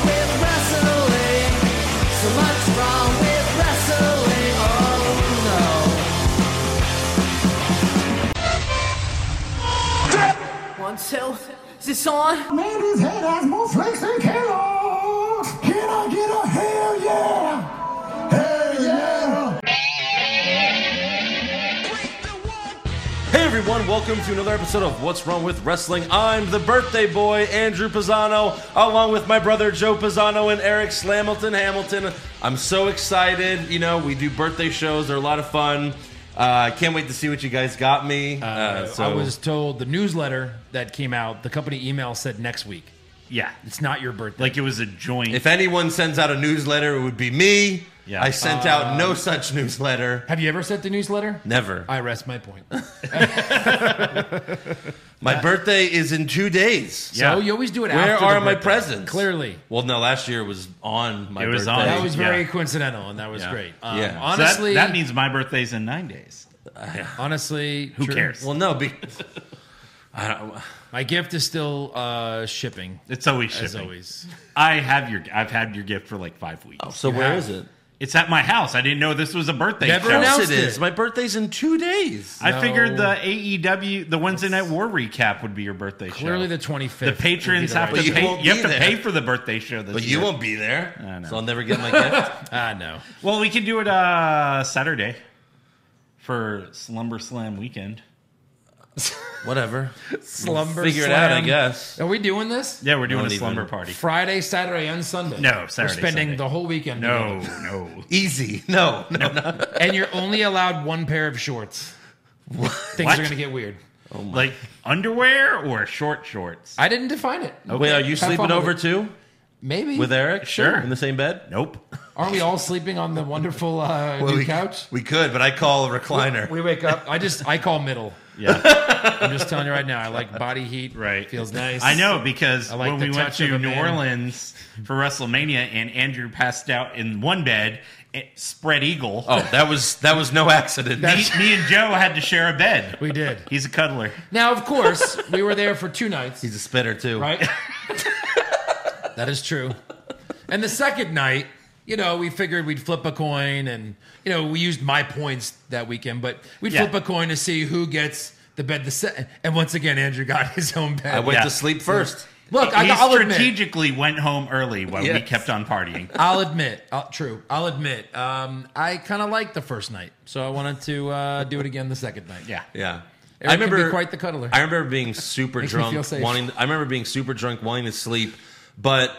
Oh, So, is this on? Man, his head has more flakes than Kellogg's. Can I get a hell yeah? Hell yeah! Hey everyone, welcome to another episode of What's Wrong with Wrestling. I'm the birthday boy, Andrew Pisano, along with my brother Joe Pisano and Eric Slamilton Hamilton. I'm so excited. You know, we do birthday shows, they're a lot of fun. Uh, can't wait to see what you guys got me. Uh, so I was told the newsletter that came out, the company email said next week. Yeah, It's not your birthday. like it was a joint. if anyone sends out a newsletter, it would be me. Yeah. Um, I sent out no such newsletter. Have you ever sent the newsletter? Never. I rest my point. my birthday is in two days. Yeah. So you always do it Where after. are the my birthday. presents? Clearly. Well, no, last year was on my It was birthday. on. That was very Yeah. coincidental, and that was Yeah. great. Um, Yeah. So that- So that- Honestly, that, means my birthday's in nine days. honestly, Who cares? Well, no, be- I don't. My gift is still uh, shipping, It's always shipping. as always. I have your. I've had your gift for like five weeks. So where is it? It's at my house. I didn't know this was a birthday. Never show. announced- Yes, it is. it. My birthday's in two days. I figured No. the AEW, the Wednesday Night War recap, would be your birthday Clearly, show. the twenty fifth. the patrons have right to show. But you pay. won't You be have to there. pay for the birthday show this But year. you won't be there, I know. so I'll never get my gift. Ah, no. Well, we can do it uh, Saturday for Slumber Slam weekend. Whatever. Slumber. Figure it out, slam. I guess. Are we doing this? Yeah, we're doing Not a slumber even. party. Friday, Saturday, and Sunday. No, Saturday, We're spending Sunday. the whole weekend. No, together. no. Easy. No, no, no. and you're only allowed one pair of shorts. Things What? are going to get weird. like underwear or short shorts? I didn't define it. Wait, are you Have fun sleeping with over it. too Maybe. with Eric? Sure. In the same bed? nope. Aren't we all sleeping on the wonderful uh, new we, couch? We could, but I call a recliner. We wake up. I just I call middle. Yeah, I'm just telling you right now. I like body heat. right. Feels nice. I know because I like when the we went touch of to a New man. Orleans for WrestleMania and Andrew passed out in one bed, it, spread eagle. Oh, that was that was no accident. me, me and Joe had to share a bed. We did. He's a cuddler. Now, of course, we were there for two nights, He's a spitter too. right? that is true. And the second night, you know, we figured we'd flip a coin and, you know, we used my points that weekend, but we'd Yeah. flip a coin to see who gets the bed the se- And once again, Andrew got his own bed. I went Yeah. to sleep first. Look, I, he I'll admit. strategically went home early while we Yes. kept on partying. I'll admit, i true. I'll admit, um, I kind of liked the first night, so I wanted to uh, do it again the second night. Yeah. Yeah. Eric can be quite the cuddler. I remember being super Makes me feel drunk, safe. wanting. I remember being super drunk, wanting to sleep, but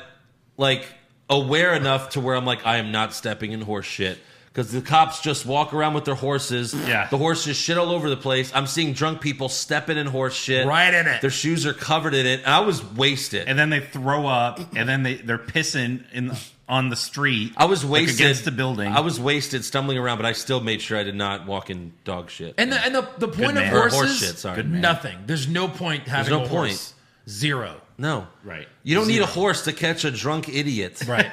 like aware enough to where I'm like, I am not stepping in horse shit because the cops just walk around with their horses. Yeah. the horses shit all over the place. I'm seeing drunk people stepping in horse shit. Right in it. Their shoes are covered in it. And I was wasted. And then they throw up, and then they they're pissing in on the street. I was like, wasted against the building. I was wasted, stumbling around, but I still made sure I did not walk in dog shit. And the and the, the point of man. Or horses, horse shit, sorry. Good man. nothing. There's no point having no a horse. Zero. no, Right. You don't need a horse to catch a drunk idiot. Right.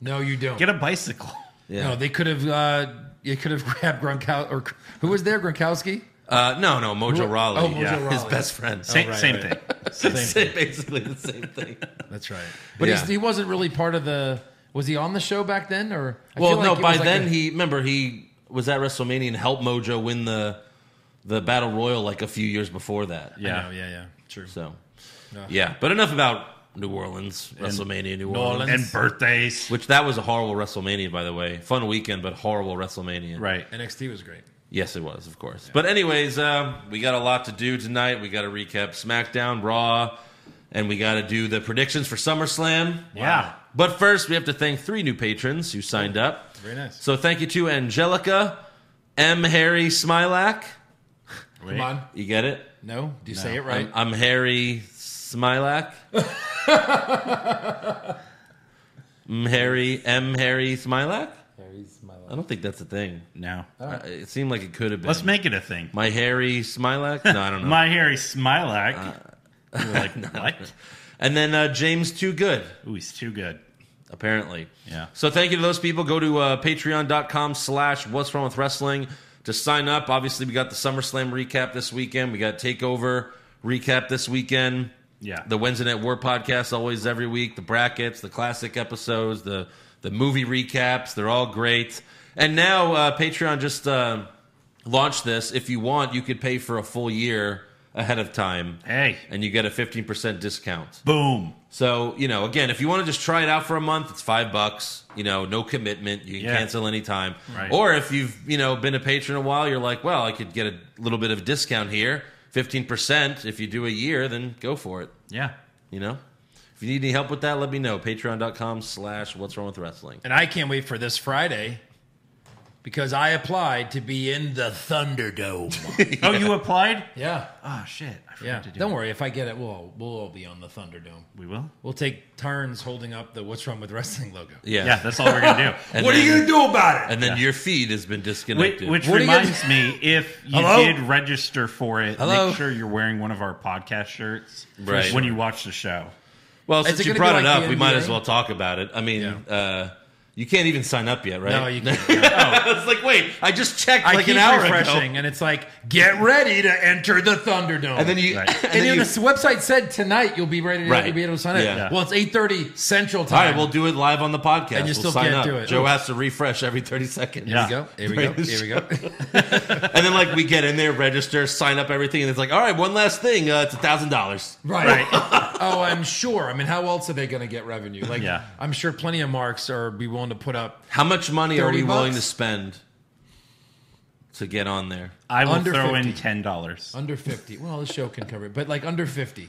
no, you don't. Get a bicycle. Yeah. No, they could have. Uh, you could have grabbed Gronkowski or who was there? Gronkowski. Uh, no, no, Mojo Who- Raleigh. oh, Mojo Oh, yeah. His Rawley. best friend. Same, right, same right. thing. Basically the same thing. That's right. But Yeah. he's, he wasn't really part of the. Was he on the show back then, or? I Well, feel like no, it by was like then a- he remember he was at WrestleMania and helped Mojo win the the Battle Royal like a few years before that. I Yeah. know, yeah, yeah, true. So yeah, but enough about New Orleans, WrestleMania, New Orleans. Orleans. And birthdays. Which that was a horrible WrestleMania, by the way. Fun weekend, but horrible WrestleMania. Right. NXT was great. Yes, it was, of course. But anyways, uh, we got a lot to do tonight. We got to recap SmackDown, Raw, and we got to do the predictions for SummerSlam. Yeah. But first, we have to thank three new patrons who signed up. Very nice. So thank you to Angelica, M. Harry Smilak. Come on, You get it? no, do you say it right? I'm, I'm Harry Smilak. M. Harry M. Harry Smilak. I don't think that's a thing. No. Uh, It seemed like it could have been. Let's make it a thing. My Harry Smilak. No, I don't know. Uh, My Harry Smilak. you were like, what? and then uh, James Too Good. Ooh, he's too good. apparently. Yeah. So thank you to those people. Go to uh, patreon.com slash what's wrong with wrestling to sign up. Obviously, we got the SummerSlam recap this weekend. We got Takeover recap this weekend. Yeah. The Wednesday Night War podcast always every week. The brackets, the classic episodes, the the movie recaps. They're all great. And now uh, Patreon just uh, launched this. If you want, you could pay for a full year ahead of time. Hey. And you get a 15% discount. Boom. So, you know, again, if you want to just try it out for a month, it's five bucks. You know, no commitment. You can Yeah. cancel anytime. Right. Or if you've, you know, been a patron a while, you're like, well, I could get a little bit of discount here. 15%. If you do a year, then go for it. Yeah. You know? If you need any help with that, let me know. Patreon.com slash what's wrong with wrestling. And I can't wait for this Friday because I applied to be in the Thunderdome. Oh, you applied? yeah. Oh shit. I forgot Yeah. to do Don't it. worry. If I get it, we'll, we'll all be on the Thunderdome. We will? We'll take turns holding up the What's Wrong with Wrestling logo. Yeah. Yeah, that's all we're gonna do. And what are then- you going to do about it? And then your feed has been Which, disconnected. which What do you- reminds me, if you Hello? did register for it, Hello? make sure you're wearing one of our podcast shirts Right. when you watch the show. well, Is it since you gonna be brought it like up, the we might NBA? as well talk about it. I mean, Yeah. uh, you can't even sign up yet, right? No, you can't. it's like, wait, I just checked I like keep an hour refreshing, ago. and it's like, get ready to enter the Thunderdome. And then you, Right. and and, then then you- this website said tonight you'll be ready to Right. you'll be able to sign up. Yeah. Well, it's eight thirty Central all Time. right, we'll do it live on the podcast. And you we'll still sign can't up. do it. Joe Oops. has to refresh every 30 seconds. Yeah. Here we go. Here we go. Here we go. And then, like, we get in there, register, sign up everything, and it's like, all right, one last thing. Uh, it's a $1,000. Right. oh, I'm sure. I mean, how else are they going to get revenue? Like, Yeah. I'm sure plenty of marks are be willing to put up. How much money are 30 we willing bucks? to spend to get on there? I will Under throw 50. in ten dollars. Under 50. Well, the show can cover it, but like under 50.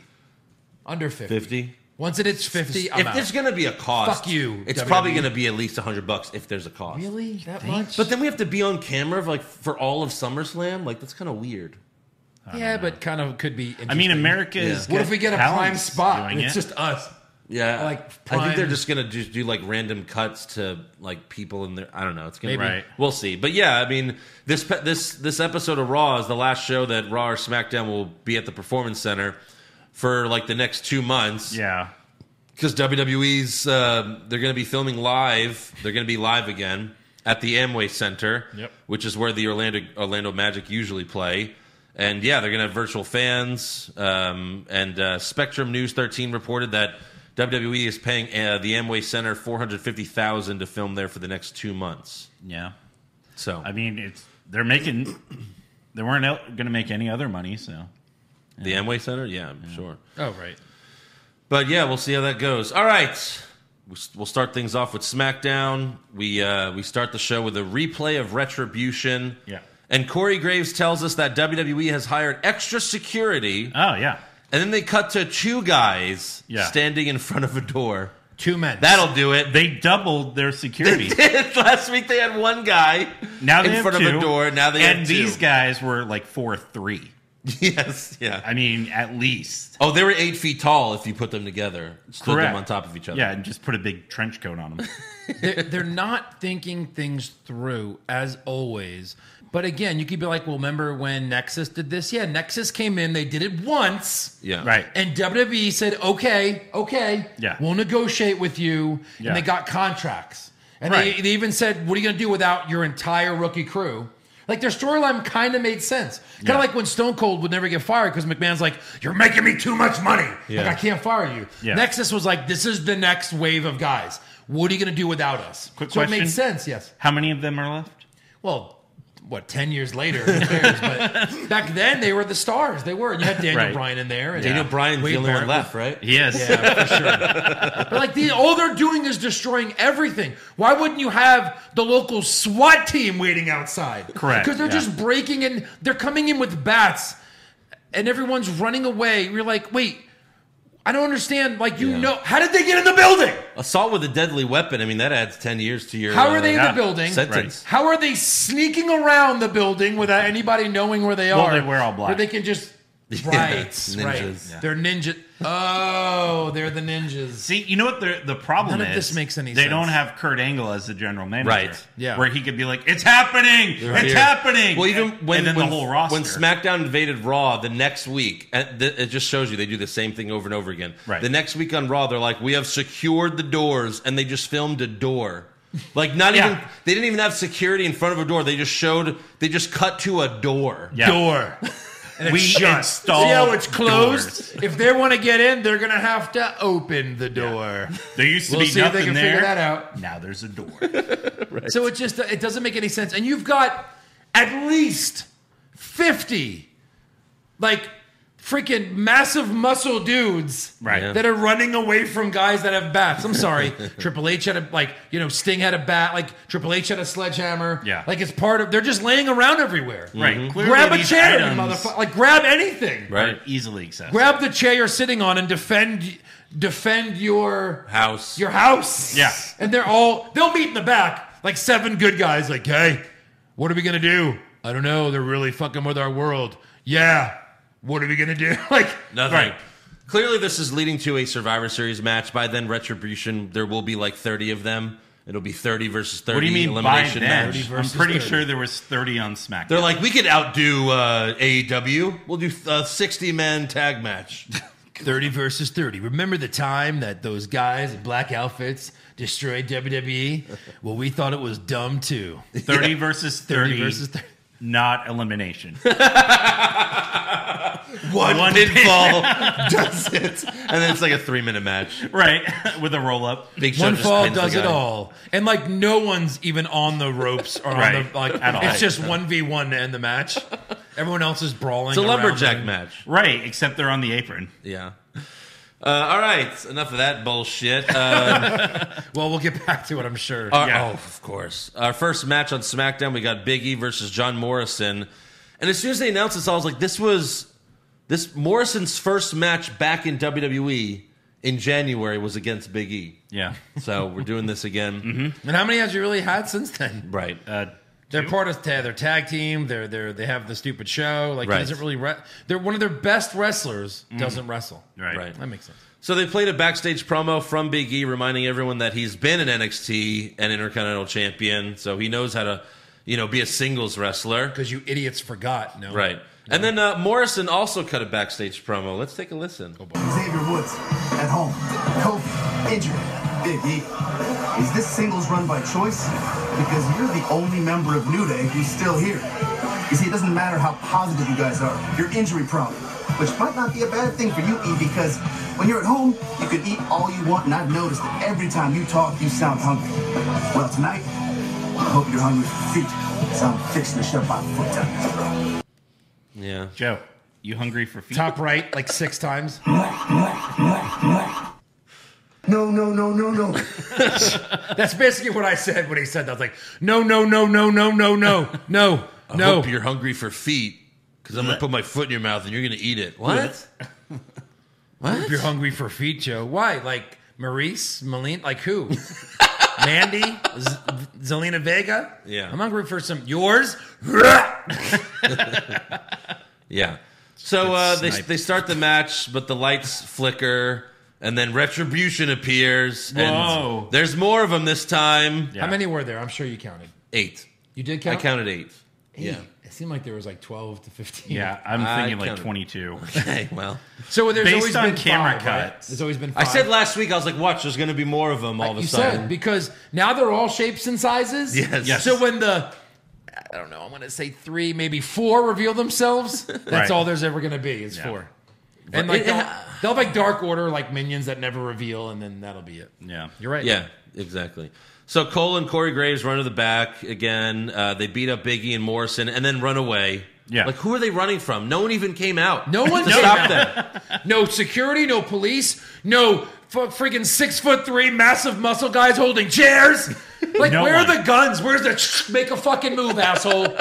Under 50. 50 Once it hits 50, I'm If out. there's going to be a cost, Fuck you, It's WWE. probably going to be at least 100 bucks if there's a cost. really that much? But then we have to be on camera like for all of SummerSlam. Like that's kind of weird. yeah, but kind of could be I interesting. mean, America is. What if we get a prime spot? and Doing It's it. just us. Yeah, Like, I think they're prime- just gonna just do like random cuts to like people in there. I don't know. It's gonna Maybe. be Right. We'll see. But yeah, I mean this pe- this this episode of Raw is the last show that Raw or SmackDown will be at the Performance Center for like the next two months. yeah. because WWE's uh, they're going to be filming live. They're going to be live again at the Amway Center, Yep. which is where the Orlando Orlando Magic usually play. And yeah, they're going to have virtual fans. Um, and uh, Spectrum News 13 reported that WWE is paying uh, the Amway Center 450,000 to film there for the next two months. Yeah. So I mean, it's they're making. They weren't going to make any other money, so the Amway Center, yeah, I'm sure. Oh, right. But yeah, we'll see how that goes. All right. We'll s- We'll start things off with SmackDown. We uh, we start the show with a replay of Retribution. Yeah. And Corey Graves tells us that WWE has hired extra security, oh yeah, and then they cut to two guys Yeah. standing in front of a door. Two men. That'll do it. they doubled their security. Last week they had one guy Now they in have front of two, a door. Now they and have two. these guys were like four three. yes, yeah. I mean, at least Oh, they were eight feet tall. If you put them together, stood them Correct. on top of each other. yeah, and just put a big trench coat on them. they're, they're not thinking things through as always. But again, you could be like, well, remember when Nexus did this? Yeah, Nexus came in, they did it once. yeah, right. And WWE said, okay, okay, Yeah. we'll negotiate with you. Yeah. And they got contracts. And they, Right. they even said, what are you going to do without your entire rookie crew? Like their storyline kind of made sense. Kind of Yeah. like when Stone Cold would never get fired because McMahon's like, you're making me too much money. Yeah. Like, I can't fire you. Yeah. Nexus was like, this is the next wave of guys. What are you going to do without us? Quick so it question. made sense, yes. How many of them are left? Well, what, 10 years later, who cares? but back then they were the stars. They were. And you had Daniel Right. Bryan in there. And Daniel Yeah. Bryan's Wade the only one Barrett left, right? Yes. yeah, for sure. But like, the, all they're doing is destroying everything. Why wouldn't you have the local SWAT team waiting outside? Correct, Because they're yeah. just breaking in. They're coming in with bats, and everyone's running away. You're like, wait, I don't understand. Like, you Yeah. know, how did they get in the building? Assault with a deadly weapon. I mean, that adds ten years to your. How are uh, they yeah. in the building? Sentence. How are they sneaking around the building without anybody knowing where they are? they wear all black. Where they can just. Yeah, Right, right. ninjas. Yeah. They're ninja. Oh, they're the ninjas. See, you know what the the problem None of is? this makes any They sense. don't have Kurt Angle as the general manager, Right. Yeah. Where he could be like, "It's happening! it's Here. happening!" Well, even And- when and then when- the whole roster when SmackDown invaded Raw the next week, and th- it just shows you they do the same thing over and over again. Right. The next week on Raw, they're like, "We have secured the doors," and they just filmed a door. Like not Yeah. even they didn't even have security in front of a door. They just showed they just cut to a door. Yeah. door. And We shut. installed See how it's closed? doors. If they want to get in, they're going to have to open the door. there used to We'll be see if nothing they can there. figure that out. Now there's a door. So it just it doesn't make any sense. And you've got at least 50 like freaking massive muscle dudes Right. Yeah. that are running away from guys that have bats. I'm sorry. Triple H had a like, you know, Sting had a bat, like Triple H had a sledgehammer. Yeah. Like it's part of they're just laying around everywhere. Right. Mm-hmm. Clearly grab a these chair, items motherfucker. Like grab anything. Are Right. easily accessible. Grab the chair you're sitting on and defend defend your House. your house. Yeah. And they're all they'll meet in the back, like seven good guys, like, hey, what are we gonna do? I don't know. They're really fucking with our world. Yeah. What are we gonna do? Like Nothing. Right. Clearly, this is leading to a Survivor Series match. By then, Retribution, there will be like 30 of them. It'll be 30 versus 30 What do you mean by elimination then? match. I'm versus pretty 30. sure there was 30 on SmackDown. They're like, we could outdo uh, AEW. We'll do a 60 man tag match. 30 versus 30. Remember the time that those guys in black outfits destroyed WWE? Well, we thought it was dumb too. 30 versus 30, 30 versus 30. not elimination. One, One pinfall does it. And then it's like a three minute match. right. With a roll up. Big Show One just fall pins the does it guy. all. And like no one's even on the ropes or on Right. the like At all. It's just 1v1 to end the match. Everyone else is brawling. It's a around lumberjack them. match. Right. Except they're on the apron. Yeah. Uh, all right, enough of that bullshit. Uh, Well, we'll get back to it, I'm sure. our- Yeah. Oh, of course. Our first match on SmackDown, we got Big E versus John Morrison. And as soon as they announced this, I was like, this was this Morrison's first match back in WWE in January was against Big E. Yeah. So we're doing this again. and how many has you really had since then? Right. Uh, They're part of ta- their tag team. They're they are they have the stupid show. Like Right. Mm. he doesn't really. Re- they're one of their best wrestlers. Doesn't wrestle. right. Right. That makes sense. So they played a backstage promo from Big E, reminding everyone that he's been an NXT and Intercontinental Champion, so he knows how to, you know, be a singles wrestler. Because you idiots forgot. No. Right. And then uh, Morrison also cut a backstage promo. Let's take a listen. Xavier Woods at home. Kofi injured. Big E. Is this singles run by choice? Because you're the only member of New Day who's still here. You see, it doesn't matter how positive you guys are. You're injury prone, which might not be a bad thing for you, E, because when you're at home, you can eat all you want, and I've noticed that every time you talk, you sound hungry. Well, tonight, I hope you're hungry for feet, so I'm fixing to shove my foot down your throat. Yeah. Joe, you hungry for feet? Top right, like six times. No, no, no, no, no. That's basically what I said when he said that. I was like, no, no, no, no, no, no, no, no, I no. hope you're hungry for feet because I'm going to put my foot in your mouth and you're going to eat it. What? If you're hungry for feet, Joe. Why? Like Maurice, Malin, like who? Mandy, Z- Zelina Vega. Yeah. I'm hungry for some yours. Yeah. So uh, they, snipe. they start the match, but the lights flicker. And then retribution appears, Whoa. and there's more of them this time. Yeah. How many were there? I'm sure you counted. Eight. You did I count. counted eight. Yeah. It seemed like there was like 12 to 15. Yeah, I'm I thinking like counted. 22. Okay. Well, So there's Based always on been camera five, right? cuts. There's always been I five. said last week I was like, "Watch, there's going to be more of them all of a you sudden." said because now they're all shapes and sizes. Yes. Yes. So when the I don't know, I'm gonna say three, maybe four reveal themselves. That's Right. all there's ever gonna be is Yeah. four. And like it- they'll, they'll have like Dark Order like minions that never reveal, and then that'll be it. Yeah. You're right. yeah, exactly. So Cole and Corey Graves run to the back again. Uh, they beat up Biggie and Morrison, and then run away. Yeah. like who are they running from? No one even came out. No one to came stop out. them. No security, no police, no f- freaking six foot three massive muscle guys holding chairs. Like, No where one. are the guns? Where's the make a fucking move, asshole?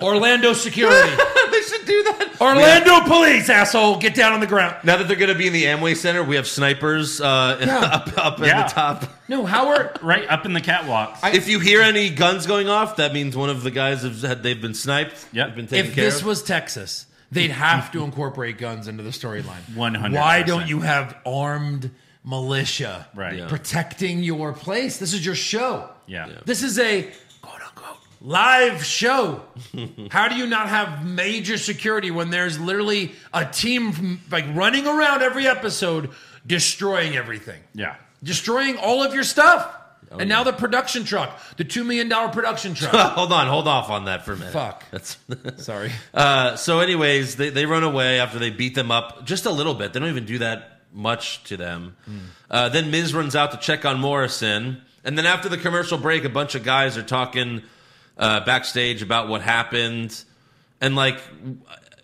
Orlando security. they should do that. Orlando police, asshole. Get down on the ground. Now that they're going to be in the Amway Center, we have snipers uh, Yeah. up up in Yeah. the top. No, how are Right up in the catwalks. if you hear any guns going off, that means one of the guys have had they've been sniped. Yep. They've been taken if care this of. was Texas, they'd have to incorporate guns into the storyline. 100%. Why don't you have armed militia Right. Yeah. protecting your place? This is your show. Yeah. Yeah. This is a quote unquote live show. How do you not have major security when there's literally a team from, like running around every episode destroying everything? yeah. Destroying all of your stuff. Oh, and now the production truck, the 2 million dollar production truck. hold on, hold off on that for a minute. Fuck. That's Sorry. Uh, so, anyways, they, they run away after they beat them up just a little bit. They don't even do that much to them. Hmm. Uh, then Miz runs out to check on Morrison. And then after the commercial break, a bunch of guys are talking uh, backstage about what happened. And, like,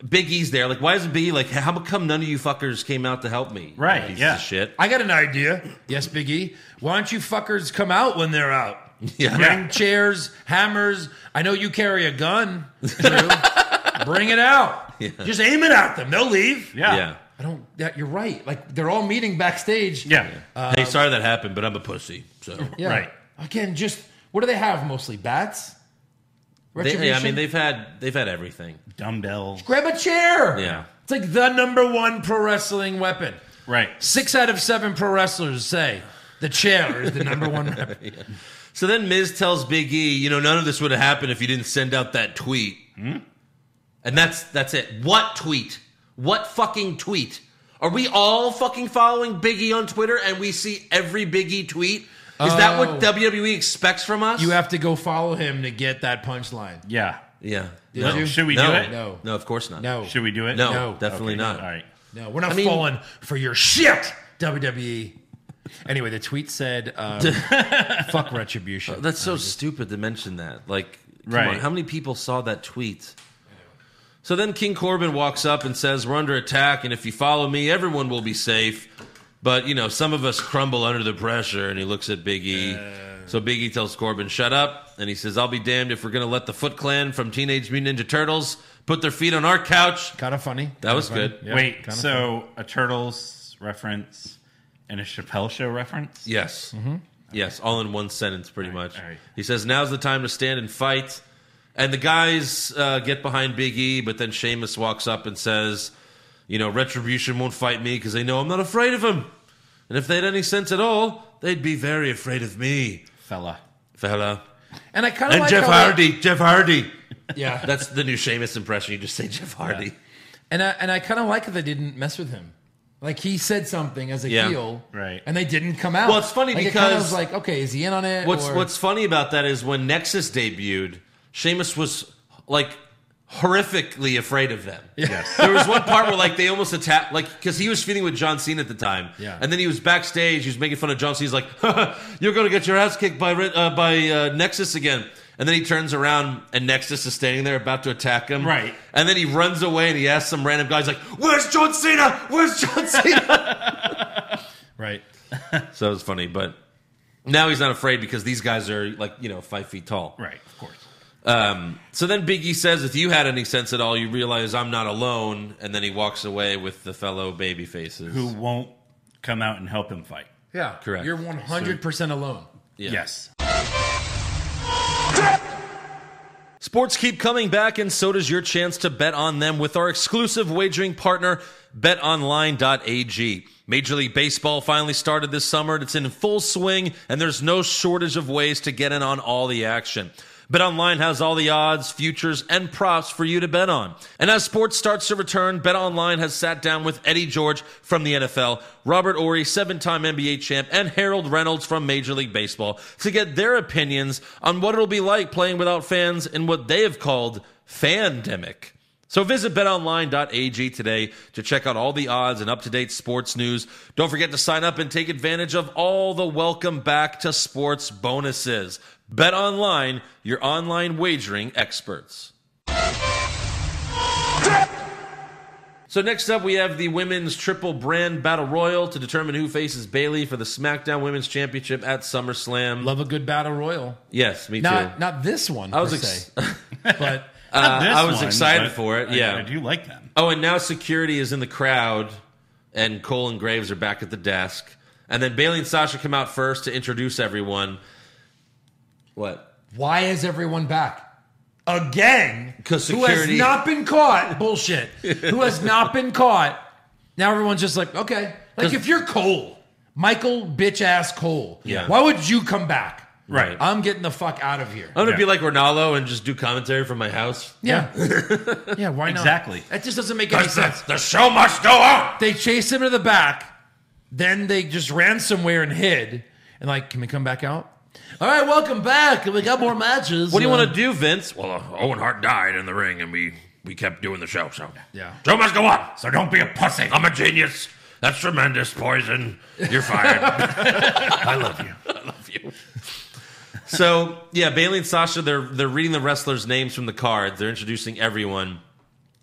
Big E's there. Like, why isn't Big E like? How come none of you fuckers came out to help me? Right, Pieces yeah. Of shit. I got an idea. Yes, Big E. Why don't you fuckers come out when they're out? Yeah. Bring chairs, hammers. I know you carry a gun. Drew. Bring it out. Just aim it at them. They'll leave. Yeah. Yeah. I don't. That, you're right. Like they're all meeting backstage. Yeah. Um, hey, sorry that happened, but I'm a pussy. So Yeah. Right. Again, just what do they have mostly? Bats. they, yeah, I mean Retribution? they've had they've had everything. Dumbbell. grab a chair. Yeah. It's like the number one pro wrestling weapon. Right. Six out of seven pro wrestlers say the chair is the number one weapon. So then Miz tells Big E, you know, none of this would have happened if you didn't send out that tweet. Hmm? And that's that's it. What tweet? What fucking tweet? Are we all fucking following Big E on Twitter and we see every Big E tweet? Is that Oh. what WWE expects from us? You have to go follow him to get that punchline. Yeah. yeah. Did no. you? Should we no. do it? No. No, of course not. No. Should we do it? No, No. definitely Okay. not. All right. No, we're not I mean- falling for your shit, WWE. Anyway, the tweet said, um, "Fuck retribution." That's so stupid to mention that. Like, come Right. on, how many people saw that tweet? So then King Corbin walks up and says, We're under attack, and if you follow me, everyone will be safe. But, you know, some of us crumble under the pressure. And he looks at Big E. so Big E tells Corbin, Shut up. And he says, I'll be damned if we're going to let the Foot Clan from Teenage Mutant Ninja Turtles put their feet on our couch. Kind of funny. That was good. Yeah, Wait, kinda so a Turtles reference and a Chappelle Show reference? Yes. Yes, all in one sentence, pretty much. Mm-hmm. all right. He says, "Now's the time to stand and fight." And the guys uh, get behind Big E, but then Sheamus walks up and says, "You know, Retribution won't fight me because they know I'm not afraid of him. And if they had any sense at all, they'd be very afraid of me, Fella. fella." and I kind of And like Jeff how Hardy, Jeff Hardy. They, yeah, That's the new Sheamus impression. You just say Jeff Hardy. and I and I kind of like how they didn't mess with him. Like he said something as a Yeah. heel, Right. And they didn't come out. Well, it's funny Like, it kinda because- was like, okay, is he in on it? What's or- What's funny about that is when Nexus debuted, Sheamus was like horrifically afraid of them. Yes. there was one part where like they almost attacked, like because he was feuding with John Cena at the time, Yeah. and then he was backstage, he was making fun of John Cena. He's like, "You're gonna get your ass kicked by Red- uh, by uh, Nexus again." And then he turns around and Nexus is standing there about to attack him. Right. And then he runs away and he asks some random guys like, "Where's John Cena? Where's John Cena?" right? so it was funny, but now he's not afraid because these guys are like you know five feet tall. Right, of course. Um, so then Biggie says, if you had any sense at all, you realize I'm not alone. And then he walks away with the fellow baby faces. Who won't come out and help him fight? Yeah, Correct. You're one hundred percent alone. Yes. Uh, Sports keep coming back, and so does your chance to bet on them with our exclusive wagering partner, betonline.ag. Major League Baseball finally started this summer, and it's in full swing, and there's no shortage of ways to get in on all the action. BetOnline has all the odds, futures, and props for you to bet on. And as sports starts to return, BetOnline has sat down with Eddie George from the NFL, Robert Ory, seven-time NBA champ, and Harold Reynolds from Major League Baseball to get their opinions on what it'll be like playing without fans in what they have called fandemic. So visit betonline.ag today to check out all the odds and up-to-date sports news. Don't forget to sign up and take advantage of all the welcome back to sports bonuses. Bet online, your online wagering experts. So next up we have the women's triple brand battle royal to determine who faces Bailey for the SmackDown Women's Championship at SummerSlam. Love a good battle royal. yes, me Not too. not this one. I was per ex- se, but Not this I was one, excited but for it, I- yeah. I, do like them. Oh, and now security is in the crowd, and Cole and Graves are back at the desk. And then Bailey and Sasha come out first to introduce everyone. What? why is everyone back? A gang 'Cause who has security- not been caught. Bullshit. who has not been caught. Now everyone's just like, okay. Like if you're Cole, Michael bitch ass Cole, Yeah. why would you come back? Right. I'm getting the fuck out of here. I'm gonna be Yeah. like Ronaldo and just do commentary from my house. yeah. yeah, why not? Exactly. That just doesn't make any sense. The show must go on. They chase him to the back, then they just ran somewhere and hid. And like, can we come back out? All right, welcome back. We got more matches. What do you um, want to do, Vince? Well, Well, uh, Owen Hart died in the ring, and we we kept doing the show. So Yeah. show must go on. So don't be a pussy. I'm a genius. That's tremendous poison. You're fired. I love you. I love you. so yeah, Bailey and Sasha they're they're reading the wrestlers' names from the cards. They're introducing everyone.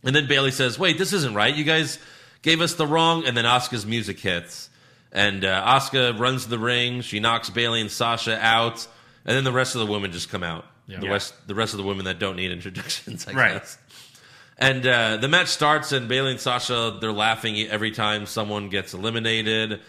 And then Bailey says, "Wait, this isn't right. You guys gave us the wrong." And then Asuka's music hits, and uh, Asuka runs to the ring. She knocks Bailey and Sasha out, and then the rest of the women just come out. The Yeah. rest, the rest of the women that don't need introductions, I Right. guess. And uh, the match starts, and Bailey and Sasha they're laughing every time someone gets eliminated.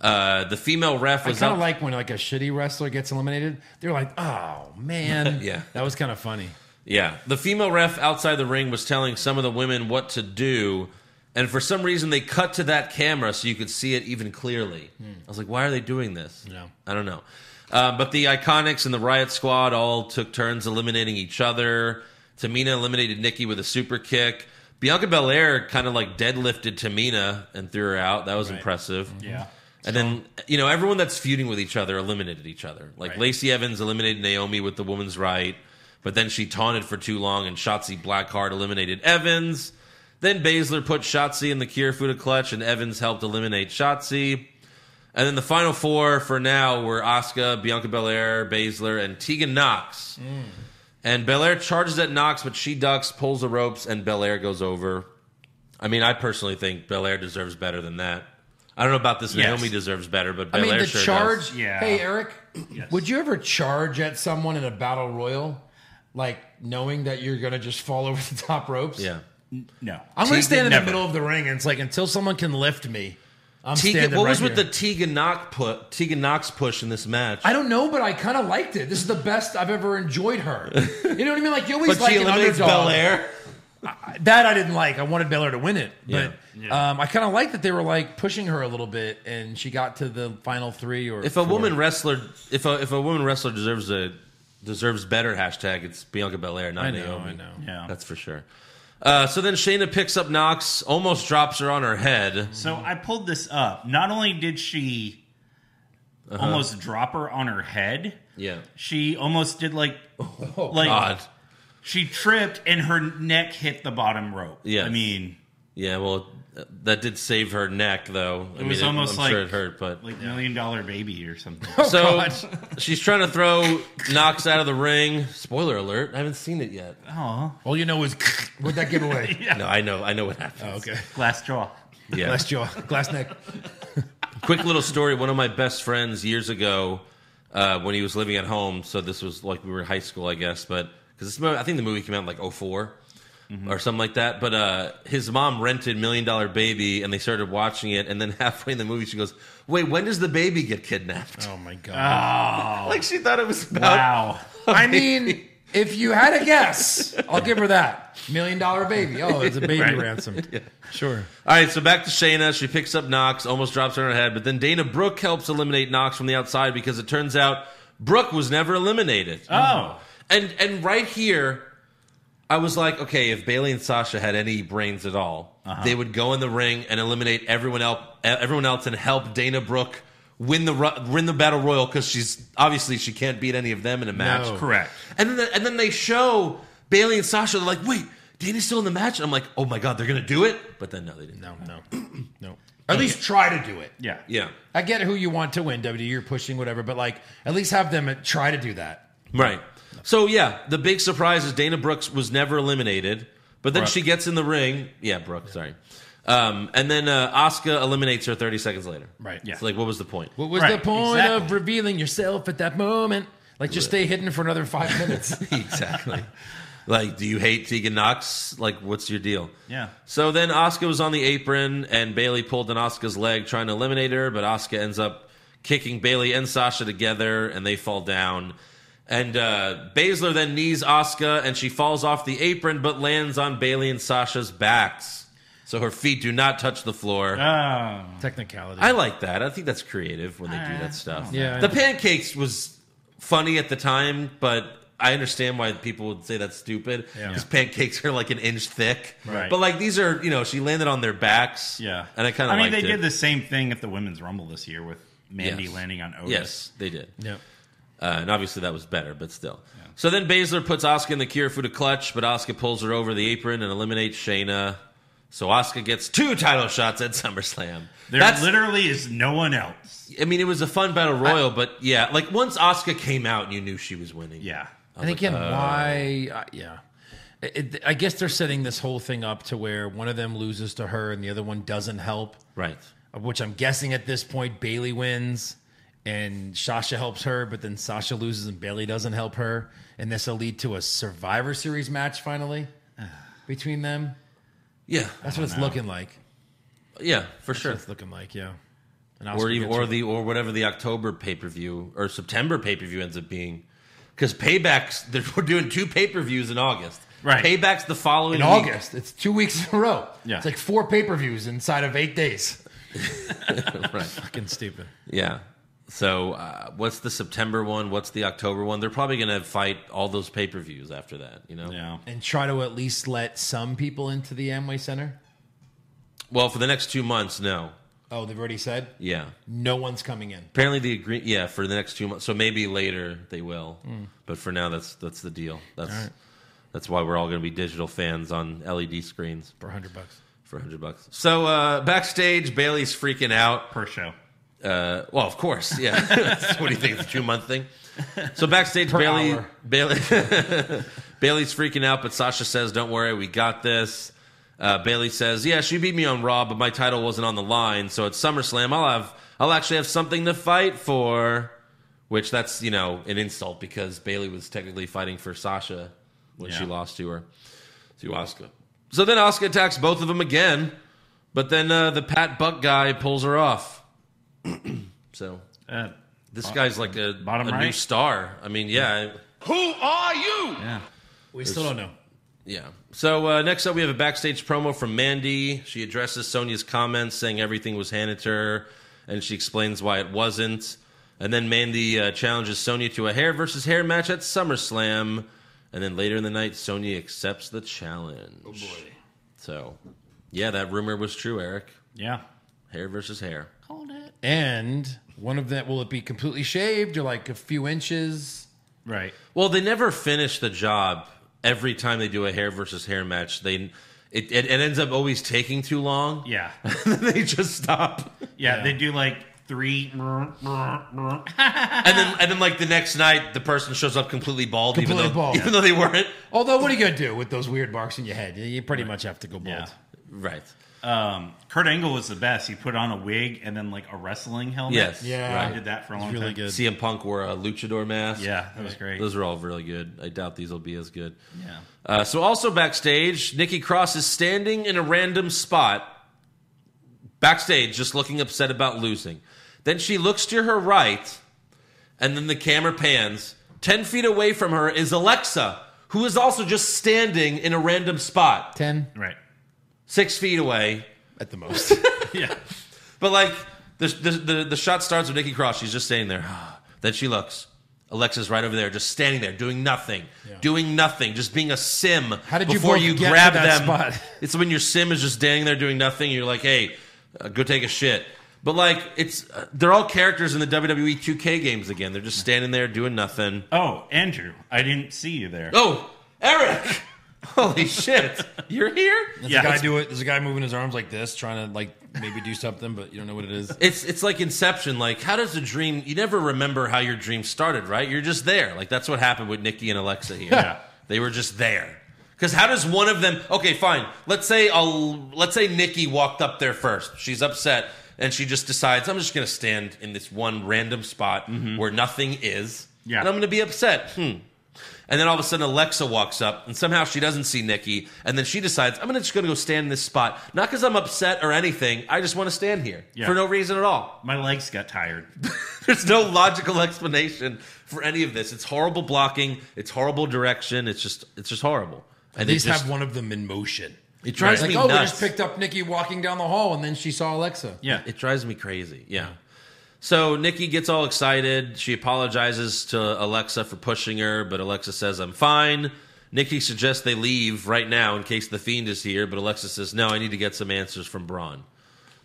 Uh, the female ref I was kind up. of like when like a shitty wrestler gets eliminated. They're like, "Oh man, Yeah. that was kind of funny." Yeah. The female ref outside the ring was telling some of the women what to do. And for some reason, they cut to that camera so you could see it even clearly. I was like, why are they doing this? Yeah. I don't know. Uh, but the Iconics and the Riot Squad all took turns eliminating each other. Tamina eliminated Nikki with a super kick. Bianca Belair kind of like deadlifted Tamina and threw her out. That was impressive. Yeah. And then you know everyone that's feuding with each other eliminated each other. Like Lacey Evans eliminated Naomi with the woman's right, but then she taunted for too long, and Shotzi Blackheart eliminated Evans. Then Baszler put Shotzi in the Kirifuda clutch, and Evans helped eliminate Shotzi. And then the final four for now were Asuka, Bianca Belair, Baszler, and Tegan Knox. Mm. And Belair charges at Knox, but she ducks, pulls the ropes, and Belair goes over. I mean, I personally think Belair deserves better than that. I don't know about this. Yes. Naomi deserves better, but I Belair mean, the sure charge. does. Yeah. Hey, Eric, would you ever charge at someone in a battle royal, like knowing that you're gonna just fall over the top ropes? Yeah. No. I'm gonna Tegan, stand in never. the middle of the ring, and it's like until someone can lift me, I'm Tegan, standing. what right was with here. the Tegan Knox put Tegan Knox push in this match? I don't know, but I kind of liked it. This is the best I've ever enjoyed her. You know what I mean? Like you always but like she an eliminates underdog. Belair. That I didn't like. I wanted Belair to win it, Yeah. but um, I kind of liked that they were like pushing her a little bit, and she got to the final three or If a four. woman wrestler, if a if a woman wrestler deserves a deserves better hashtag, it's Bianca Belair, not I know, Naomi. I know. Yeah. That's for sure. Uh, so then Shayna picks up Knox, almost drops her on her head. So I pulled this up. Not only did she almost drop her on her head, Uh-huh. Yeah. Oh, she almost did like like God. she tripped and her neck hit the bottom rope. Yes. I mean, Yeah, well, that did save her neck, though. I it was I'm almost like Oh, sure it hurt, but like million dollar baby or something. so she's trying to throw Knox out of the ring. Spoiler alert: I haven't seen it yet. oh, all you know is would that give away? No, I know, I know what happened. Oh, okay, glass jaw. Yeah. glass jaw, glass neck. Quick little story. One of my best friends years ago, uh, when he was living at home, so this was like we were in high school, I guess, but because I think the movie came out in like 4 or something like that. But uh, his mom rented Million Dollar Baby, and they started watching it, and then halfway in the movie, she goes, "Wait, when does the baby get kidnapped?" Oh my god. Like she thought it was about. Wow. Uh, I mean, if you had a guess, I'll give her that. Million dollar baby. Oh, it's a baby Right. ransom. Sure. All right, so back to Shayna. She picks up Knox, almost drops her on her head, but then Dana Brooke helps eliminate Knox from the outside because it turns out Brooke was never eliminated. Oh, And and right here, I was like, okay, if Bailey and Sasha had any brains at all, Uh-huh. they would go in the ring and eliminate everyone else, everyone else, and help Dana Brooke win the ru- win the battle royal because she's obviously she can't beat any of them in a match. No. correct. And then, and then they show Bailey and Sasha. They're like, wait, Dana's still in the match. And I'm like, oh my god, they're gonna do it. But then no, they didn't. No, no, no. At least try to do it. Yeah. Yeah, I get who you want to win, WWE. You're pushing whatever, but like at least have them try to do that. right. So yeah, the big surprise is Dana Brooks was never eliminated, but then she gets in the ring. Yeah, Brooke, sorry. Um, and then uh, Asuka eliminates her 30 seconds later. Right. Yeah. It's like, what was the point? What was Right, the point of exactly. revealing yourself at that moment? Like just stay hidden for another five minutes. exactly. Like, do you hate Tegan Knox? Like, what's your deal? Yeah. So then Asuka was on the apron, and Bailey pulled on Asuka's leg, trying to eliminate her, but Asuka ends up kicking Bailey and Sasha together, and they fall down. And uh, Baszler then knees Asuka, and she falls off the apron, but lands on Bailey and Sasha's backs. So her feet do not touch the floor. Oh, Technicality. I like that. I think that's creative when they do that stuff. Yeah, I the know. pancakes was funny at the time, but I understand why people would say that's stupid Yeah. because pancakes are like an inch thick. Right. But like these are, you know, she landed on their backs. yeah. and I kind I of. mean, they liked did it. the same thing at the women's rumble this year with Mandy Yes. landing on Otis. Yes, they did. yeah. Uh, and obviously that was better, but still. So then Baszler puts Asuka in the Kirifuda clutch, but Asuka pulls her over the apron and eliminates Shayna. So Asuka gets two title shots at SummerSlam. There literally is no one else. I mean, it was a fun battle royal, but yeah, like once Asuka came out, you knew she was winning. Yeah. And again, why? Uh, yeah. it, I guess they're setting this whole thing up to where one of them loses to her and the other one doesn't help. Right. Of Which I'm guessing at this point Bailey wins and Sasha helps her, but then Sasha loses and Bailey doesn't help her, and this will lead to a Survivor Series match finally between them. Yeah. That's what it's looking like. Yeah, for sure. That's what it's looking like, yeah. And I'll Or forget even, or to- the or whatever the October pay per view or September pay per view ends up being, because paybacks they're, we're doing two pay per views in August. Right. Paybacks the following in week. August. It's two weeks in a row. Yeah. It's like four pay per views inside of eight days. Right. Fucking stupid. Yeah. So uh, what's the September one? What's the October one? They're probably going to fight all those pay per views after that. You know. Yeah. And try to at least let some people into the Amway Center. Well, for the next two months, no. Oh, they've already said Yeah. no one's coming in. Apparently the agree. Yeah, for the next two months. So maybe later they will. But for now, that's that's the deal. That's that's why we're all going to be digital fans on LED screens For hundred bucks. for hundred bucks. So uh, backstage, Bailey's freaking out. Per show. Uh, well, of course, yeah. what do you think? It's a two month thing. So backstage, Bailey, hour. Bailey, Bailey's freaking out, but Sasha says, "Don't worry, we got this." Uh, Bailey says, "Yeah, she beat me on Raw, but my title wasn't on the line, so at SummerSlam, I'll have, I'll actually have something to fight for." Which that's you know an insult because Bailey was technically fighting for Sasha when she Yeah. lost to her to Oscar. So then Oscar attacks both of them again, but then uh, the Pat Buck guy pulls her off. so Uh, this guy's like a, Bottom a new right? star. I mean, yeah, I- yeah. We still don't know. yeah. So uh, next up, we have a backstage promo from Mandy. She addresses Sonya's comments, saying everything was handed to her, and she explains why it wasn't. And then Mandy uh, challenges Sonya to a hair versus hair match at SummerSlam. And then later in the night, Sonya accepts the challenge. Oh boy! So, yeah, that rumor was true, Eric. Yeah. Hair versus hair. And one of that will it be completely shaved or like a few inches? Right. Well, they never finish the job every time they do a hair versus hair match. They it, it, it ends up always taking too long. Yeah. Yeah. they just stop. They do like three. And then and then like the next night the person shows up completely bald even Completely though bald. even though they weren't. Although, what are you gonna do with those weird marks in your head? You pretty much have to go bald. Yeah. Right. Um, Kurt Angle was the best. He put on a wig and then like a wrestling helmet. Yes. Yeah. I Right. did that for a long It's really time. good. CM Punk wore a luchador mask. Yeah, that was great. Those are all really good. I doubt these will be as good. yeah. Uh, so also backstage, Nikki Cross is standing in a random spot backstage, just looking upset about losing. Then she looks to her right, and then the camera pans. Ten feet away from her is Alexa, who is also just standing in a random spot, Ten Right. six feet away. at the most. Yeah. But like the the the, the shot starts with Nikki Cross. She's just standing there. then she looks. Alexa's right over there, just standing there, doing nothing, doing nothing, just being a sim. How did you both get to that spot? It's when your sim is just standing there doing nothing. You're like, hey, uh, go take a shit. But like, it's uh, they're all characters in the WWE 2K games again. They're just standing there doing nothing. Oh, Andrew, I didn't see you there. Oh, Eric! Holy shit, you're here. Yeah. There's a guy do it. There's a guy moving his arms like this, trying to like maybe do something, but you don't know what it is. It's it's like Inception. Like, how does a dream? You never remember how your dream started, right? You're just there. Like that's what happened with Nikki and Alexa here. Yeah. they were just there. Because how does one of them? Okay, fine. Let's say i let's say Nikki walked up there first. She's upset and she just decides I'm just gonna stand in this one random spot where nothing is. Mm-hmm. Yeah. and I'm gonna be upset. Hmm. And then all of a sudden, Alexa walks up, and somehow she doesn't see Nikki. And then she decides, I'm gonna- just going to go stand in this spot. Not because I'm upset or anything. I just want to stand here Yeah. for no reason at all. My legs got tired. There's no logical explanation for any of this. It's horrible blocking. It's horrible direction. It's just, it's just horrible. At And least it just, have one of them in motion. it drives Like, me oh, we nuts. just picked up Nikki walking down the hall, and then she saw Alexa. Yeah. It drives me crazy. Yeah. So Nikki gets all excited. She apologizes to Alexa for pushing her, but Alexa says, I'm fine. Nikki suggests they leave right now in case the fiend is here, but Alexa says, No, I need to get some answers from Braun.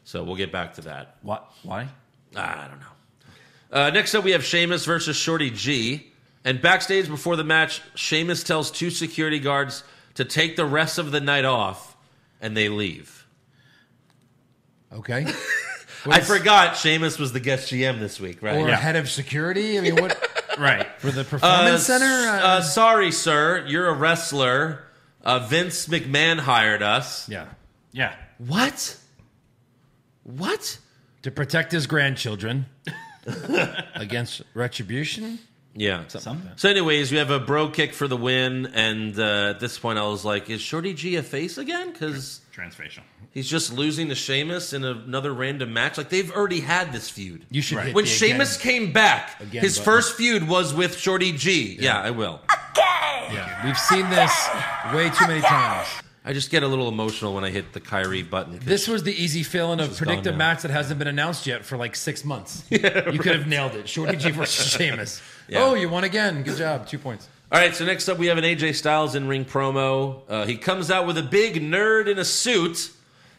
So we'll get back to that. What? Why? Ah, I don't know. Uh, next up, we have Sheamus versus Shorty G. And backstage before the match, Sheamus tells two security guards to take the rest of the night off, and they leave. Okay. I forgot Sheamus was the guest GM this week, right? Or Yeah. head of security. I mean, what Right. for the performance Uh, center? s- uh, sorry, sir. You're a wrestler. Uh, Vince McMahon hired us. Yeah. Yeah. What? What? To protect his grandchildren against retribution. Yeah. So, anyways, we have a bro kick for the win, and uh, at this point, I was like, "Is Shorty G a face again?" Because Transfacial. he's just losing to Sheamus in another random match. Like they've already had this feud. You should hit when the Sheamus came back, Again his button. first feud was with Shorty G. Yeah. I will. Oh, again. Yeah. We've seen this way too many times. I just get a little emotional when I hit the Kyrie button. 'cause This was the easy feeling of is gone predictive now. match that hasn't been announced yet for like six months. you could have nailed it. Shorty G versus Sheamus. Yeah. Oh, you won again. Good job. Two points. All right, so next up we have an AJ Styles in ring promo. Uh, he comes out with a big nerd in a suit,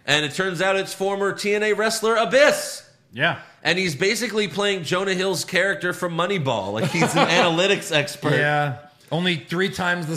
and it turns out it's former TNA wrestler Abyss. Yeah. And he's basically playing Jonah Hill's character from Moneyball. Like he's an analytics expert. Yeah. Only three times the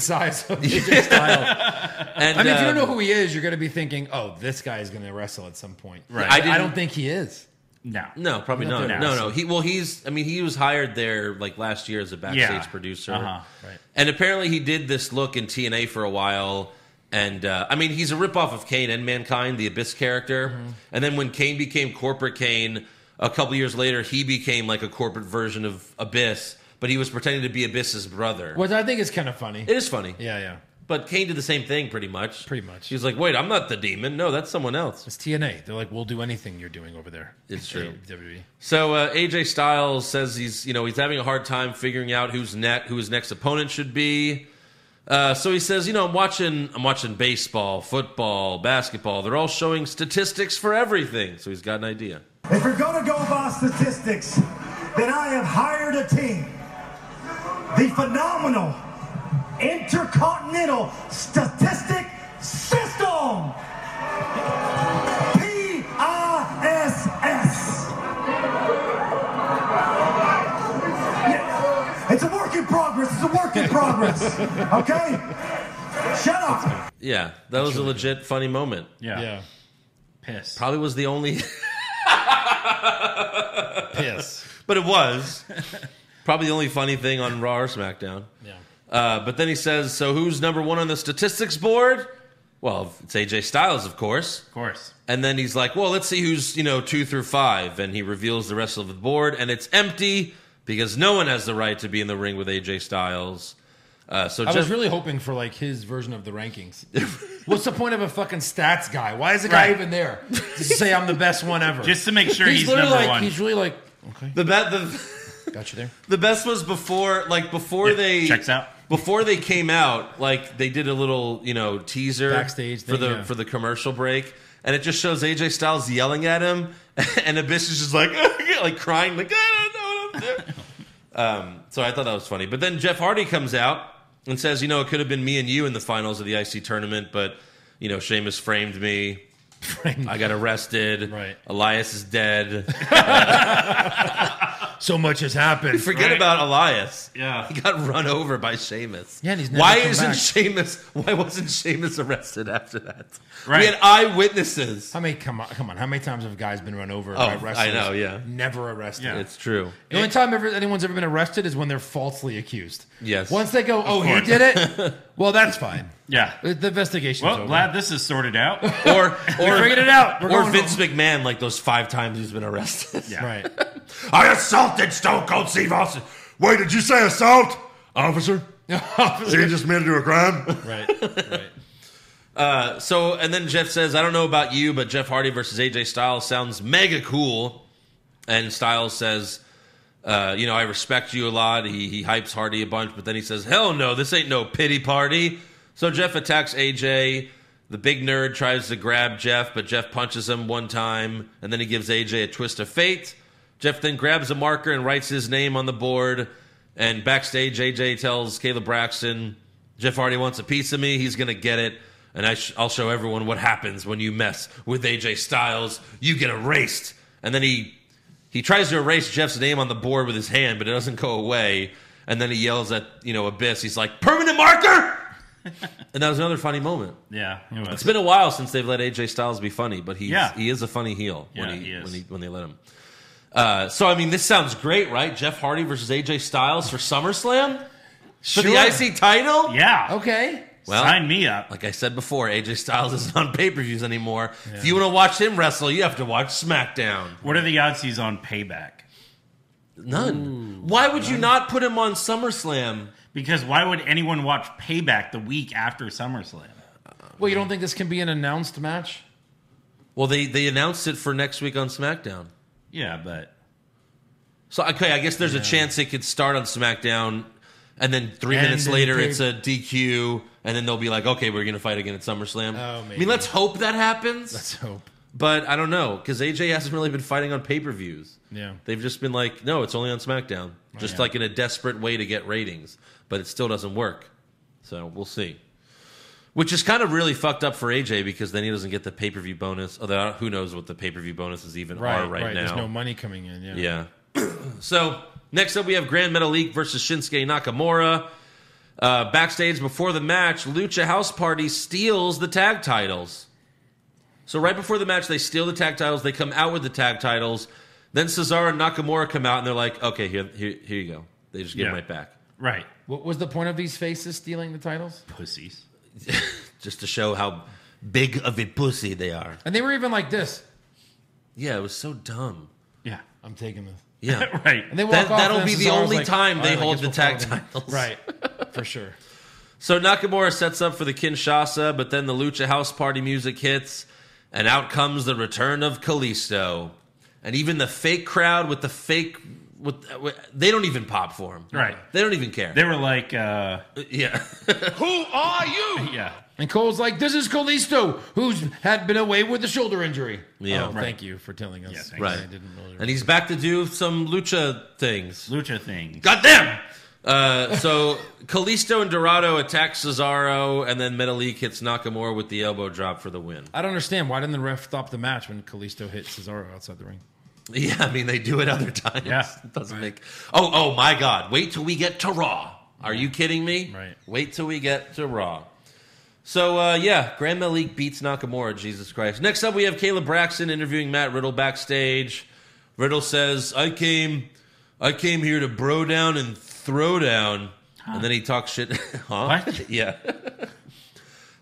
size of AJ Styles. And, I mean, if you um, don't know who he is, you're going to be thinking, oh, this guy is going to wrestle at some point. Right. I I, didn't- don't think he is. No. No, probably not. Nothing No, else. no. He well, he's. I mean, he was hired there like last year as a backstage Yeah. producer, Uh-huh. Right. and apparently he did this look in TNA for a while. And uh, I mean, he's a ripoff of Kane and Mankind, the Abyss character. Mm-hmm. And then when Kane became corporate Kane, a couple years later, he became like a corporate version of Abyss, but he was pretending to be Abyss's brother. Which I think is kind of funny. It is funny, yeah, yeah. but Kane did the same thing pretty much. Pretty much. He was like, "Wait, I'm not the demon. No, that's someone else." It's TNA. They're like, we'll do anything you're doing over there. It's true. WWE. So uh, AJ Styles says he's you know he's having a hard time figuring out who's net who his next opponent should be. Uh, so he says, you know, I'm watching I'm watching baseball, football, basketball. They're all showing statistics for everything. So he's got an idea. If you're going to go by statistics, then I have hired a team. The phenomenal Intercontinental Statistic System. PISS. Yeah, It's a work in progress. It's a work in progress. Okay? Shut up. Yeah, that was a legit funny moment. Yeah. yeah. Piss. Probably was the only, Piss. but it was probably the only funny thing on Raw or SmackDown. yeah. Uh, but then he says, so who's number one on the statistics board? Well, it's AJ Styles, of course. of course. And then he's like, well, let's see who's, you know, two through five. And he reveals the rest of the board, and it's empty because no one has the right to be in the ring with AJ Styles. Uh, so I just, was really hoping for like his version of the rankings. What's the point of a fucking stats guy? Why is the guy Right. even there? Just to say I'm the best one ever. Just to make sure he's, literally number like one. he's really like okay, the, be- the got you there. the best was before, like before Yeah, they checks out. before they came out. Like they did a little, you know, teaser Backstage for thing, the yeah. for the commercial break, and it just shows AJ Styles yelling at him, and Abyss is just like like crying, like I don't know what I'm doing. Um, So I thought that was funny. But then Jeff Hardy comes out and says, you know, it could have been me and you in the finals of the IC tournament, but, you know, Sheamus framed me. I got arrested. Right. Elias is dead. So much has happened. Forget Right. about Elias. Yeah. He got run over by Sheamus. Yeah, and he's never why come isn't back. Sheamus why wasn't Sheamus arrested after that? We Right. had eyewitnesses. How many come on, come on? How many times have guys been run over Oh, I by wrestlers? know, yeah. Never arrested. Yeah. It's true. The only time ever anyone's ever been arrested is when they're falsely accused. Yes. Once they go, oh, he course. did it. Well, that's fine. Yeah. The the investigation's Well, over. glad this is sorted out. Or or figured it out. We're or going Vince McMahon, like those five times he's been arrested. Yeah. Right. I assaulted Stone Cold Steve Austin. Wait, did you say assault, officer? Did you just admit to a crime? right. Right. So, and then Jeff says, I don't know about you, but Jeff Hardy versus AJ Styles sounds mega cool. And Styles says, uh, you know, I respect you a lot. He, he hypes Hardy a bunch, but then he says, hell no, this ain't no pity party. So Jeff attacks AJ. The big nerd tries to grab Jeff, but Jeff punches him one time, and then he gives AJ a twist of fate. Jeff then grabs a marker and writes his name on the board. And backstage, AJ tells Caleb Braxton, Jeff Hardy wants a piece of me. He's going to get it. And I sh- I'll show everyone what happens when you mess with AJ Styles. You get erased. And then he he tries to erase Jeff's name on the board with his hand, but it doesn't go away. And then he yells at you know Abyss. He's like permanent marker. and that was another funny moment. Yeah. It was. It's been a while since they've let AJ Styles be funny, but he's, Yeah. he is a funny heel when, Yeah, he, he is. when he when they let him. Uh, so I mean, this sounds great, right? Jeff Hardy versus AJ Styles for SummerSlam for Sure. the IC title. Oh, yeah. Okay. Well, Sign me up. like I said before, AJ Styles isn't on pay per views anymore. If you want to watch him wrestle, you have to watch SmackDown. What are the odds he's on payback? None. Why would you not put him on SummerSlam? Because why would anyone watch payback the week after SummerSlam? Well, you don't think this can be an announced match? Well, they, they announced it for next week on SmackDown. Yeah, but So, okay, I guess there's a chance it could start on SmackDown, and then three And minutes then later, pay- it's a DQ, and then they'll be like, okay, we're going to fight again at SummerSlam. Oh, I maybe. mean, let's hope that happens, Let's hope. but I don't know, because AJ hasn't really been fighting on pay per views. Yeah. They've just been like, no, it's only on SmackDown, just like in a desperate way to get ratings, but it still doesn't work. So we'll see. Which is kind of really fucked up for AJ because then he doesn't get the pay per view bonus. Although who knows what the pay per view bonuses even are right, now? There's no money coming in. Yeah. Yeah. so next up, we have Grand Metalik versus Shinsuke Nakamura. Uh, backstage before the match, Lucha House Party steals the tag titles. So right before the match, they steal the tag titles. They come out with the tag titles. Then Cesaro and Nakamura come out, and they're like, "Okay, here, here, here you go." They just give Yeah. them right back, right, What was the point of these faces stealing the titles? pussies. just to show how big of a pussy they are. And they were even like this. Yeah, it was so dumb. Yeah, I'm taking this. Yeah, right. And they walk That, off. that'll and be the Cesaro's only like, time "All they right, I hold guess the we'll tag follow them." titles. Right. For sure. So Nakamura sets up for the Kinshasa, but then the Lucha House Party music hits, and out comes the return of Kalisto. And even the fake crowd with the fake, with, with- they don't even pop for him. Right. They don't even care. they were like, uh, yeah. Who are you? yeah, And Cole's like, this is Calisto, who's had been away with a shoulder injury. Yeah. Oh, Right. Thank you for telling us. Yeah, thanks. right. I didn't really And he's back to do some Lucha things. lucha thing. Goddamn! Uh, so Kalisto and Dorado attack Cesaro, and then Metalik hits Nakamura with the elbow drop for the win. I don't understand. Why didn't the ref stop the match when Kalisto hit Cesaro outside the ring? Yeah, I mean they do it other times. Yeah. It doesn't make Oh, oh my god. Wait till we get to Raw. Are you kidding me? Right. Wait till we get to Raw. So uh, yeah, Grand Malik beats Nakamura, Jesus Christ. Next up we have Caleb Braxton interviewing Matt Riddle backstage. Riddle says, I came I came here to bro down and throw down. And then he talks shit. huh? What? yeah.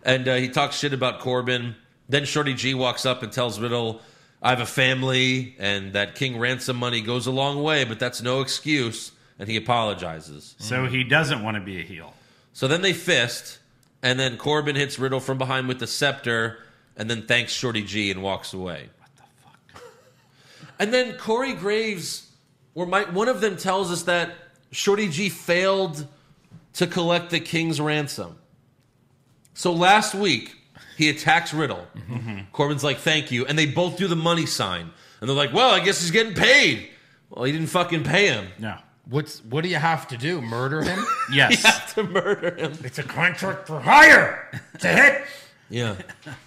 and uh, he talks shit about Corbin. Then Shorty G walks up and tells Riddle, I have a family, and that King ransom money goes a long way, but that's no excuse. And he apologizes. So he doesn't want to be a heel. So then they fist, and then Corbin hits Riddle from behind with the scepter, and then thanks Shorty G and walks away. What the fuck? and then Corey Graves, or my, one of them tells us that Shorty G failed to collect the king's ransom. So last week, he attacks Riddle. Corbin's like, thank you. And they both do the money sign. And they're like, well, I guess he's getting paid. Well, he didn't fucking pay him. No. What's what do you have to do? Murder him? He Yes. had to murder him. It's a contract for hire. It's a hit. Yeah.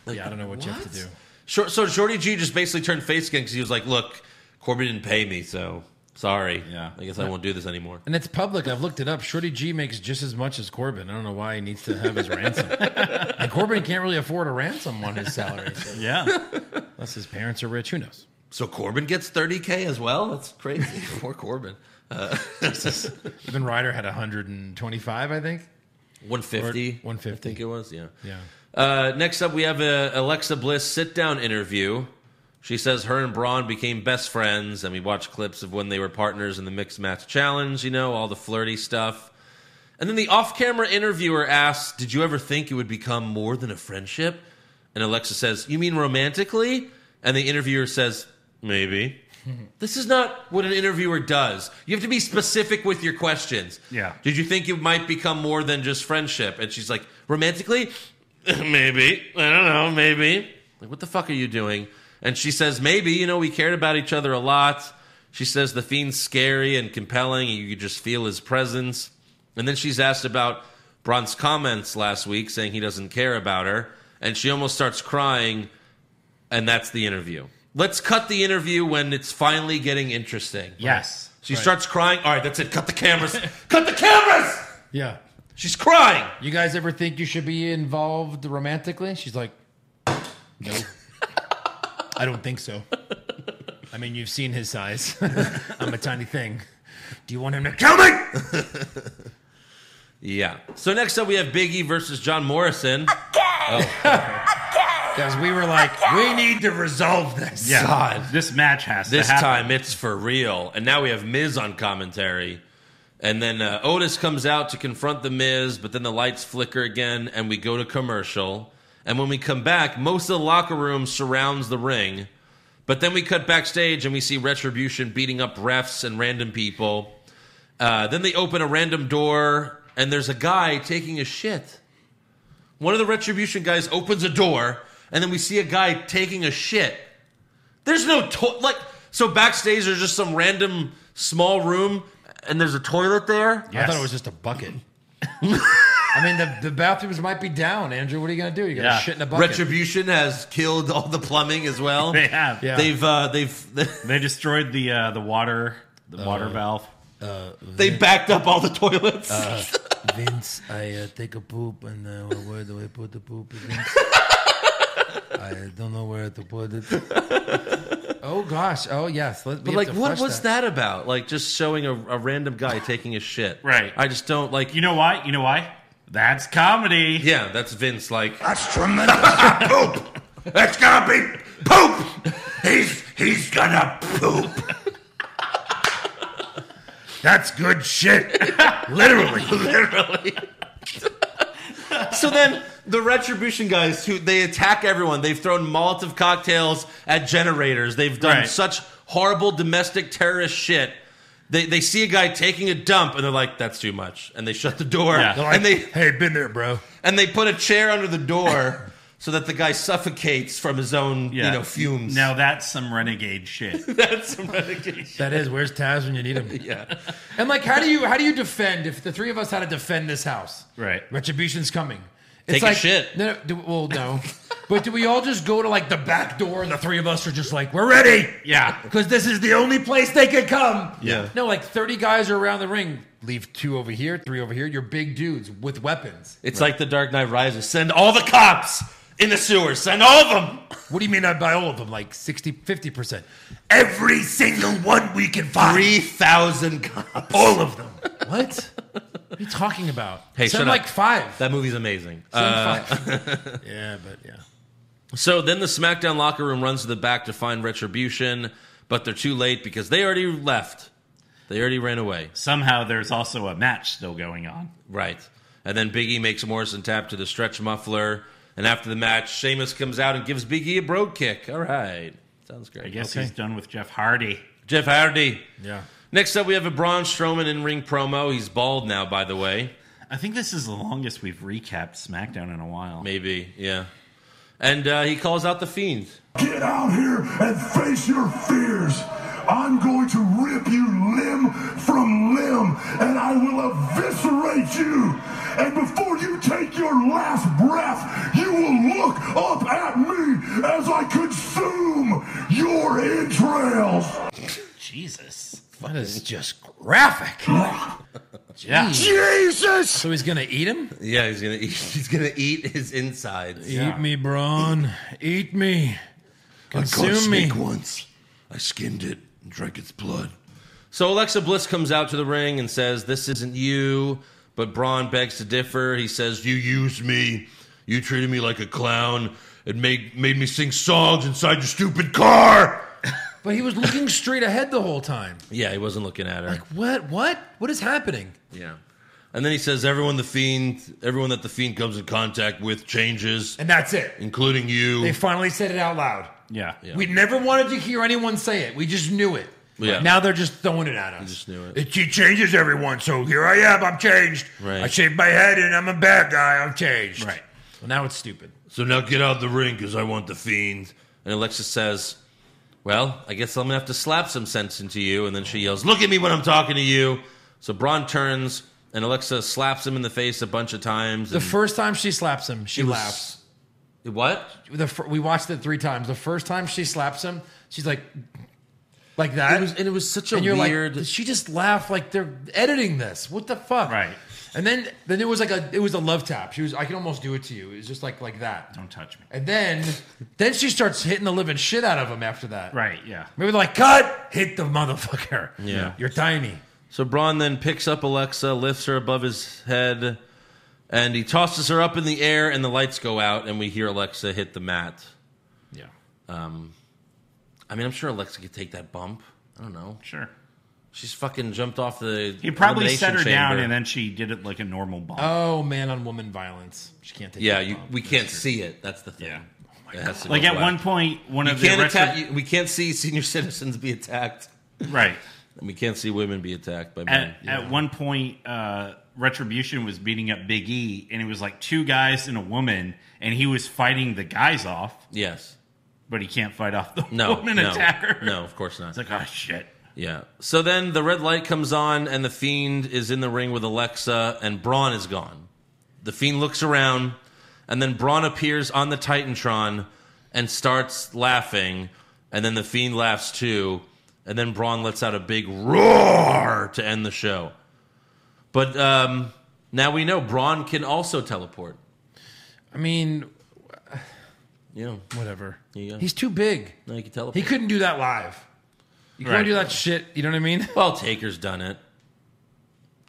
yeah, I don't know what, you have to do. Short, so Shorty G just basically turned face again because he was like, "Look, Corbin didn't pay me, so sorry. Yeah. I guess I won't do this anymore." And it's public. I've looked it up. Shorty G makes just as much as Corbin. I don't know why he needs to have his ransom. And Corbin can't really afford a ransom on his salary. so- yeah. Unless his parents are rich. Who knows? So Corbin gets 30k as well. That's crazy. Poor Corbin. Uh, Even Ryder had 125, I think. 150. 150. I think it was. Yeah. Yeah. Uh, next up, we have a Alexa Bliss sit down interview. She says her and Braun became best friends, and we watched clips of when they were partners in the mixed match challenge. You know, all the flirty stuff. And then the off camera interviewer asks, Did you ever think it would become more than a friendship? And Alexa says, You mean romantically? And the interviewer says, Maybe. this is not what an interviewer does. You have to be specific with your questions. Yeah. Did you think it might become more than just friendship? And she's like, Romantically? maybe. I don't know. Maybe. Like, what the fuck are you doing? And she says, Maybe. You know, we cared about each other a lot. She says, The fiend's scary and compelling, and you could just feel his presence. And then she's asked about Braun's comments last week saying he doesn't care about her, and she almost starts crying, and that's the interview. Let's cut the interview when it's finally getting interesting. Yes. She starts crying. All right, that's it. Cut the cameras. cut the cameras. Yeah. She's crying. You guys ever think you should be involved romantically? She's like, no. I don't think so. I mean, you've seen his size. I'm a tiny thing. Do you want him to kill me? Yeah. So next up, we have Big E versus John Morrison. Because we were like, we need to resolve this. Yeah. God. This match has This to happen. time it's for real. And now we have Miz on commentary. And then uh, Otis comes out to confront the Miz, but then the lights flicker again and we go to commercial. And when we come back, most of the locker room surrounds the ring. But then we cut backstage and we see Retribution beating up refs and random people. Uh, then they open a random door and there's a guy taking a shit. One of the Retribution guys opens a door and then we see a guy taking a shit. There's no to- like so backstage. There's just some random small room, and there's a toilet there. I thought it was just a bucket. I mean, the, the bathrooms might be down, Andrew. What are you going to do? You got to Yeah. shit in a bucket. Retribution has killed all the plumbing as well. They have. Yeah. They've uh, they've They destroyed the uh, the water Uh. the water valve. they backed up all the toilets. Uh, Vince, I uh, take a poop, and uh, where do I put the poop? Vince? I don't know where to put it. oh, gosh. Oh, yes. Let, but like, what was that. about? Like, just showing a, a random guy taking a shit. Right. I just don't like. You know why? You know why? That's comedy. yeah, that's Vince. Like, That's tremendous. poop. That's gonna be poop. He's he's gonna poop. That's good shit. Literally. so then the retribution guys who they attack everyone they've thrown molotov cocktails at generators they've done Right. such horrible domestic terrorist shit they, they see a guy taking a dump and they're like that's too much and they shut the door Yeah. They're like, and they Hey, been there, bro. and they put a chair under the door so that the guy suffocates from his own you know fumes Now that's some renegade shit. that's some renegade shit. That is. Where's Taz when you need him? yeah And like, how do you how do you defend if the three of us had to defend this house? Right. Retribution's coming. Take a like, shit. No, no, do, well, no. but do we all just go to like the back door and the three of us are just like, we're ready yeah. because this is the only place they could come. Yeah. No, like thirty guys are around the ring. Leave two over here, three over here. You're big dudes with weapons. it's like the dark knight rises send all the cops in the sewers send all of them What do you mean I buy all of them? Like 60, 50 percent. Every single one we can find. 3000 cops All of them. What? what are you talking about? Hey, shut Send up. like five. that movie's amazing Uh, Send five. yeah, but yeah. So then the SmackDown locker room runs to the back to find Retribution, but they're too late because they already left. They already ran away. Somehow there's also a match still going on. Right. And then Big E makes Morrison tap to the stretch muffler. And after the match, Sheamus comes out and gives Big E a brogue kick. All right. Sounds great. I guess he's done with Jeff Hardy. Jeff Hardy. Yeah. Next up, we have a Braun Strowman in ring promo. He's bald now, by the way. I think this is the longest we've recapped SmackDown in a while. Maybe. Yeah. And uh, he calls out The Fiend. Get out here and face your fears. I'm going to rip you limb from limb, and I will eviscerate you. And before you take your last breath, you will look up at me as I consume your entrails. Jesus. That is just graphic. Yeah. Jesus! So he's gonna eat him? Yeah, he's gonna eat, he's gonna eat his insides. Eat me, Braun. Eat me. Consume me. once. I skinned it and drank its blood. So Alexa Bliss comes out to the ring and says, This isn't you. But Braun begs to differ. He says, You used me. You treated me like a clown. It made, made me sing songs inside your stupid car. But he was looking straight ahead the whole time. Yeah, he wasn't looking at her. What? What? What is happening? yeah. And then he says, Everyone the fiend, everyone that the fiend comes in contact with changes, And that's it. including you. They finally said it out loud. Yeah. We never wanted to hear anyone say it. We just knew it. Yeah. Now they're just throwing it at us. just knew it. It, he changes everyone, so here I am. I'm changed. Right. I shaved my head and I'm a bad guy. I'm changed. Right. Well, now it's stupid. So now get out of the ring because I want the fiend. And Alexa says, Well, I guess I'm going to have to slap some sense into you. And then she yells, Look at me when I'm talking to you. So Braun turns and Alexa slaps him in the face a bunch of times. The and first time she slaps him, she it was- laughs. What? The fir- we watched it three times. The first time she slaps him, she's like, like that. It was, and it was such a and you're weird. like, she just laughed like they're editing this. What the fuck? Right. And then then it was like a it was a love tap. She was I can almost do it to you. It was just like like that. Don't touch me. And then then she starts hitting the living shit out of him after that. Right. Yeah. Maybe like cut, hit the motherfucker. Yeah. You're tiny. So Braun then picks up Alexa, lifts her above his head, and he tosses her up in the air, and the lights go out, and we hear Alexa hit the mat. Yeah. I mean, I'm sure Alexa could take that bump. I don't know. Sure. She's fucking jumped off the. He probably elimination set her down chamber. and then she did it like a normal bump. Oh, man on woman violence. She can't take Yeah, that you, bump. we can't see it. That's the thing. Yeah. It has to like go at flat. one point, one You of the can't retro- attack, you- we can't see senior citizens be attacked. right. And we can't see women be attacked by men. At, at one point, uh, Retribution was beating up Big E, and it was like two guys and a woman, and he was fighting the guys off, yes. but he can't fight off the No. woman no, attacker. No, of course not. It's like, oh, shit. yeah. So then the red light comes on, and the fiend is in the ring with Alexa, and Braun is gone. The fiend looks around, and then Braun appears on the Titantron and starts laughing, and then the fiend laughs too, and then Braun lets out a big roar to end the show. But um, now we know Braun can also teleport. I mean, Yeah, whatever. you go. He's too big. now you can teleport. He couldn't do that live. You couldn't Right. do that shit. You know what I mean? Well, Taker's done it.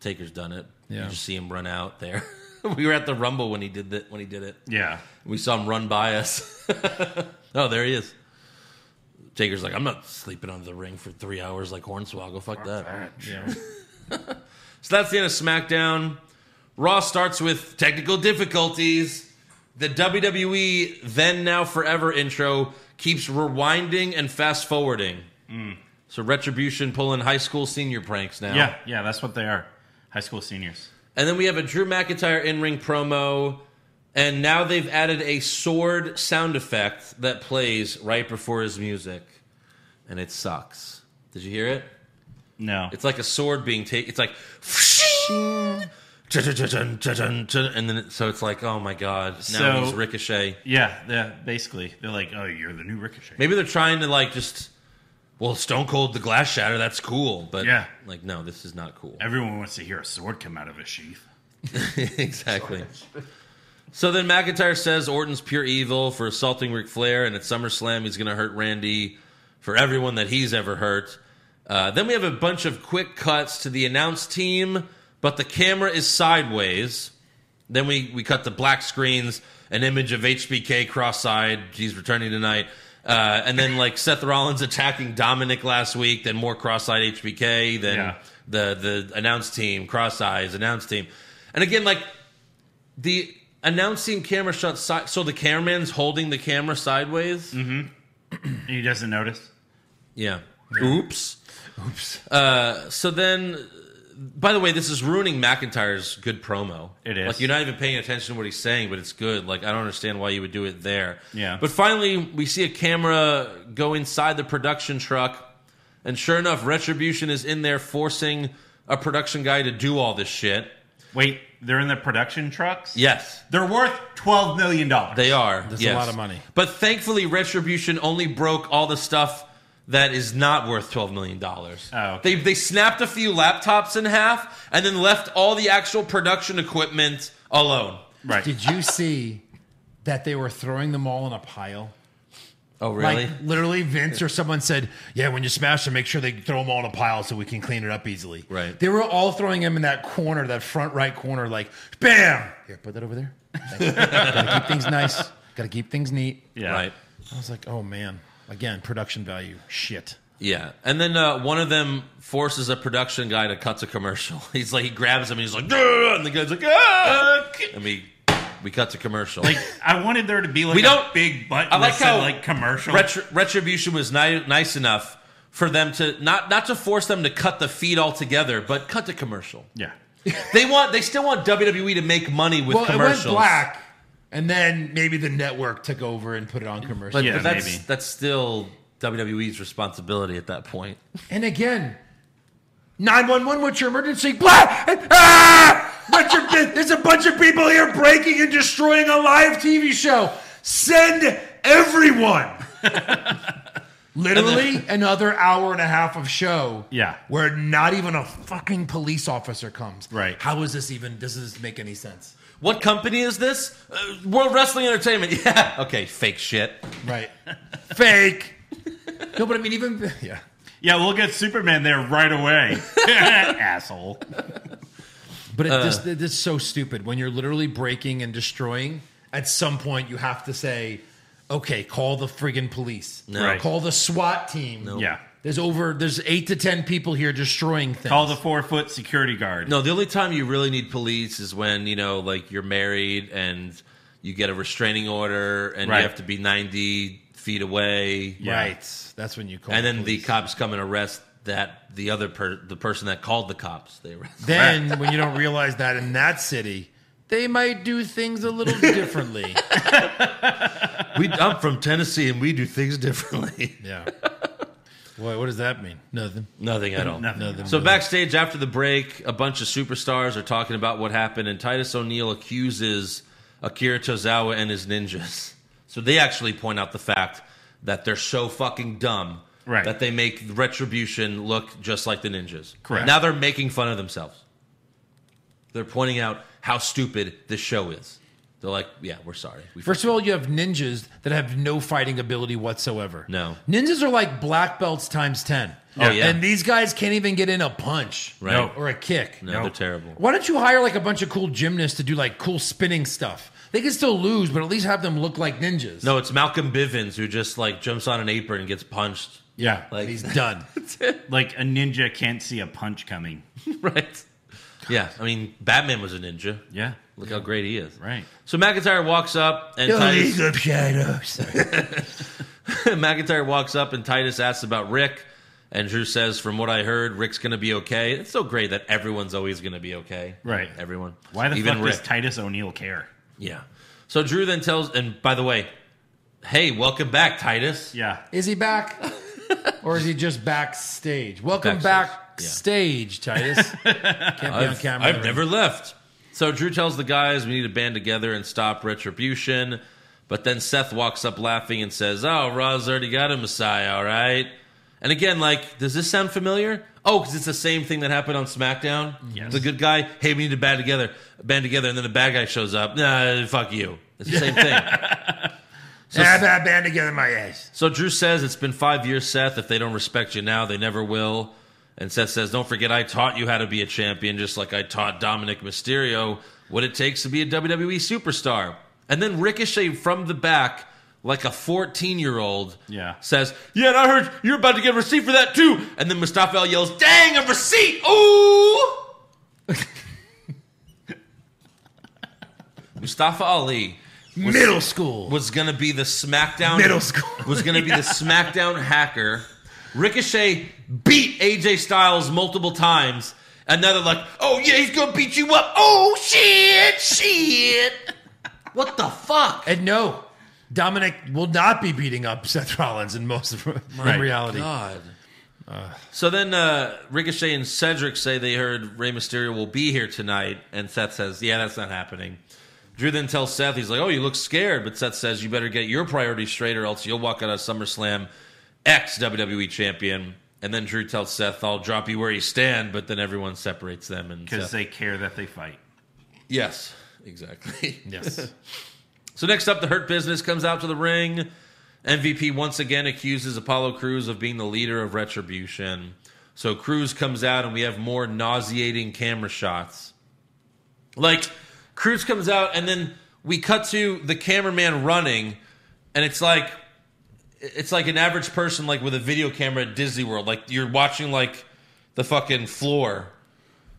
Taker's done it. Yeah. You just see him run out there. we were at the Rumble when he did that. When he did it, Yeah. we saw him run by us. oh, there he is. Taker's like, I'm not sleeping under the ring for three hours like Hornswoggle. Fuck that. so that's the end of SmackDown. Raw starts with technical difficulties. The WWE then now forever intro keeps rewinding and fast forwarding. So retribution pulling high school senior pranks now. Yeah. Yeah. That's what they are. High school seniors. And then we have a Drew McIntyre in ring promo. And now they've added a sword sound effect that plays right before his music. And it sucks. Did you hear it? No. It's like a sword being taken. It's like. And then, it, so it's like, oh my God, now So- he's Ricochet. yeah. Yeah. Basically, they're like, oh, you're the new Ricochet. Maybe they're trying to, like, just, well, Stone Cold, the glass shatter, that's cool. But, Yeah. like, no, this is not cool. Everyone wants to hear a sword come out of a sheath. exactly. So then McIntyre says Orton's pure evil for assaulting Ric Flair, and at SummerSlam he's going to hurt Randy for everyone that he's ever hurt. Uh, then we have a bunch of quick cuts to the announced team, but the camera is sideways. Then we, we cut to black screens, an image of HBK cross-eyed. He's returning tonight. Uh, and then like Seth Rollins attacking Dominic last week, then more cross-eyed HBK, then Yeah. the the announced team, cross-eyes, announced team. And again, like the announcing camera shot side, so the cameraman's holding the camera sideways. Mm-hmm. And he doesn't notice. Yeah. Oops. Oops. Uh, so then, by the way, this is ruining McIntyre's good promo. It is. Like, you're not even paying attention to what he's saying, but it's good. Like, I don't understand why you would do it there. Yeah. But finally, we see a camera go inside the production truck, and sure enough, Retribution is in there forcing a production guy to do all this shit. Wait, they're in the production trucks? Yes. They're worth $12 million. They are. That's a yes. lot of money. But thankfully, Retribution only broke all the stuff that is not worth twelve million dollars. Oh, okay. They they snapped a few laptops in half and then left all the actual production equipment alone. right. Did you see that they were throwing them all in a pile? Oh Like literally, Vince or someone said, "Yeah, when you smash them, make sure they throw them all in a pile so we can clean it up easily." Right. They were all throwing them in that corner, that front right corner, like bam. Here, put that over there. Thank you. Gotta keep things nice. Gotta keep things neat. yeah. Right. I was like, oh man, again, production value, shit. Yeah. And then uh, one of them forces a production guy to cut to commercial. He's like he grabs him and he's like, "Grr," and the guy's like, ah! and we we cut to commercial. Like, I wanted there to be like We a don't- big button I like that said, how like commercial. Retri- retribution was ni- nice enough for them to not not to force them to cut the feed altogether, but cut the commercial. yeah. They want they still want WWE to make money with Well, it went commercials. black, and then maybe the network took over and put it on commercial. but, Yeah, but that's maybe. that's still WWE's responsibility at that point. and again, nine one one. What's your emergency? Black. Ah! Bunch of, there's a bunch of people here breaking and destroying a live TV show. Send everyone. Literally another hour and a half of show. Yeah. where not even a fucking police officer comes. Right. How is this even? Does this make any sense? What company is this? Uh, World Wrestling Entertainment. Yeah. Okay, fake shit. Right. Fake. No, but I mean, even yeah. yeah, we'll get Superman there right away. Asshole. But Uh. it, this, this is so stupid. When you're literally breaking and destroying, at some point you have to say, "Okay, call the friggin' police. Right. Call the SWAT team. Yeah. There's over. There's eight to ten people here destroying things. Call the four foot security guard. No, the only time you really need police is when, you know, like you're married and you get a restraining order and Right. you have to be 90 feet away. Yeah. right. That's when you call. And then the police. cops come and arrest that the other per, the person that called the cops. They arrest. then when you don't realize that in that city, they might do things a little differently. we, I'm from Tennessee and we do things differently. yeah. Boy, what does that mean? Nothing. Nothing at all. Nothing. Nothing. So backstage after the break, a bunch of superstars are talking about what happened, and Titus O'Neil accuses Akira Tozawa and his ninjas. So they actually point out the fact that they're so fucking dumb Right. that they make Retribution look just like the ninjas. Correct. Now they're making fun of themselves. They're pointing out how stupid this show is. They're like, "Yeah, we're sorry." We First of all, you have ninjas that have no fighting ability whatsoever. No. Ninjas are like black belts times 10. Oh, yeah. And these guys can't even get in a punch Right. No. or a kick. no, they're terrible. Why don't you hire like a bunch of cool gymnasts to do like cool spinning stuff? They can still lose, but at least have them look like ninjas. No, it's Malcolm Bivens who just like jumps on an apron and gets punched. Yeah. Like- he's done. Like a ninja can't see a punch coming. right? Yeah, I mean, Batman was a ninja. Yeah. Look how great he is. Right. So McIntyre walks up and Titus, of Shadows. McIntyre walks up and Titus asks about Rick. And Drew says, "From what I heard, Rick's going to be okay. It's so great that everyone's always going to be okay, Right. Everyone. Why the even fuck Rick? does Titus O'Neil care? yeah. So Drew then tells, and by the way, hey, welcome back, Titus. Yeah. Is he back? Or is he just backstage? Welcome Backstage, backstage, Titus. Can't be on camera. I've never left. So Drew tells the guys we need to band together and stop retribution. But then Seth walks up laughing and says, "Oh, Raw's already got a Messiah, all right." And again, like, does this sound familiar? Oh, because it's the same thing that happened on SmackDown. Yes. The good guy, hey, we need to band together, band together, and then the bad guy shows up. Nah, fuck you. It's the same thing. Bad, bad, band together my ass. So Drew says it's been five years, Seth. If they don't respect you now, they never will. And Seth says, "Don't forget, I taught you how to be a champion, just like I taught Dominic Mysterio what it takes to be a WWE superstar." And then Ricochet from the back, like a fourteen-year-old, Yeah. says, "Yeah, and I heard you're about to get a receipt for that too." And then Mustafa Ali yells, "Dang, a receipt! Ooh!" Mustafa Ali Middle school. was gonna be the SmackDown Middle school. was gonna be the SmackDown hacker. Ricochet beat AJ Styles multiple times, and now they're like, "Oh yeah, he's gonna beat you up." Oh shit, shit. What the fuck? And no, Dominic will not be beating up Seth Rollins in most of in reality. God. So then uh, Ricochet and Cedric say they heard Rey Mysterio will be here tonight, and Seth says, "Yeah, that's not happening." Drew then tells Seth, "He's like, oh, you look scared," but Seth says, "You better get your priorities straight, or else you'll walk out of SummerSlam ex WWE E champion." And then Drew tells Seth, "I'll drop you where you stand," but then everyone separates them, and Because Seth, they care that they fight. yes, exactly. Yes. So next up, the Hurt Business comes out to the ring. MVP once again accuses Apollo Cruz of being the leader of Retribution. So Cruz comes out, and we have more nauseating camera shots. Like Cruz comes out, and then we cut to the cameraman running, and it's like it's like an average person like with a video camera at Disney World. Like you're watching like the fucking floor.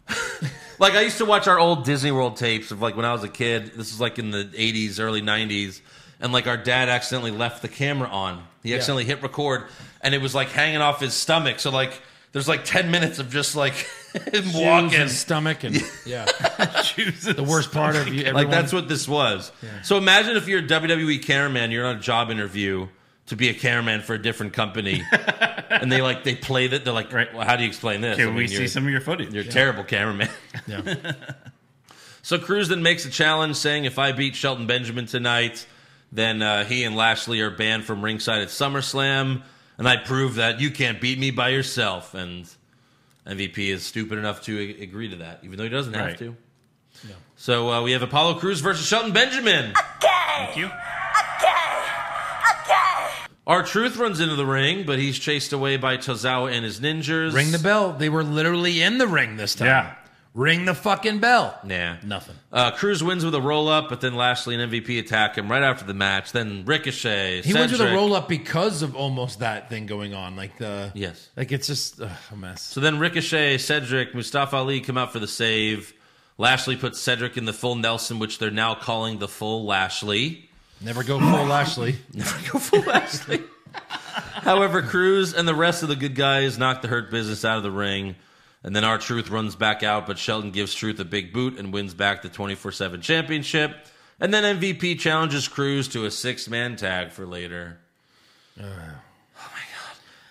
like I used to watch our old Disney World tapes of like when I was a kid. This is like in the '80s, early '90s, and like our dad accidentally left the camera on. He accidentally hit record, and it was like hanging off his stomach. So like there's like ten minutes of just like him Shoes walking. and stomach and yeah, Jesus. the worst part of you. Everyone, Like that's what this was. So imagine if you're a WWE cameraman, you're on a job interview to be a cameraman for a different company, and they like they play that. They're like, Right. well, how do you explain this? Can I mean, we you're- see some of your footage? You're a terrible cameraman. Yeah. so Cruz then makes a challenge saying if I beat Shelton Benjamin tonight, then uh, he and Lashley are banned from ringside at SummerSlam, and I prove that you can't beat me by yourself. And MVP is stupid enough to a- agree to that, even though he doesn't have Right. to. So uh, we have Apollo Cruz versus Shelton Benjamin. Thank you. Our Truth runs into the ring, but he's chased away by Tozawa and his ninjas. Ring the bell. They were literally in the ring this time. Yeah. Ring the fucking bell. Nah. Nothing. Uh, Cruz wins with a roll up, but then Lashley and MVP attack him right after the match. Then Ricochet. He went to the Cedric. roll up because of almost that thing going on, like the Yes. like it's just ugh, a mess. So then Ricochet, Cedric, Mustafa Ali come out for the save. Lashley puts Cedric in the full Nelson, which they're now calling the full Lashley. Never go full Lashley. Go full Lashley. However, Cruz and the rest of the good guys knock the Hurt Business out of the ring. And then our Truth runs back out, but Shelton gives Truth a big boot and wins back the 24 7 championship. And then MVP challenges Cruz to a six man tag for later.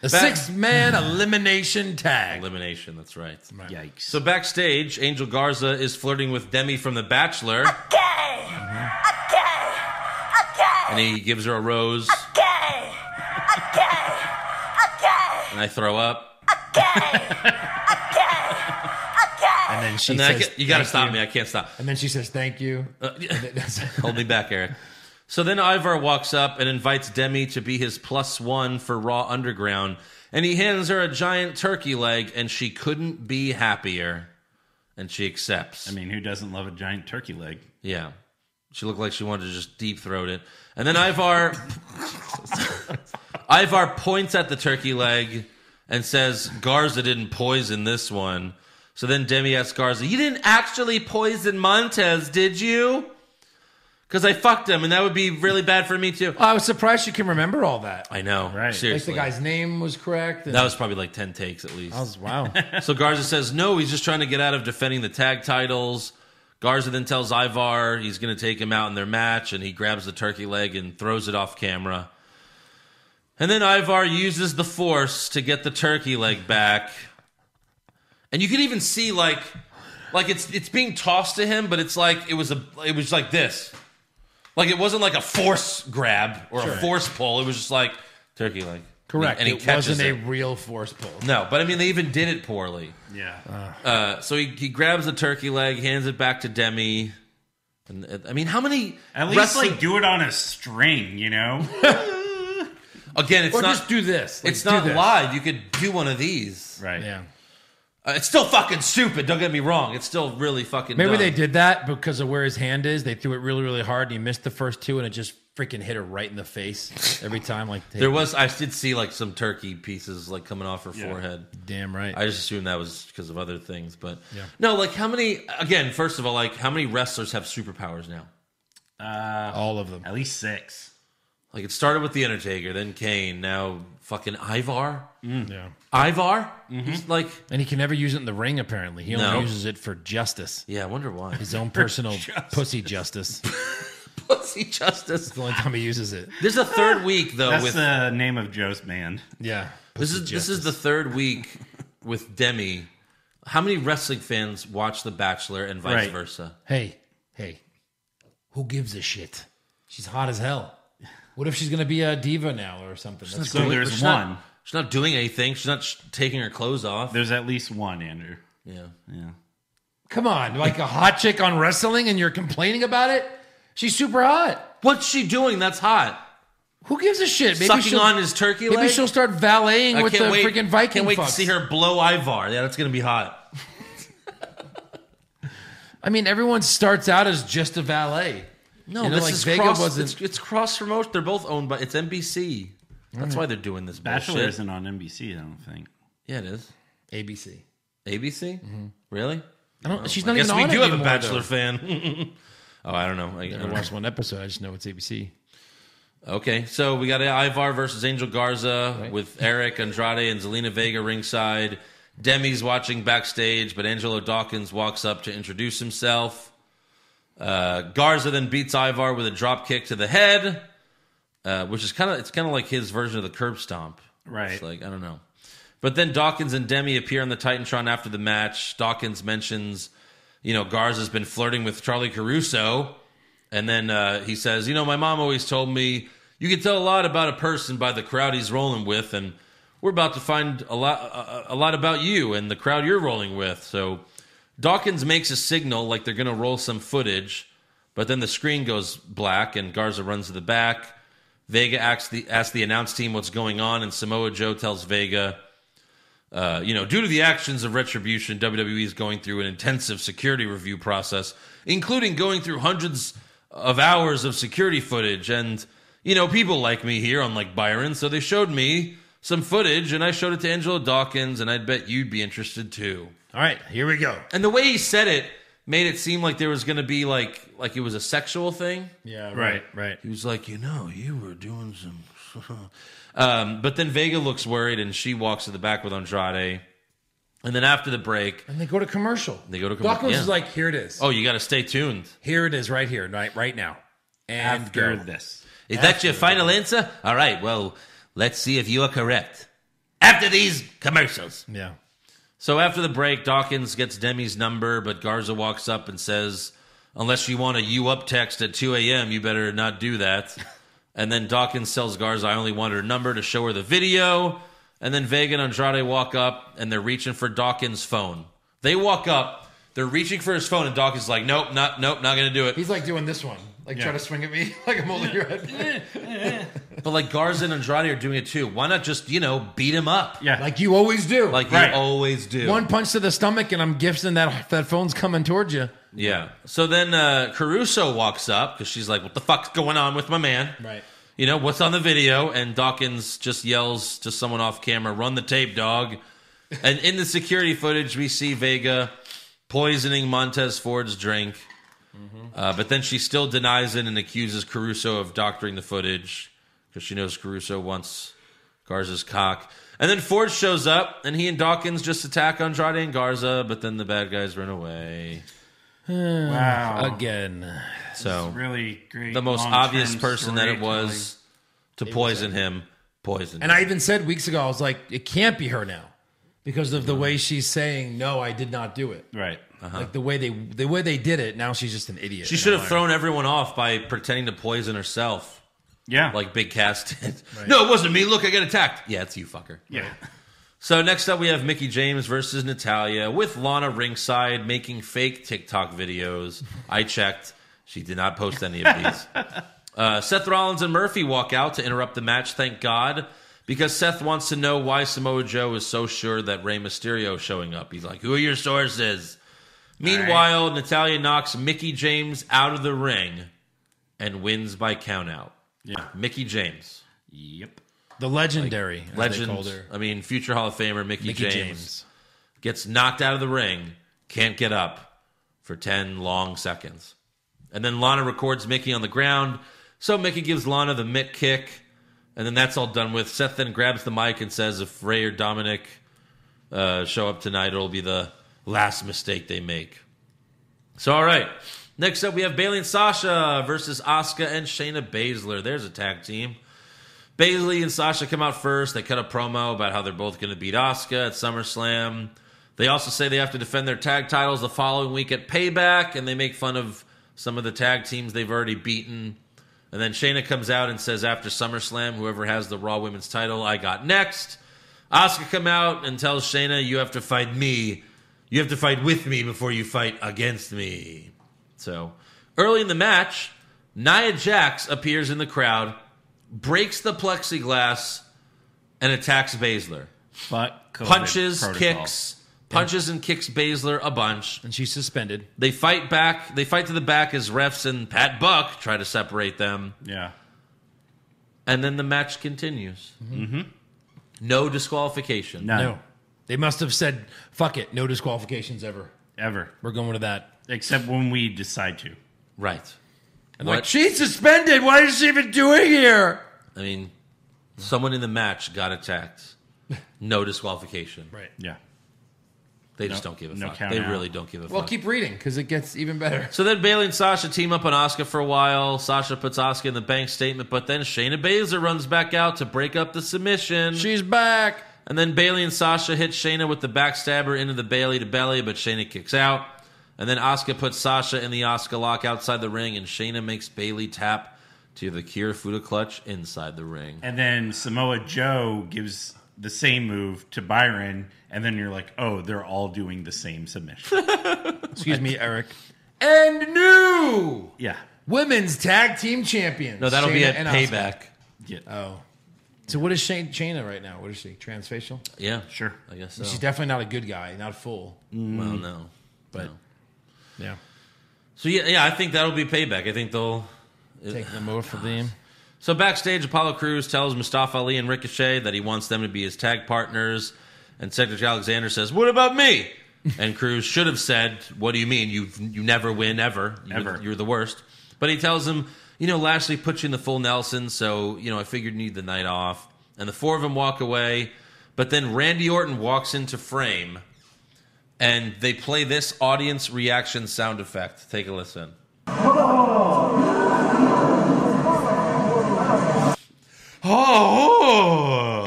A Back- six man elimination tag. Elimination, that's right. Yikes. So backstage, Angel Garza is flirting with Demi from The Bachelor, gay. A gay. A gay. and he gives her a rose, Gay. A gay. A gay. and I throw up. Gay. A gay. A gay. And then she And then I says, get- you gotta "Thank stop you." me. I can't stop. And then she says, "Thank you." Oh, Hold me back, Eric. So then Ivar walks up and invites Demi to be his plus one for Raw Underground, and he hands her a giant turkey leg, and she couldn't be happier. And she accepts. I mean, who doesn't love a giant turkey leg? Yeah. She looked like she wanted to just deep throat it. And then Ivar Ivar points at the turkey leg and says, Garza didn't poison this one. So then Demi asks Garza, You didn't actually poison Montez, did you? Because I fucked him, and that would be really bad for me too. I was surprised she can remember all that. I know. Right. Oh. Like the Seriously. guy's name was correct. And that was probably like 10 takes at least. I was wow. So Garza says, no, he's just trying to get out of defending the tag titles. Garza then tells Ivar he's going to take him out in their match, and he grabs the turkey leg and throws it off camera. And then Ivar uses the force to get the turkey leg back. And you can even see like like it's it's being tossed to him, but it's like it was a it was like this. Like it wasn't like a force grab or a force pull. It was just like turkey leg. correct. And he it catches wasn't it. a real force pull. No, but I mean they even did it poorly. Yeah. Uh, so he, he grabs the turkey leg, hands it back to Demi. And uh, I mean, how many? At least wrestling- like do it on a string, you know? again, it's Or not just do this. Like, it's do not this. live. You could do one of these. right. Yeah. Uh, it's still fucking stupid. Don't get me wrong. It's still really fucking. Maybe dumb. they did that because of where his hand is. They threw it really, really hard, and he missed the first two, and it just freaking hit her right in the face every time. Like There was I did see like some turkey pieces like coming off her forehead. damn right. I just assumed that was because of other things, but no. Like how many? Again, first of all, like how many wrestlers have superpowers now? all of them. At least six. Like it started with the Undertaker, then Kane, now fucking Ivar. Mm. Yeah. Mm-hmm. Ivar. He's like And he can never use it in the ring. Apparently, he only No. uses it for justice. yeah. I wonder why. His own personal pussy justice. It's pussy justice. the only time he uses it. There's a third week though That's with the name of Joe's band. Yeah. this is this is the third week with Demi. How many wrestling fans watch The Bachelor and vice Right. versa? Hey, hey, who gives a shit? She's hot as hell. What if she's gonna be a diva now or something? That's So great. there's She's one. Not, she's not doing anything. She's not sh- taking her clothes off. There's at least one, Andrew. yeah. Yeah. Come on, like a hot chick on wrestling, and you're complaining about it. She's super hot. What's she doing? That's hot. Who gives a shit? Maybe Sucking she'll, on his turkey Maybe leg? she'll start valeting I with the can't wait. freaking Viking. Can't wait fucks. to see her blow Ivar. Yeah, that's gonna be hot. I mean, everyone starts out as just a valet. No, You know, this like is Vega cross. wasn't- It's, it's cross promotion. They're both owned by. It's NBC. That's why they're doing this Bachelor bullshit. isn't on NBC, I don't think. Yeah, it is. ABC. ABC. Mm-hmm. Really? I don't. Oh, she's I not guess even we on do it have a anymore, Bachelor fan. oh, I don't know. I, I though. I don't know. watched one episode. I just know it's ABC. Okay, so we got Ivar versus Angel Garza with Eric Andrade and Zelina Vega ringside. Demi's watching backstage, but Angelo Dawkins walks up to introduce himself. Uh, Garza then beats Ivar with a drop kick to the head, uh, which is kind of it's kind of like his version of the curb stomp. Right. It's like I don't know. But then Dawkins and Demi appear on the Titantron after the match. Dawkins mentions, you know, Garza's been flirting with Charlie Caruso. And then uh, he says, You know, my mom always told me you can tell a lot about a person by the crowd he's rolling with. And we're about to find a lot, a, a lot about you and the crowd you're rolling with. So Dawkins makes a signal like they're going to roll some footage. But then the screen goes black and Garza runs to the back. Vega asks the asks the announce team what's going on, and Samoa Joe tells Vega, uh, you know, due to the actions of Retribution, WWE is going through an intensive security review process, including going through hundreds of hours of security footage. And you know, people like me here, unlike Byron, so they showed me some footage, and I showed it to Angela Dawkins, and I bet you'd be interested too. All right, here we go. And the way he said it made it seem like there was going to be like like it was a sexual thing. Yeah, Right. right. He was like, you know, you were doing some. um, but then Vega looks worried, and she walks to the back with Andrade. And then after the break, And they go to commercial. They go to commer- commercial. Dawkins yeah. is like, here it is. oh, you got to stay tuned. Here it is, right here, right, right now. And after go. this. Is that your final answer? All right. Well, let's see if you are correct. After these commercials. Yeah. So after the break, Dawkins gets Demi's number, but Garza walks up and says, Unless you want a you up text at 2 a.m., you better not do that. And then Dawkins tells Garza, I only want her number to show her the video. And then Vega and Andrade walk up and they're reaching for Dawkins' phone. They walk up, they're reaching for his phone, and Dawkins is like, Nope, not, nope, not going to do it. He's like doing this one, like try to swing at me, like I'm holding your head. But like Garza and Andrade are doing it too. Why not just, you know, beat him up? Yeah. like you always do. Like Right. you always do. one punch to the stomach, and I'm gifting that that phone's coming towards you. Yeah. So then uh, Caruso walks up because she's like, "What the fuck's going on with my man?" Right. You know what's on the video, and Dawkins just yells to someone off camera, "Run the tape, dog!" and in the security footage, we see Vega poisoning Montez Ford's drink, uh, but then she still denies it and accuses Caruso of doctoring the footage because she knows Caruso wants Garza's cock. And then Ford shows up, and he and Dawkins just attack Andrade and Garza, but then the bad guys run away. Wow. Again, So uh, really great. the most long-term obvious person that it storytelling. was to poison him. Poison. and I even said weeks ago, I was like, it can't be her now because of the way she's saying, "No, I did not do it." Right. Uh-huh. Like the way they the way they did it. Now she's just an idiot. she should have thrown everyone off by pretending to poison herself, Yeah. like Big Cass did. No, it wasn't me. Look, I got attacked. Yeah, it's you, fucker. yeah. So next up, we have Mickey James versus Natalia with Lana ringside making fake TikTok videos. I checked; she did not post any of these. uh, Seth Rollins and Murphy walk out to interrupt the match. Thank God, because Seth wants to know why Samoa Joe is so sure that Rey Mysterio is showing up. He's like, "Who are your sources?" Meanwhile, Natalia knocks Mickey James out of the ring and wins by countout. Yeah. Mickey James, Yep. the legendary as they called legend. her. I mean, future Hall of Famer Mickey, Mickey James. James gets knocked out of the ring, can't get up for 10 long seconds. And then Lana records Mickey on the ground. So Mickey gives Lana the mitt kick. And then that's all done with. Seth then grabs the mic and says, if Ray or Dominic uh, show up tonight, it'll be the last mistake they make. So, all right. Next up, we have Bailey and Sasha versus Asuka and Shayna Baszler. There's a tag team. Bailey and Sasha come out first. They cut a promo about how they're both going to beat Asuka at SummerSlam. They also say they have to defend their tag titles the following week at Payback, and they make fun of some of the tag teams they've already beaten. And then Shayna comes out and says, after SummerSlam, whoever has the Raw Women's title, I got next. Asuka come out and tells Shayna, you have to fight me. You have to fight with me before you fight against me. So early in the match, Nia Jax appears in the crowd, breaks the plexiglass, and attacks Baszler. But COVID Punches, Oh, protocol. kicks, punches and kicks Baszler a bunch. and she's suspended. They fight back. They fight to the back as refs and Pat Buck try to separate them. Yeah. And then the match continues. Mm-hmm. No disqualification. None. No, they must have said, "Fuck it, no disqualifications ever." Ever. We're going to that. Except when we decide to. Right. And What? like she's suspended. What is she even doing here? I mean, someone in the match got attacked. No disqualification. Right. Yeah. They just No- don't give a no fuck. count They out. really don't give a Well, fuck. keep reading because it gets even better. So then Bailey and Sasha team up on Oscar for a while. Sasha puts Oscar in the bank statement, but then Shayna Baszler runs back out to break up the submission. She's back. and then Bailey and Sasha hit Shayna with the backstabber into the Bailey to belly, but Shayna kicks out. And then Oscar puts Sasha in the Oscar lock outside the ring, and Shayna makes Bailey tap to the Kirifuda clutch inside the ring. And then Samoa Joe gives the same move to Byron, and then you're like, oh, they're all doing the same submission. Excuse me, Eric. And new yeah. women's tag team champions. No, that'll be Shayna at and payback. get. Oh. So what is Shane, Shayna right now? What is she? Transfacial? Yeah, sure. I guess so. She's definitely not a good guy, not full. well, no, But no. yeah. So yeah, yeah, I think that'll be payback. I think they'll. Taking them over for them. So backstage, Apollo Cruz tells Mustafa Ali and Ricochet that he wants them to be his tag partners, and Secretary Alexander says, "What about me?" and Cruz should have said, "What do you mean? You you never win ever. You, Ever. You're the worst." But he tells him, "You know, Lashley put you in the full Nelson, so you know I figured you need the night off." And the four of them walk away, but then Randy Orton walks into frame, and they play this audience reaction sound effect. Take a listen. Oh,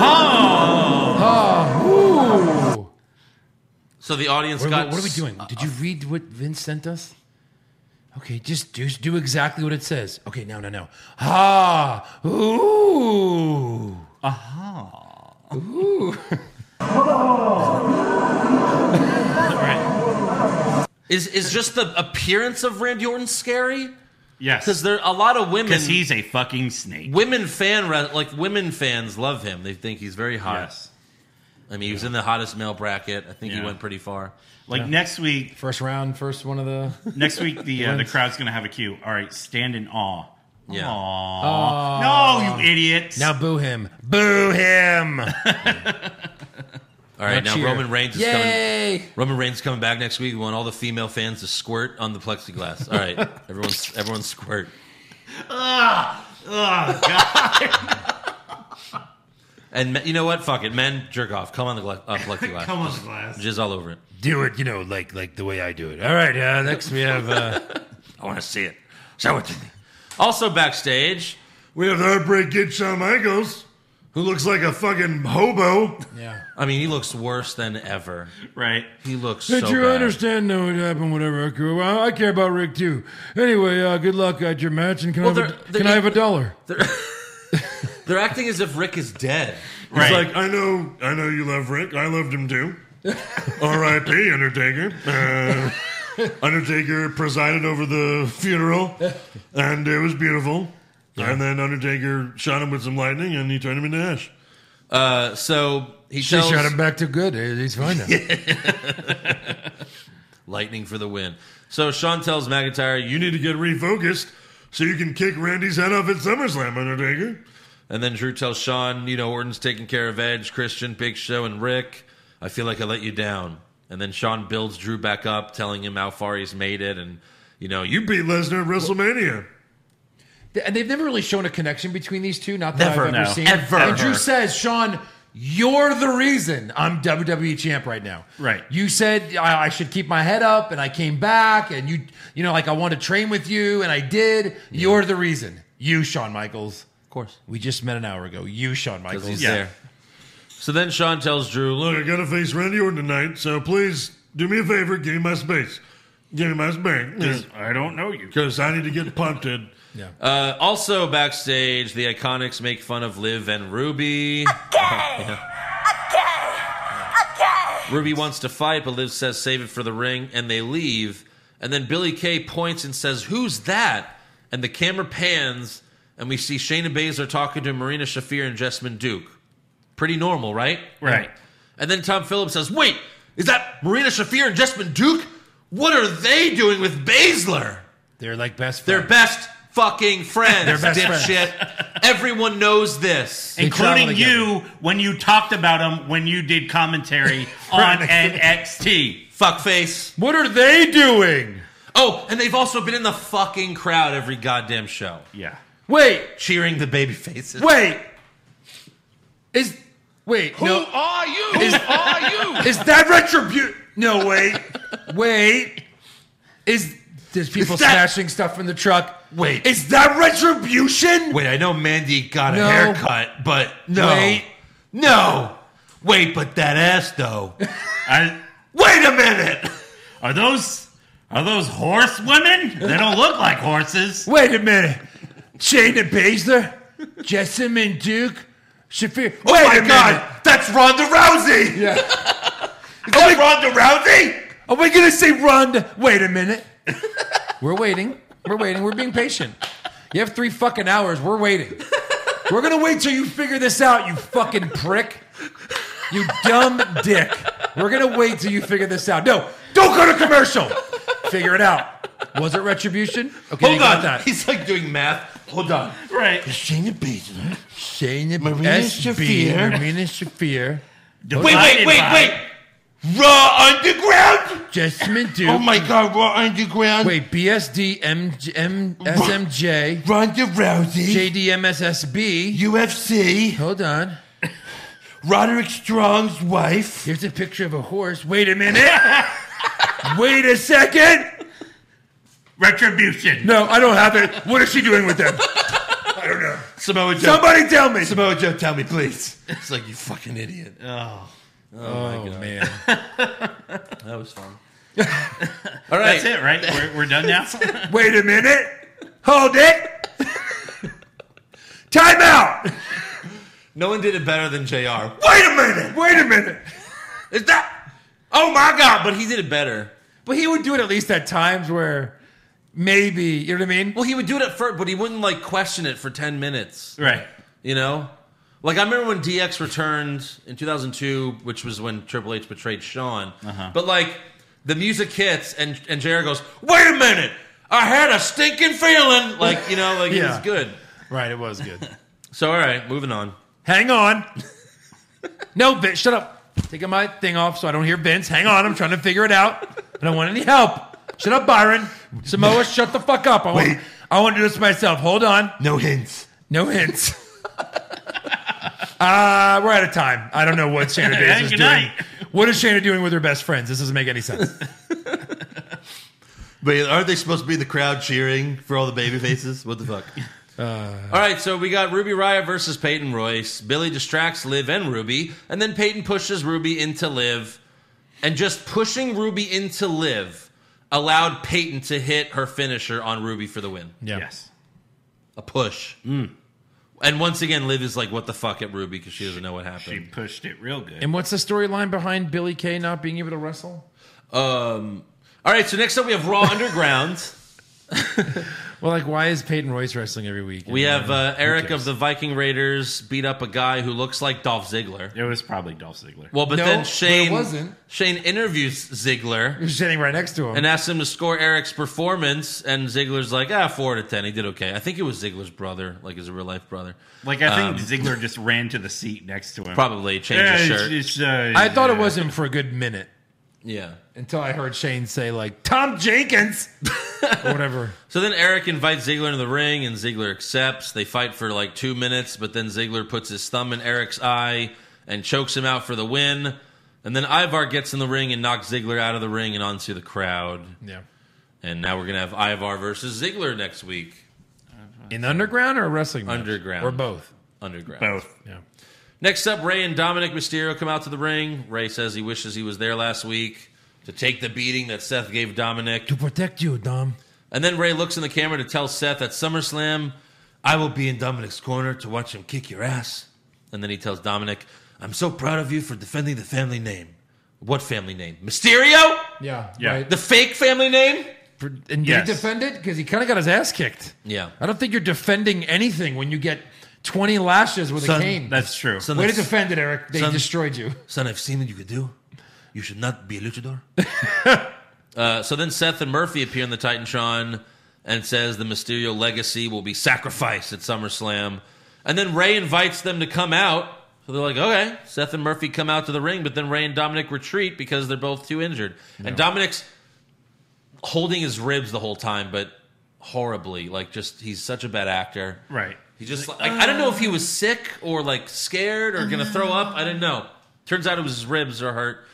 Oh, So the audience what, got what are we doing? Did you read what Vince sent us? Okay, just do, just do exactly what it says. Okay, no, no, no. Ah, ooh, aha, ooh. Is is just the appearance of Randy Orton scary? yes, Because there a lot of women, because he's a fucking snake. women fan re- like women fans love him. They think he's very hot. Yes. I mean, he was in the hottest male bracket. I think he Yeah. went pretty far. Like next week, First round, first one of the. next week the uh, the crowd's gonna have a cue. All right, stand in awe. Yeah. Aw. No, you idiot. Now boo him, boo him. All right, now cheer. Roman Reigns is coming. Yay! Roman Reigns is coming back next week. We want all the female fans to squirt on the plexiglass. All right, everyone, everyone squirt. Ah! And me- you know what? Fuck it, men jerk off. Come on the gla- uh, plexiglass. Come on, glass. Jizz all over it. Do it, you know, like like the way I do it. All right, uh, next we have. Uh, I want to see it. Show it to me. Also backstage, We have the heartbreak kid Shawn Michaels, who looks like a fucking hobo. yeah. I mean, he looks worse than ever. Right. He looks Did so you bad. understand though what happened? Whatever. I care- well, I care about Rick too. Anyway, uh, good luck at your match, and can Well, I have a, they're- they're- can I have a dollar? They're acting as if Rick is dead. Right. Like I know, I know you love Rick. I loved him too. R.I.P. Undertaker. Uh, Undertaker presided over the funeral, and it was beautiful. And then Undertaker shot him with some lightning, and he turned him into ash. Uh, so he She tells shot him back to good. He's fine now. lightning for the win. So Sean tells McIntyre, "You need to get re." Refocused, so you can kick Randy's head off at SummerSlam, Undertaker. And then Drew tells Sean, "You know, Orton's taking care of Edge, Christian, Big Show, and Rick. I feel like I let you down." And then Sean builds Drew back up, telling him how far he's made it, and you know, you You beat Lesnar at WrestleMania. Th- And they've never really shown a connection between these two. Not that Never, I've ever no. seen. Ever. And Drew says, Sean, you're the reason I'm WWE champ right now. Right. You said I, I should keep my head up, and I came back, and you, you know, like I want to train with you, and I did. You're the reason. You, Shawn Michaels. of course, We just met an hour ago. You, Shawn because Michaels. he's Yeah. there. So then Sean tells Drew, "Look, Look, I gotta face Randy Orton tonight, so please do me a favor, give me my space. Give me my space. I don't know you. Because I need to get punted. Uh, also backstage, the Iconics make fun of Liv and Ruby. Ruby wants to fight, but Liv says save it for the ring, and they leave. And then Billy Kay points and says, "Who's that?" And the camera pans, and we see Shayna Baszler talking to Marina Shafir and Jessamine Duke. Pretty normal, right? Right. And then Tom Phillips says, "Wait, is that Marina Shafir and Jessamine Duke? What are they doing with Baszler?" They're like best They're friends. best fucking friends, They're best dipshit. Everyone knows this. travel Including together. you when you talked about him when you did commentary on NXT. Fuckface. What are they doing? Oh, and they've also been in the fucking crowd every goddamn show, Yeah. Wait, cheering the baby faces. wait. Is wait who no. are you? are you? Is that retribution? No, wait, wait. Is there's people Is that- smashing stuff in the truck? Wait. is that retribution? Wait, I know Mandy got No. a haircut, but no. Wait. No. Wait, but that ass though. I, Wait a minute. are those are those horse women? They don't look like horses. Wait a minute, Shayna Baszler, Jessamine Duke, Shafir. Oh wait a minute. that's Ronda Rousey. Yeah. Is Ronda Rousey? Are we gonna say Ronda? Wait a minute. We're waiting. We're waiting. We're being patient. You have three fucking hours. We're waiting. We're gonna wait till you figure this out, you fucking prick. You dumb dick. We're gonna wait till you figure this out. No, don't go to commercial. Figure it out. Was it retribution? Okay, Hold you got on. that. He's like doing math. Hold on. Right. Shayna Baszler. Shania Marina SB, Shafir. Marina Shafir, Wait, wait, wait, wait. Raw Underground? Jessamine Duke. Oh my God, Raw Underground. Wait, BSD, M, M, SMJ, Ronda Rousey. JDMSSB. UFC. Hold on. Roderick Strong's wife. Here's a picture of a horse. Wait a minute. Wait a second. Retribution. No, I don't have it. What is she doing with them? I don't know. Samoa Joe. Somebody tell me. Samoa Joe, tell me, please. It's like, you fucking idiot. Oh, man. That was fun. All right. That's it, right? We're, we're done now. Wait a minute. Hold it. Time out. No one did it better than JR. Wait a minute. Wait a minute. Is that? Oh my God, but he did it better. But he would do it at least at times where maybe, you know what I mean? Well, he would do it at first, but he wouldn't like question it for 10 minutes. right. You know? Like, I remember when DX returned in 2002, which was when Triple H betrayed Shawn. But, like, the music hits, and, and JR goes, Wait a minute! I had a stinking feeling! Like, you know, like, it was Yeah. good. Right, it was good. So, all right, moving on. Hang on. no, Vince, shut up. Taking my thing off so I don't hear Vince. Hang on, I'm trying to figure it out. I don't want any help. Shut up, Byron. Samoa, shut the fuck up. I want, Wait. I want to do this myself. Hold on. No hints. No hints. uh, we're out of time. I don't know what Shana Baszler is Good doing. night. What is Shana doing with her best friends? This doesn't make any sense. But aren't they supposed to be in the crowd cheering for all the baby faces? What the fuck? all right, so we got Ruby Riot versus Peyton Royce. Billy distracts Liv and Ruby, and then Peyton pushes Ruby into Liv. And just pushing Ruby into Liv allowed Peyton to hit her finisher on Ruby for the win. Yeah. Yes. A push. And once again, Liv is like, what the fuck at Ruby because she doesn't know what She happened. pushed it real good. And what's the storyline behind Billy Kay not being able to wrestle? Um, all right, so next up we have Raw Underground. Well, like, why is Peyton Royce wrestling every week? We have uh, Who Eric cares? of the Viking Raiders beat up a guy who looks like Dolph Ziggler. it was probably Dolph Ziggler. Well, but No, then but it Shane wasn't. Shane interviews Ziggler You're sitting right next to him. and asks him to score Eric's performance, and Ziggler's like, ah, four to ten. He did okay. I think it was Ziggler's brother, like his real life brother. like I think Ziggler just ran to the seat next to him. Probably changed Yeah, his it's- shirt. it's, uh, I thought it yeah. was him for a good minute yeah. until I heard Shane say like Tom Jenkins or whatever. So then Eric invites Ziggler into the ring, and Ziggler accepts. They fight for like two minutes, but then Ziggler puts his thumb in Eric's eye and chokes him out for the win. And then Ivar gets in the ring and knocks Ziggler out of the ring and onto the crowd. Yeah. And now we're gonna have Ivar versus Ziggler next week. In the underground or a wrestling match? Underground. or both. Underground. both. Yeah. Next up, Ray and Dominic Mysterio come out to the ring. Ray says he wishes he was there last week to take the beating that Seth gave Dominic. To protect you, Dom. And then Ray looks in the camera to tell Seth at SummerSlam, I will be in Dominic's corner to watch him kick your ass. And then he tells Dominic, I'm so proud of you for defending the family name. What family name? Mysterio? Yeah. Yeah. Right. The fake family name? For- and did Yes. he defend it? Because he kind of got his ass kicked. Yeah. I don't think you're defending anything when you get 20 lashes with Son, a cane. That's true. Son Way to of- defend it, Eric. They son- destroyed you. Son, I've seen what you could do. You should not be a luchador. uh, so then Seth and Murphy appear in the Titantron and says the Mysterio legacy will be sacrificed at SummerSlam. And then Ray invites them to come out. So they're like, okay. Seth and Murphy come out to the ring, but then Ray and Dominic retreat because they're both too injured. And Dominic's holding his ribs the whole time, but horribly. Like, just he's such a bad actor. Right. He just like, uh, I don't know if he was sick or like scared or gonna throw up. I didn't know. Turns out it was his ribs are hurt.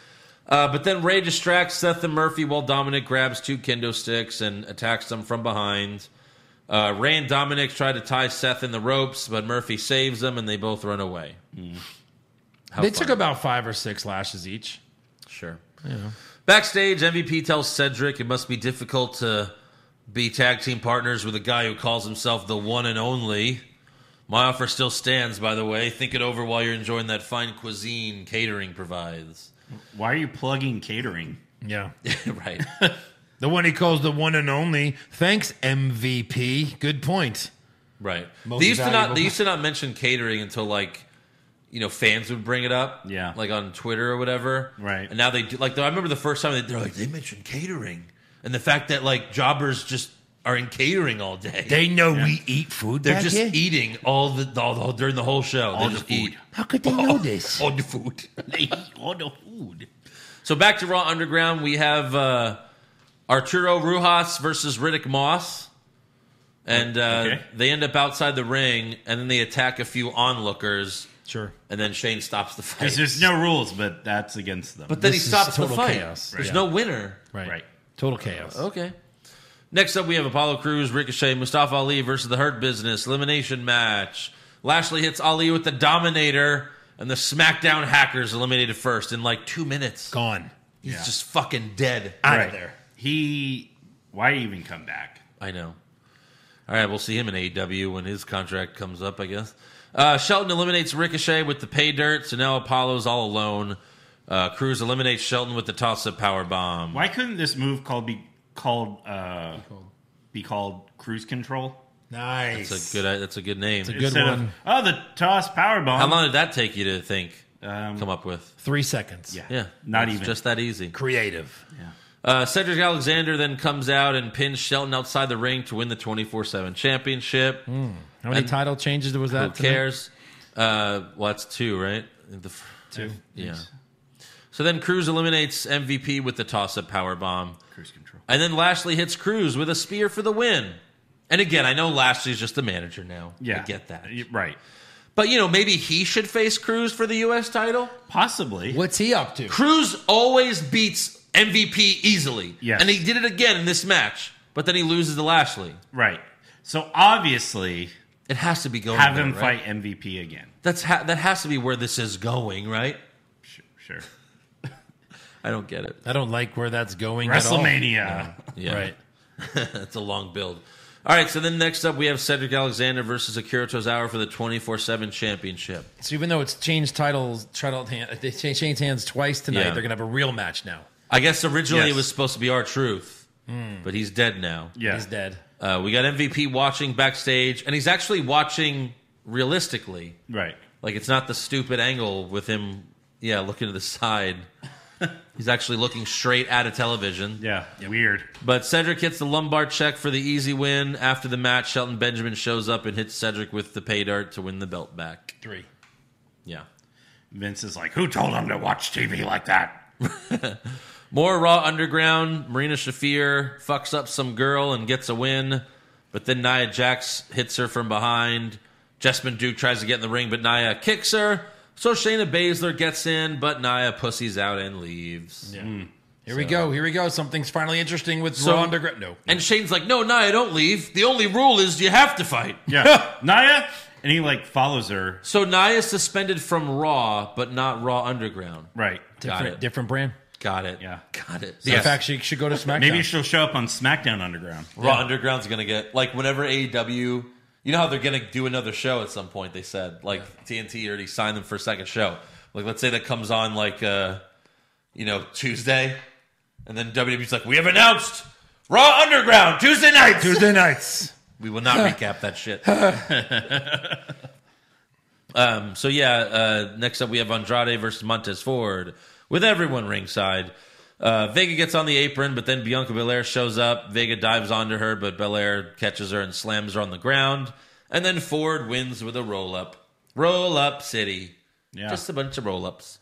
Uh, but then Ray distracts Seth and Murphy while Dominic grabs two kendo sticks and attacks them from behind. Uh, Ray and Dominic try to tie Seth in the ropes, but Murphy saves them and they both run away. Mm. How They fun. took about five or six lashes each. Sure. Backstage, MVP tells Cedric it must be difficult to be tag team partners with a guy who calls himself the one and only. My offer still stands, by the way. Think it over while you're enjoying that fine cuisine catering provides. Why are you plugging catering? Yeah. right. The one he calls the one and only. Thanks, MVP. Good point. Right. Most they used to not. valuable. They used to not mention catering until like, you know, fans would bring it up. Yeah. Like on Twitter or whatever. Right. And now they do. Like I remember the first time they, they're like they mentioned catering and the fact that like jobbers just are in catering all day. They know we eat food. They're back just here. eating all the, all the during the whole show. All they the just food. eat How could they know this? all the food. They eat all the food. so back to Raw Underground, we have uh, Arturo Rujas versus Riddick Moss, and uh, Okay. they end up outside the ring, and then they attack a few onlookers, Sure. and then Shane stops the fight. Because there's no rules, but that's against them. but then he This is stops the total fight. chaos. There's Yeah. no winner. Right. Right. Total chaos. Okay. Next up, we have Apollo Cruz, Ricochet, Mustafa Ali versus the Hurt Business elimination match. Lashley hits Ali with the Dominator, and the SmackDown Hackers eliminated first in like two minutes. Gone. He's just fucking dead. Out Right. of there. He. Why even come back? I know. All right, we'll see him in AEW when his contract comes up, I guess. Uh, Shelton eliminates Ricochet with the pay dirt, so now Apollo's all alone. Uh, Cruz eliminates Shelton with the toss up power bomb. Why couldn't this move called be called uh, be called cruise control? Nice. That's a good. That's a good name. a Good Instead one. Of, oh, the toss power bomb. How long did that take you to think? Um, come up with. Three seconds. Yeah. Yeah, Not it's even. just that easy. Creative. Uh, Cedric Alexander then comes out and pins Shelton outside the ring to win the twenty four seven championship. Mm, How many And- title changes was Who that? tonight? cares? Uh, well, that's two, right? The f- Two. yeah. So then Cruz eliminates MVP with the toss up power bomb, Cruise control. and then Lashley hits Cruz with a spear for the win. And again, I know Lashley's just the manager now. Yeah. I get that. Y- Right. But you know, maybe he should face Cruz for the U.S. title. Possibly. What's he up to? Cruz always beats MVP easily. Yes. And he did it again in this match, but then he loses to Lashley. Right. So obviously, It has to be going. have there, him right? fight MVP again. That's ha- that has to be where this is going, right? Sure. sure. I don't get it. I don't like where that's going. at all. WrestleMania. Yeah. Right. That's a long build. All right, so then next up we have Cedric Alexander versus Akira Tozawa for the 24/7 championship. So even though it's changed titles, title hand, they cha- changed hands twice tonight. Yeah. They're gonna have a real match now. I guess originally it Yes. Hmm. was supposed to be our truth, but he's dead now. Yeah. He's dead. Uh, we got MVP watching backstage, and he's actually watching realistically. Right. Like it's not the stupid angle with him, yeah, looking to the side. He's actually looking straight at a television. Yeah. Weird. But Cedric hits the lumbar check for the easy win. After the match, Shelton Benjamin shows up and hits Cedric with the pay dirt to win the belt back. Three. Yeah. Vince is like, who told him to watch TV like that? More Raw Underground. Marina Shafir fucks up some girl and gets a win. But then Nia Jax hits her from behind. Jessamine Duke tries to get in the ring, but Nia kicks her. So Shayna Baszler gets in, but Nia pussies out and leaves. Here we go. Here we go. Something's finally interesting with So- Raw Underground. No. And Shane's like, no, Nia, don't leave. The only rule is you have to fight. Yeah. Naya. And he like follows her. So Nia's suspended from Raw, but not Raw Underground. Right. Got different, it. different brand. Got it. Yeah. Got it. In fact, she should go to SmackDown. Maybe she'll show up on SmackDown Underground. Raw Underground's going to get, like, whenever AEW, you know how they're going to do another show at some point, they said. Like, TNT already signed them for a second show. Like, let's say that comes on, like, uh, you know, Tuesday. And then WWE's like, we have announced Raw Underground Tuesday nights. Tuesday nights. We will not recap that shit. um, so yeah, uh, next up we have Andrade versus Montez Ford with everyone ringside. Uh, Vega gets on the apron, but then Bianca Belair shows up. Vega dives onto her, but Belair catches her and slams her on the ground. And then Ford wins with a roll up. Roll up city. Yeah. Just a bunch of roll ups.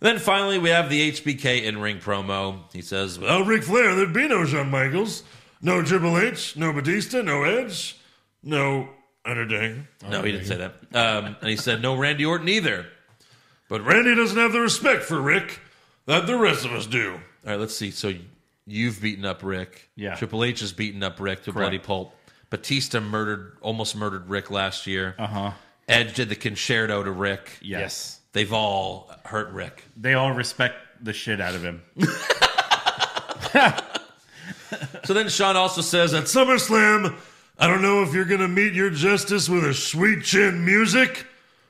Then finally, we have the HBK in ring promo. He says, well, Without Ric Flair, there'd be no Shawn Michaels, no Triple H, no Batista, no Edge, no Undertaker. No, he didn't say that. Um, and he said, No Randy Orton either. But Randy doesn't have the respect for Rick that the rest of us do. All right, let's see. So you've beaten up Rick. Yeah. Triple H has beaten up Rick to bloody pulp. Batista murdered, almost murdered Rick last year. Uh huh. Edge did the concerto to Rick. Yes. They've all hurt Rick. They all respect the shit out of him. So then Sean also says At that's SummerSlam, I don't know if you're going to meet your justice with a sweet chin music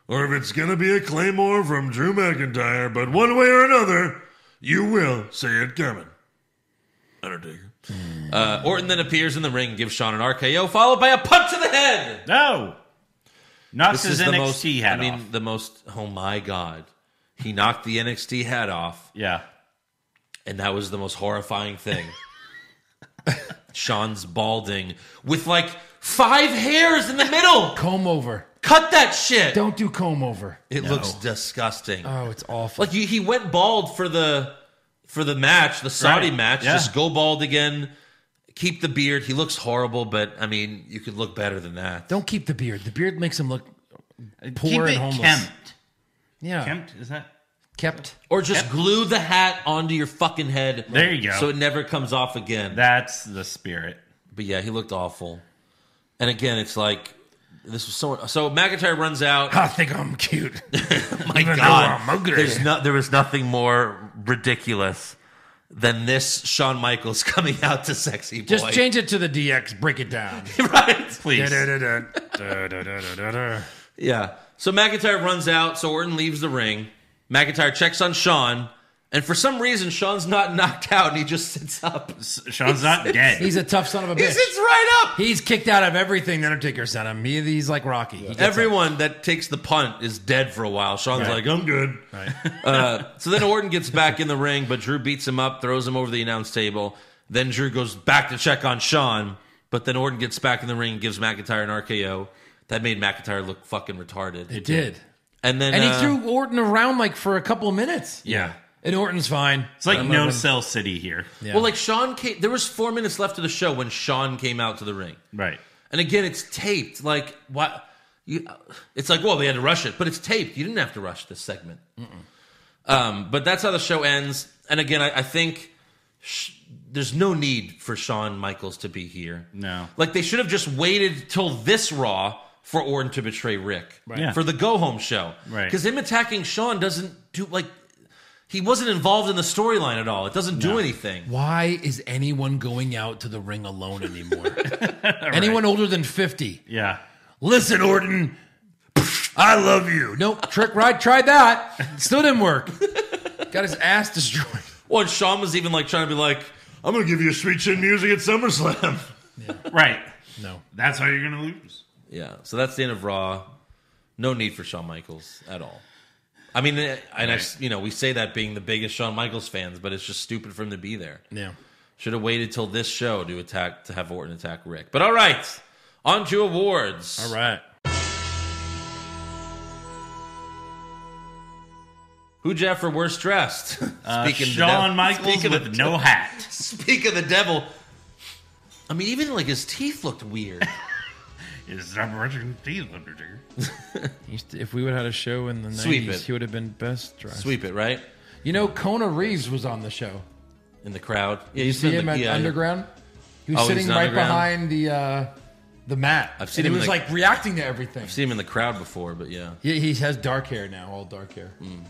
or if it's going to be a claymore from Drew McIntyre, but one way or another, you will see it coming. Undertaker. Uh, Orton then appears in the ring, gives Sean an RKO, followed by a punch to the head. No. Knox This his is the most. NXT hat I mean, off. the most. Oh my god, he knocked the NXT hat off, Yeah. and that was the most horrifying thing. Sean's balding with like five hairs in the middle. Comb over. Cut that shit. Don't do comb over. It looks disgusting. Uh, Oh, it's awful. Like you, he went bald for the for the match, the Saudi Right, match. yeah. Just go bald again. Keep the beard. He looks horrible, but I mean, you could look better than that. Don't keep the beard. The beard makes him look poor Keep and it homeless. Kempt. Yeah, Kempt, is that? kept. Oh, Or just glue the hat onto your fucking head. There you go. So it never comes off again. That's the spirit. but yeah, he looked awful. And again, it's like this was so. So McIntyre runs out. I think I'm cute. My even though God, I'm ugly. there's no, there was nothing more ridiculous than this. Shawn Michaels coming out to sexy boy. Just change it to the DX. Break it down. right. Please. Da-da-da-da, da-da-da-da-da. Yeah. So McIntyre runs out. So Orton leaves the ring. McIntyre checks on Sean. And for some reason, Sean's not knocked out and he just sits up. Sean's not dead. He's a tough son of a He bitch. sits right up. He's kicked out of everything. The Undertaker's on him. He- He's like Rocky. He gets up. Everyone that takes the punt is dead for a while. Sean's like, I'm good. Uh, so then Orton gets back in the ring, but Drew beats him up, throws him over the announce table. Then Drew goes back to check on Sean, but then Orton gets back in the ring and gives McIntyre an RKO. That made McIntyre look fucking retarded. It did. And then And uh, he threw Orton around like for a couple of minutes. yeah. And Orton's fine. It's like no cell city here. Well, like Sean came. There was four minutes left of the show when Sean came out to the ring, Right. and again, it's taped. Like what? You, it's like, well, they had to rush it, but it's taped. You didn't have to rush this segment. Um, but that's how the show ends. And again, I, I think sh- there's no need for Shawn Michaels to be here. No. like they should have just waited till this Raw for Orton to betray Rick Yeah. for the go home show. Right. because him attacking Sean doesn't do like. He wasn't involved in the storyline at all. It doesn't do anything. Why is anyone going out to the ring alone anymore? Anyone older than 50. Yeah. Listen, Orton, I love you. Nope, Trick Ride tried that. Still didn't work. Got his ass destroyed. Well, and Sean was even like trying to be like, I'm gonna give you a sweet chin music at SummerSlam. Right. No. That's how you're gonna lose. yeah. So that's the end of Raw. No need for Shawn Michaels at all. I mean, eh, and I, s- you know, we say that being the biggest Shawn Michaels fans, but it's just stupid for him to be there. Yeah. Should have waited till this show to attack to have Orton attack Rick. But all right, on to awards. All right. Who Jeff for worst dressed? speaking of the Shawn devil- Michaels speaking of with the no hat. Speak of the devil. I mean, even like his teeth looked weird. Is I'm rushing teeth, Undertaker. If we would have had a show in the Sweep 90s, it. he would have been best dressed. Sweep it right You know, Kona Reeves was on the show. in the crowd. Yeah, You he's see in him the- E at yeah, yeah. Underground? He was Oh, he's sitting right underground. behind the uh, the mat. I've seen and him He in was the- like reacting to everything. Seen him in the crowd before, but yeah. He, he has dark hair now, all dark hair. Hmm.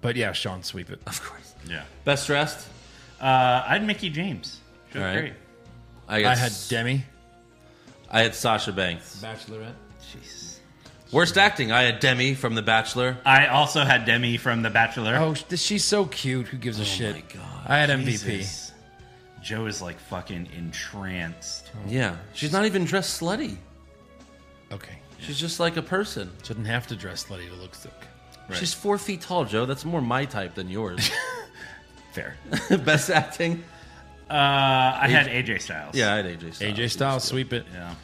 But yeah, Sean, sweep it. Of course. Yeah. Best dressed? Uh, I had Mickey James. She was All right. great. got I had s- Demi, I had Sasha Banks. Bachelorette. Jesus. Worst acting? I had Demi from The Bachelor. I also had Demi from The Bachelor. Oh, sh- she's so cute. Who gives a shit? Oh my God. I had MVP. Jesus. Joe is like fucking entranced. Oh. Yeah, she's not even dressed slutty. Okay, She's just like a person. shouldn't have to dress slutty to look sick. She's four feet tall, Joe. That's more my type than yours. Fair. Best acting? Uh, I had AJ Styles. Yeah, I had AJ. Styles. He AJ was Styles, good. sweep it. Yeah.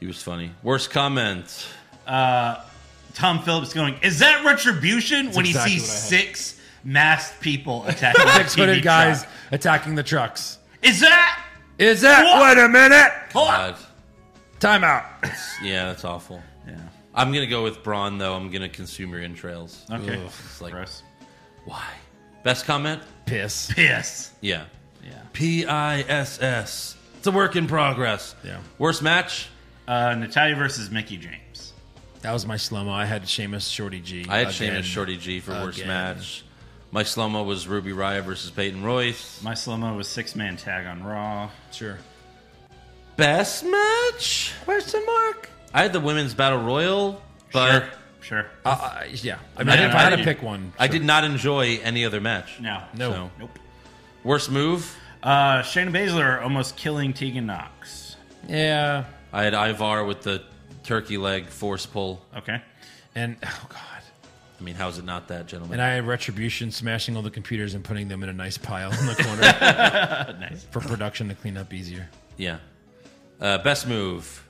He was funny. Worst comment? Tom Phillips going, is that retribution when exactly he what I sees had. six masked people attacking the Six TV footed guys truck? attacking the trucks. Is that? Is that? What? Wait a minute. God. Timeout. Yeah, that's awful. Yeah. I'm gonna go with Braun though. I'm gonna consumer entrails. Okay. Ugh, It's like Gross. why? Best comment? Piss. Piss. Yeah. Yeah. P I S S. It's a work in progress. Yeah. Worst match? Uh, Natalia versus Mickey James. That was my slow mo. I had Seamus Shorty G. I had again. Sheamus Shorty G for worst Again. match. My slow mo was Ruby Raya versus Peyton Royce. My slow mo was six man tag on Raw. Sure. Best match? Question mark. I had the women's battle royal, but Sure. Sure. Uh, uh, yeah. I mean, I didn't if I had to argue. pick one, I did not enjoy any other match. No. No. So. Nope. Worst move? Uh, Shayna Baszler almost killing Tegan Knox. Yeah. I had Ivar with the turkey leg force pull. Okay. And oh god. I mean, how's it not that, gentlemen? And I had retribution smashing all the computers and putting them in a nice pile in the corner Nice. for production to clean up easier. yeah. Uh, best move.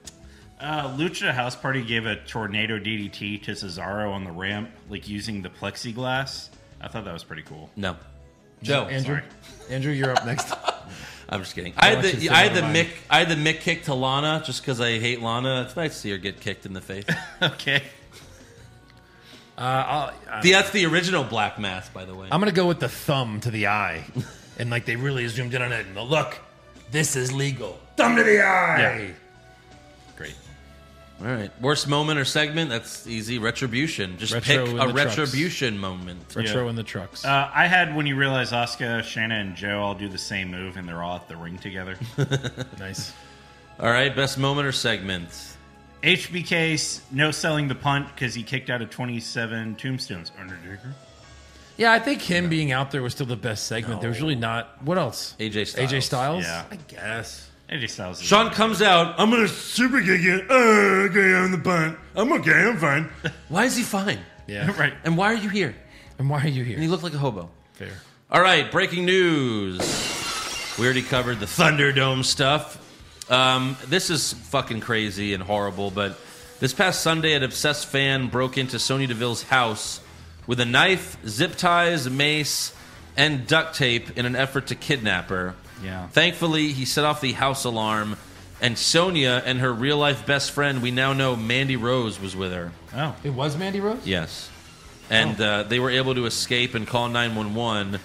Uh, Lucha House Party gave a tornado DDT to Cesaro on the ramp, like using the plexiglass. I thought that was pretty cool. No. Joe. Andrew, Andrew, you're up next. Uh, I'm just kidding. I had Alex the is I had the sitting on Mick I had the Mick kick to Lana just because I hate Lana. It's nice to see her get kicked in the face. Okay. the, that's the original Black Mass, by the way. I'm gonna go with the thumb to the eye, and like they really zoomed in on it. And the look, this is legal. Thumb to the eye. Great. All right. Worst moment or segment? That's easy. Retribution. Just Retro pick in a the trucks. retribution moment. Retro Yeah. in the trucks. Uh, I had when you realize Asuka, Shayna, and Joe all do the same move and they're all at the ring together. nice. All right. Best moment or segment? HBK 's no selling the punt because he kicked out of 27 tombstones. Undertaker. Yeah, I think him being out there was still the best segment. There was really not. What else? AJ Styles. AJ Styles. Yeah. I guess. AJ Styles. is- Sean comes out. I'm gonna super kick it. Oh, okay, I'm the punt. I'm okay, I'm fine. Why is he fine? Yeah. Right. And why are you here? And why are you And here? he looked like a hobo. Fair. All right, breaking news. We already covered the Thunderdome stuff. Um, this is fucking crazy and horrible, but this past Sunday, an obsessed fan broke into Sonya Deville's house with a knife, zip ties, mace, and duct tape in an effort to kidnap her. Yeah. Thankfully, he set off the house alarm, and Sonya and her real life best friend, we now know Mandy Rose, was with her. Oh, It was Mandy Rose. Yes. And uh, they were able to escape and call 911.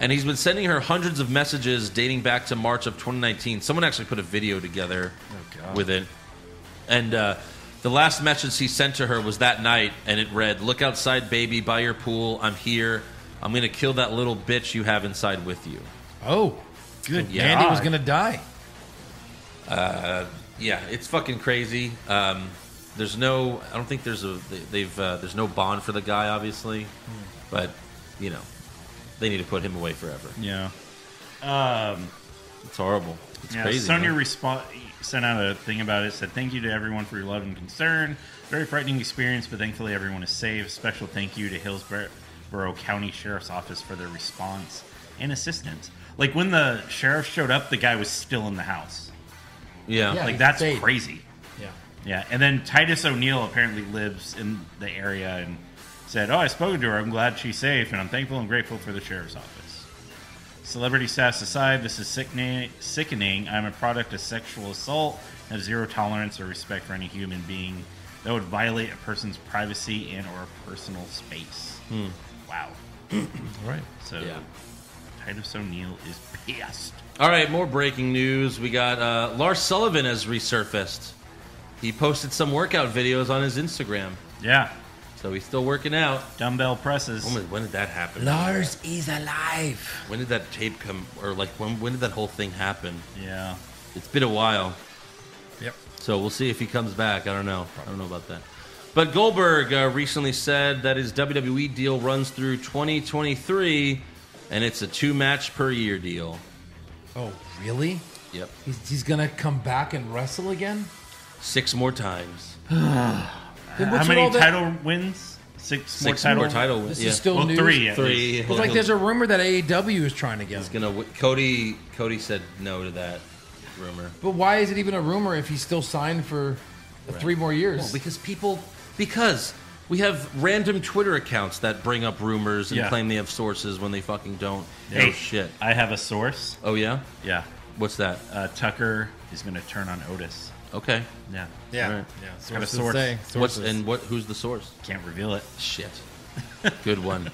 And he's been sending her hundreds of messages dating back to March of 2019. Someone actually put a video together with it. And uh, the last message he sent to her was that night, and it read Look outside, baby, by your pool. I'm here. I'm going to kill that little bitch you have inside with you. Oh, good. Yeah. Mandy was gonna die. Yeah, it's fucking crazy. Um, there's no, I don't think there's a, they- they've, uh, there's no bond for the guy, obviously. But, you know, they need to put him away forever. yeah. It's horrible. It's Yeah, crazy. Sonya man. respo- sent out a thing about it. Said thank you to everyone for your love and concern. Very frightening experience, but thankfully everyone is safe. Special thank you to Hillsborough County Sheriff's Office for their response and assistance. Like when the sheriff showed up, the guy was still in the house. yeah. Yeah. Like, Like that's stayed. crazy. Yeah. Yeah, and then Titus O'Neill apparently lives in the area and said, "Oh, I spoke to her. I'm glad she's safe, and I'm thankful and grateful for the sheriff's office." Celebrity sass aside, this is sickening. sickening. I'm a product of sexual assault. Have zero tolerance or respect for any human being that would violate a person's privacy and/or personal space. Wow. Hmm. All right. So Yeah. Titus O'Neill is pissed. All right, more breaking news. We got uh, Lars Sullivan has resurfaced. He posted some workout videos on his Instagram, Yeah, so he's still working out. dumbbell presses. When did- when did that happen? Lars is alive. When did that tape come, or like when? When did that whole thing happen? Yeah. It's been a while. Yep. So we'll see if he comes back. I don't know. I don't know about that. But Goldberg uh, recently said that his WWE deal runs through 2023, and it's a two match per year deal. Oh, really? Yep. He's, he's gonna come back and wrestle again? Six more times. Then Uh, How what's with many all that- title wins? Six, Six more title. more title wins. This yeah. is still Well, news. three. at least. three. It's like there's a rumor that AEW is trying to get him. gonna w- Cody. Cody said no to that rumor. But why is it even a rumor if he's still signed for three more years? Well, because people, because we have random Twitter accounts that bring up rumors and Yeah. claim they have sources when they fucking don't. Hey, Oh shit. I have a source. Oh yeah. Yeah. What's that? Uh, Tucker is going to turn on Otis. Okay. Yeah. yeah, Alright. yeah. got a sources source. say- What's sources. and what? Who's the source? Can't reveal it. Shit. Good one.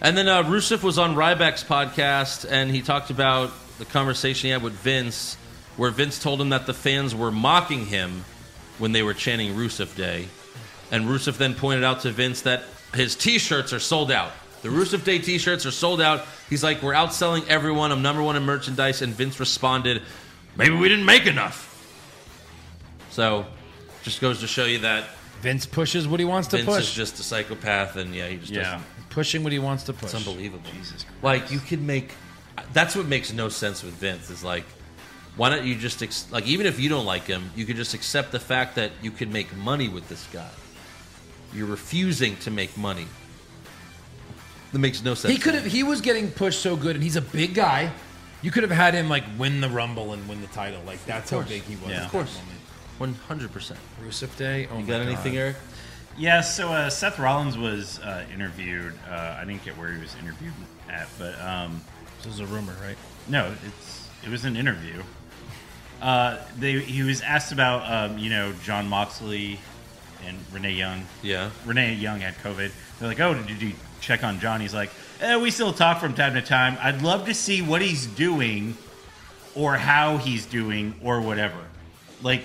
And then uh, Rusev was on Ryback's podcast, and he talked about the conversation he had with Vince, where Vince told him that the fans were mocking him when they were chanting Rusev Day. And Rusev then pointed out to Vince that his t shirts are sold out. The Rusev Day t shirts are sold out. He's like, We're outselling everyone. I'm number one in merchandise. And Vince responded, Maybe we didn't make enough. So, just goes to show you that Vince pushes what he wants to Vince push. is just a psychopath, and yeah, he just doesn't Yeah. pushing what he wants to it's push. unbelievable. Jesus Christ. Like you could make that's what makes no sense with Vince is like, why don't you just ex- like even if you don't like him, you could just accept the fact that you can make money with this guy. You're refusing to make money. That makes no sense. He could have. He was getting pushed so good, and he's a big guy. You could have had him like win the rumble and win the title. Like that's how course. big he was. Yeah. at Of that course. moment. one hundred percent. Rusev Day. Oh You my got God. anything, Eric? Yeah, so uh, Seth Rollins was uh, interviewed. Uh, I didn't get where he was interviewed at, but um, This is a rumor, right? no, it's it was an interview. Uh, they he was asked about um, you know John Moxley and Renee Young. Yeah. Renee Young had COVID. They're like, oh, did you check on John? He's like, eh, we still talk from time to time. I'd love to see what he's doing, or how he's doing, or whatever. Like,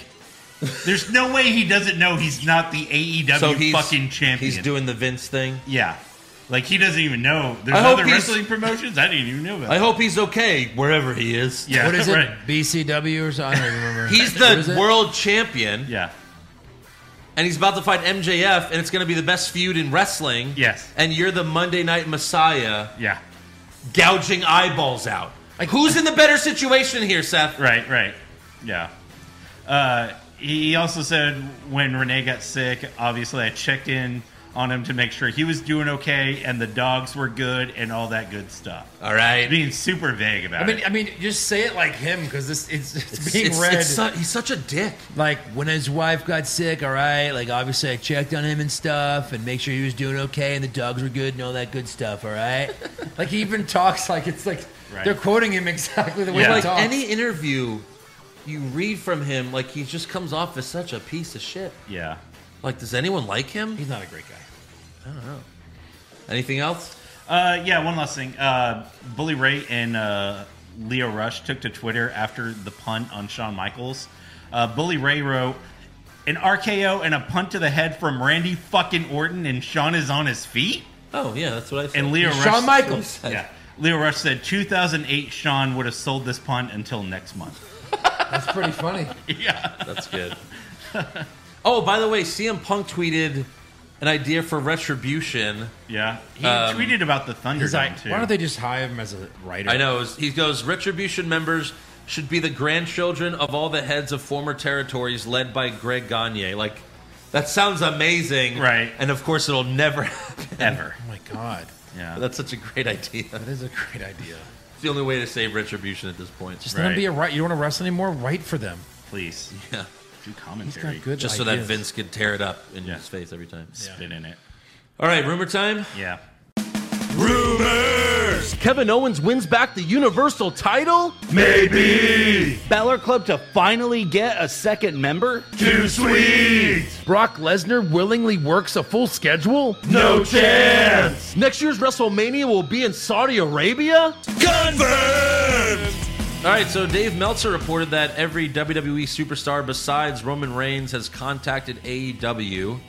there's no way he doesn't know he's not the AEW fucking champion. He's doing the Vince thing. Yeah. Like he doesn't even know there's I hope other he's- wrestling promotions. I didn't even know about. I hope he's okay wherever he is. Yeah, What is it? right. BCW or something? I don't remember. He's What is the it? world champion, Yeah. and he's about to fight MJF, and it's going to be the best feud in wrestling. Yes. And you're the Monday Night Messiah, Yeah. gouging eyeballs out. Like- Who's in the better situation here, Seth? Right. Right. Yeah. Uh, he also said when Renee got sick, obviously I checked in on him to make sure he was doing okay and the dogs were good and all that good stuff. All right. Being super vague about I mean, it. I mean, just say it like him because this it's, it's, It's- being it's- read. it's su- he's such a dick. like when his wife got sick, all right. Like obviously, I checked on him and stuff, and make sure he was doing okay, and the dogs were good, and all that good stuff, all right. like he even talks like it's like Right. they're quoting him exactly the way Yeah. he Like talks. any interview you read from him, like he just comes off as such a piece of shit. Yeah. Like, does anyone like him? He's not a great guy. Anything else? Uh, yeah, one last thing. Uh, Bully Ray and uh, Leo Rush took to Twitter after the punt on Shawn Michaels. Uh, Bully Ray wrote, an RKO and a punt to the head from Randy fucking Orton, and Shawn is on his feet? Oh yeah, that's what I. Said. And Leo Rush. Shawn Michaels. Yeah. Leo Rush said 2008 Shawn would have sold this punt until next month. That's pretty funny. That's good. oh, by the way, CM Punk tweeted an idea for retribution. Yeah. He Um, tweeted about the Thunder He's like, too. why don't they just hire him as a writer? I know. it was- He goes, Retribution members should be the grandchildren of all the heads of former territories led by Greg Gagne. Like, that sounds amazing. Right. And of course, it'll never happen. Ever. Oh my god, Yeah. That's such a great idea. that is a great idea. It's the only way to save Retribution at this point. Just, Just let him Right. be a writer. You don't want to wrestle anymore? Write for them. Please. yeah, Do He's commentary. got good. just so that ideas. Vince could tear it up in Yeah. his face every time. Spit in it. All right, rumor time. Yeah. Rumors! Kevin Owens wins back the Universal title. Maybe! Balor Club to finally get a second member? Too sweet! Brock Lesnar willingly works a full schedule? No chance! Next year's WrestleMania will be in Saudi Arabia? Confirmed! All right, so Dave Meltzer reported that every WWE superstar besides Roman Reigns has contacted AEW,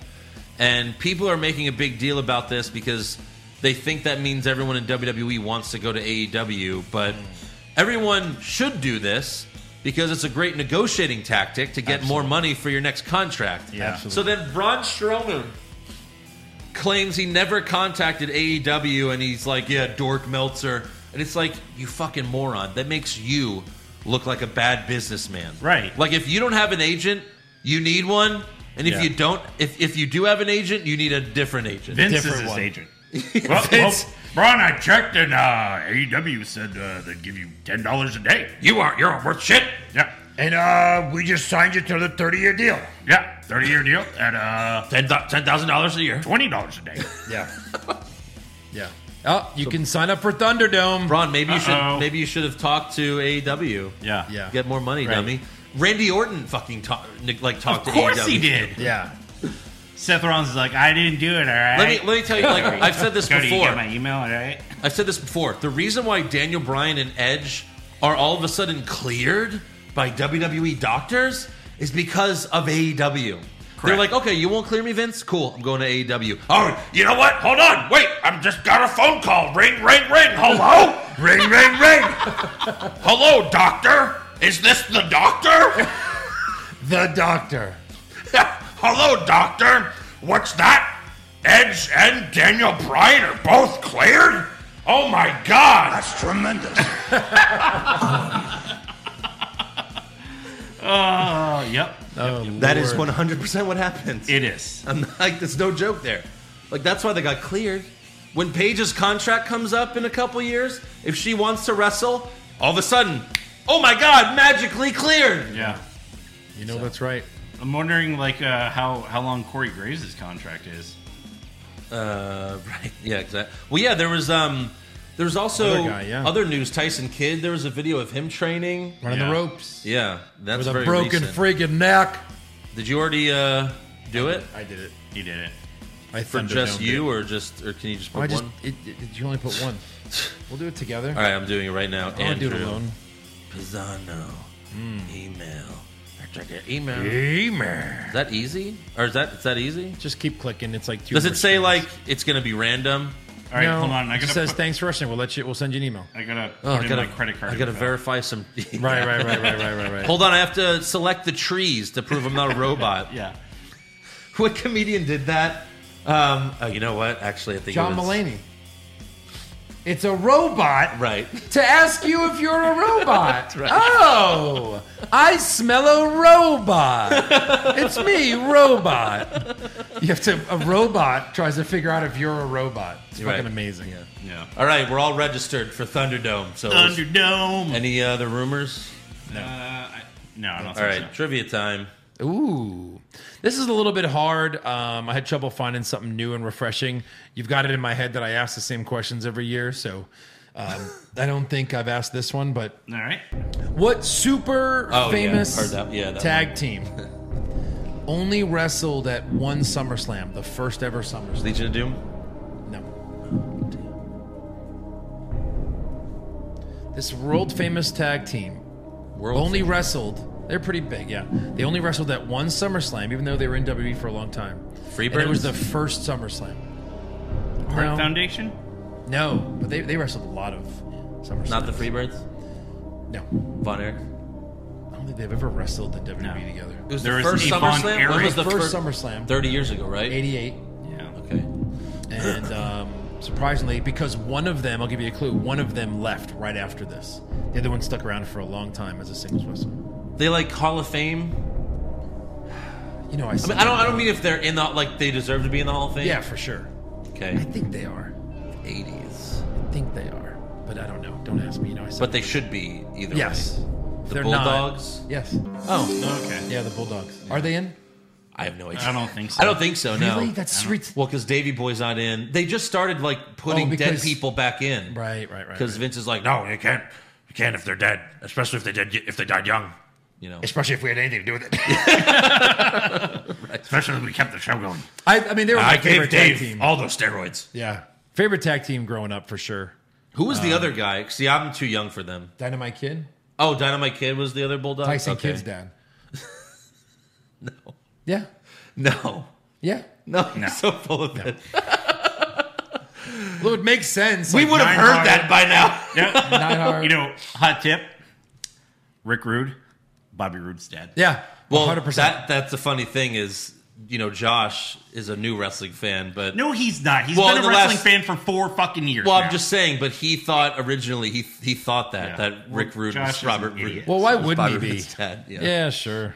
and people are making a big deal about this because they think that means everyone in WWE wants to go to AEW, but everyone should do this because it's a great negotiating tactic to get more money for your next contract. Yeah. So then Braun Strowman claims he never contacted AEW and he's like, yeah, Dork Meltzer. And it's like, you fucking moron. That makes you look like a bad businessman. Right. Like, if you don't have an agent, you need one. And if Yeah. you don't, if, if you do have an agent, you need a different agent. Vince Different is his one. agent. well, Vince- well, Braun, I checked, and uh, AEW said uh, they'd give you ten dollars a day. You aren't, you're not worth shit. Yeah, And uh, we just signed you to the 30 year deal. yeah, thirty year deal at uh, Ten thousand dollars a year. twenty dollars a day. Yeah. yeah. Oh, you can sign up for Thunderdome. Braun, maybe you Uh-oh. should maybe you should have talked to AEW. Yeah, Yeah. Get more money, Right. dummy. Randy Orton fucking talk, like talked Of to E AEW. course he did. Yeah. Seth Rollins is like, I didn't do it. All right. Let me let me tell you. Like I've said this Go to you before. get my email. All right. I've said this before. The reason why Daniel Bryan and Edge are all of a sudden cleared by WWE doctors is because of AEW. They're Correct. like, okay, you won't clear me, Vince? Cool, I'm going to E AEW. Oh, you know what? Hold on. Wait, I'm just got a phone call. Ring, ring, ring. Hello? ring, ring, ring. Hello, doctor. Is this the doctor? The Doctor. Hello, doctor. What's that? Edge and Daniel Bryan are both cleared? Oh my God! That's tremendous. Oh, yep. That is Lord. 100% what happens. It is. I'm not- like, there's no joke there. Like, that's why they got cleared. When Paige's contract comes up in a couple years, if she wants to wrestle, all of a sudden, oh my God, magically cleared. Yeah. You know that's right. I'm wondering like uh, how how long Corey Graves' contract is. Uh, right. Yeah, exactly. Well, yeah, there was um, there was also Other guy, yeah. other news. Tyson Kidd. There was a video of him training, Running the Yeah. ropes. Yeah, that's With a very broken recent. friggin' neck. Did you already uh do it? I did it. You did it. I for thundered just down. you, or just or can you just put Oh, I just one? it, it, you only put one. We'll do it together. All right, I'm doing it right now. I wanna do it alone. Hmm. Pisano. Email. Email. Is that easy? Or is that is that easy? Just keep clicking. It's like two. Does it words. say like it's gonna be random? All right, No, hold on. I it just says gotta put- thanks for rushing. We'll let you. We'll send you an email. I gotta Oh, put I in gotta, my credit card. I gotta info. verify some. Right, right, right, right, right, right, right. Hold on, I have to select the trees to prove I'm not a robot. yeah. What comedian did that? Um, oh, you know what? Actually, I think John it was, Mulaney. It's a robot Right. to ask you if you're a robot. That's right. Oh, I smell a robot. it's me, robot. You have to. A robot tries to figure out if you're a robot. It's You're fucking right. amazing. Yeah. Yeah. All right, we're all registered for Thunderdome. So Thunderdome. Any other rumors? Uh, I, no, I don't All think right, trivia time. Ooh, this is a little bit hard. Um, I had trouble finding something new and refreshing. You've got it in my head that I ask the same questions every year, so um, I don't think I've asked this one. But so. All right. what super Oh, yeah, famous heard that- yeah, that tag team only wrestled at one SummerSlam, the first ever SummerSlam? Legion of Doom. No. This world famous tag team World only wrestled. They're pretty big, yeah. They only wrestled at one SummerSlam, even though they were in WWE for a long time. And it was Freebirds? the first SummerSlam. Heart No. Foundation. No, but they, they wrestled a lot of SummerSlam. Not the Freebirds. No, Von Eric. I don't think they've ever wrestled in WWE together. It was There the was first a Von SummerSlam. Erich. What was It was the the first fir- SummerSlam. Thirty years ago, right? Eighty-eight, Yeah. Okay. and um, surprisingly, because one of them, I'll give you a clue, one of them left right after this. The other one stuck around for a long time as a singles wrestler. They like Hall of Fame. You know, I, I mean, I don't. I don't mean if they're in the like they deserve to be in the Hall of Fame. Yeah, for sure. I Okay. think they are. Eighties. I think they are, but I don't know. Don't ask me. You know, I said. But they should be either yes, way. If The they're not- Bulldogs. yes. Oh, Okay. Yeah, the Bulldogs. Are they in? I have no idea. I don't think so. I don't think so. No. Really? That's sweet. Well, because Davy Boy's not in. They just started like putting Oh, dead because- people back in. Right, right, right. Because right. Vince is like, no, no, you can't. You can't if they're dead, especially if they did if they died young. you know. Especially if we had anything to do with it. Especially if we kept the show going. I, I mean, they were my I favorite gave tag Dave team. all those steroids. yeah, favorite tag team growing up for sure. Who was the Uh, other guy? See, I'm too young for them. Dynamite Kid, Oh, Dynamite Kid was the other bulldog. Tyson Okay. Kid's dad. no. Yeah, No, yeah. no, no. so full of it. Well, it would make sense. We like, would have Nine heard hard. that by now. Yeah. Nine hard. you know, hot tip. Rick Rude, Bobby Roode's dad. yeah. Well, 100%. that that's the funny thing is, you know, Josh is a new wrestling fan, but No, he's not. He's Well, been in a the wrestling last- fan for four fucking years. Well, I'm now. just saying, but he thought originally he he thought that Yeah. that Rick Rude Josh was is Robert an idiot. Rude. well, why was wouldn't he Bobby be? Roode's dad, Yeah. Yeah, sure.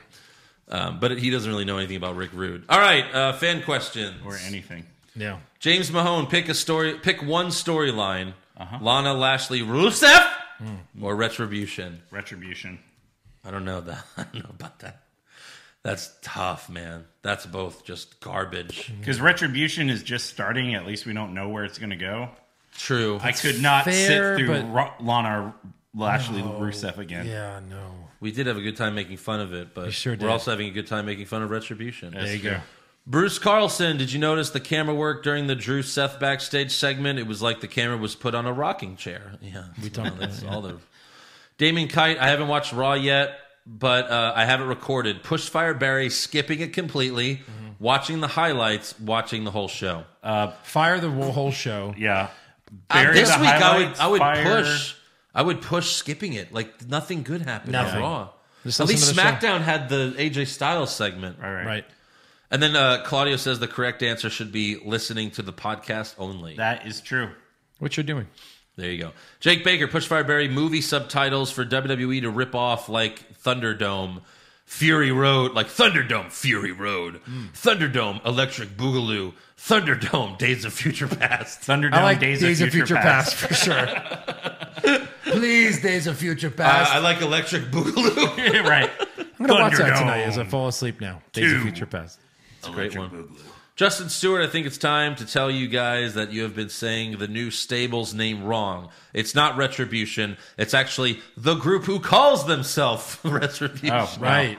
Um, but he doesn't really know anything about Rick Rude. All right, uh, fan questions. or anything. Yeah. James Mahone, pick a story. Pick one storyline: Uh-huh. Lana Lashley, Rusev, Hmm. or Retribution. Retribution. I don't know that. I don't know about that. That's tough, man. That's both just garbage. Because Retribution is just starting. At least we don't know where it's going to go. True. I could not Fair, sit through but- Ro- Lana Lashley Rusev again. Yeah, no. we did have a good time making fun of it, but sure we're did. also having a good time making fun of Retribution. That's you go. true. Bruce Carlson, did you notice the camera work during the Drew Seth backstage segment? It was like the camera was put on a rocking chair. Yeah, we talked about that's all the. Damon Kite, I haven't watched Raw yet, but uh, I have it recorded. Push Fire Barry skipping it completely, Mm-hmm. watching the highlights, watching the whole show. Fire the whole show. Yeah. Uh, Bury this the week, I would highlights, I would fire- push I would push skipping it. Like nothing good happened on Nothing. Raw. Just At listen least to the show. SmackDown had the AJ Styles segment. All right. Right. And then uh, Claudio says the correct answer should be listening to the podcast only. That is true. What you're doing. There you go. Jake Baker, Push Fireberry, movie subtitles for WWE to rip off like Thunderdome, Fury Road, like Thunderdome, Fury Road, Hmm. Thunderdome, Electric Boogaloo, Thunderdome, Days of Future Past. Thunderdome, I like Days of Days of Future Future Past. Past for sure. Please, Days of Future Past. I like Electric Boogaloo. right. I'm gonna watch that tonight as I fall asleep now. Days of Two. Future Past. It's a great one. Justin Stewart, I think it's time to tell you guys that you have been saying the new stable's name wrong. It's not Retribution. It's actually the group who calls themselves Retribution. Oh, right.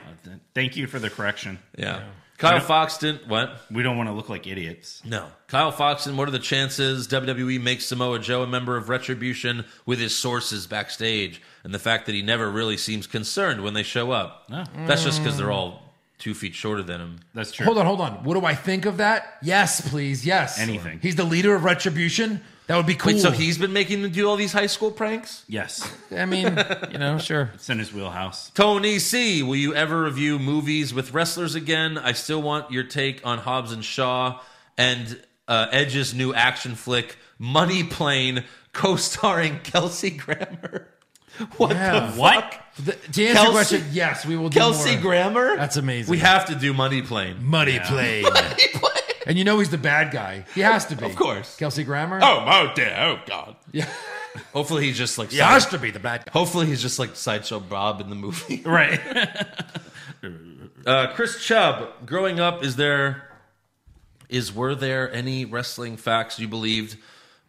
Thank you for the correction. Yeah. Kyle Foxton, what? We don't want to look like idiots. No. Kyle Foxton, what are the chances WWE makes Samoa Joe a member of Retribution with his sources backstage and the fact that he never really seems concerned when they show up? No. That's just because they're all two feet shorter than him. That's Hold on, hold on. What do I think of that? Yes, please. Yes. Anything. He's the leader of Retribution. That would be cool. Wait, so he's been making them do all these high school pranks? Yes. I mean, you know, sure. It's in his wheelhouse. Tony C, will you ever review movies with wrestlers again? I still want your take on Hobbs and Shaw and uh, Edge's new action flick, Money Plane, co-starring Kelsey Grammer. What Yeah. the What? fuck? The- to answer your question, yes, we will do Kelsey more. Grammer? That's amazing. We have to do Money Plane. Money Plane. And you know he's the bad guy. He has to be. Of course. Kelsey Grammer? Oh, oh, dear. Oh, God. Yeah. Hopefully he's just like... He has to be the bad guy. Hopefully he's just like Sideshow Bob in the movie. Right. Uh, Chris Chubb, growing up, is there is were there any wrestling facts you believed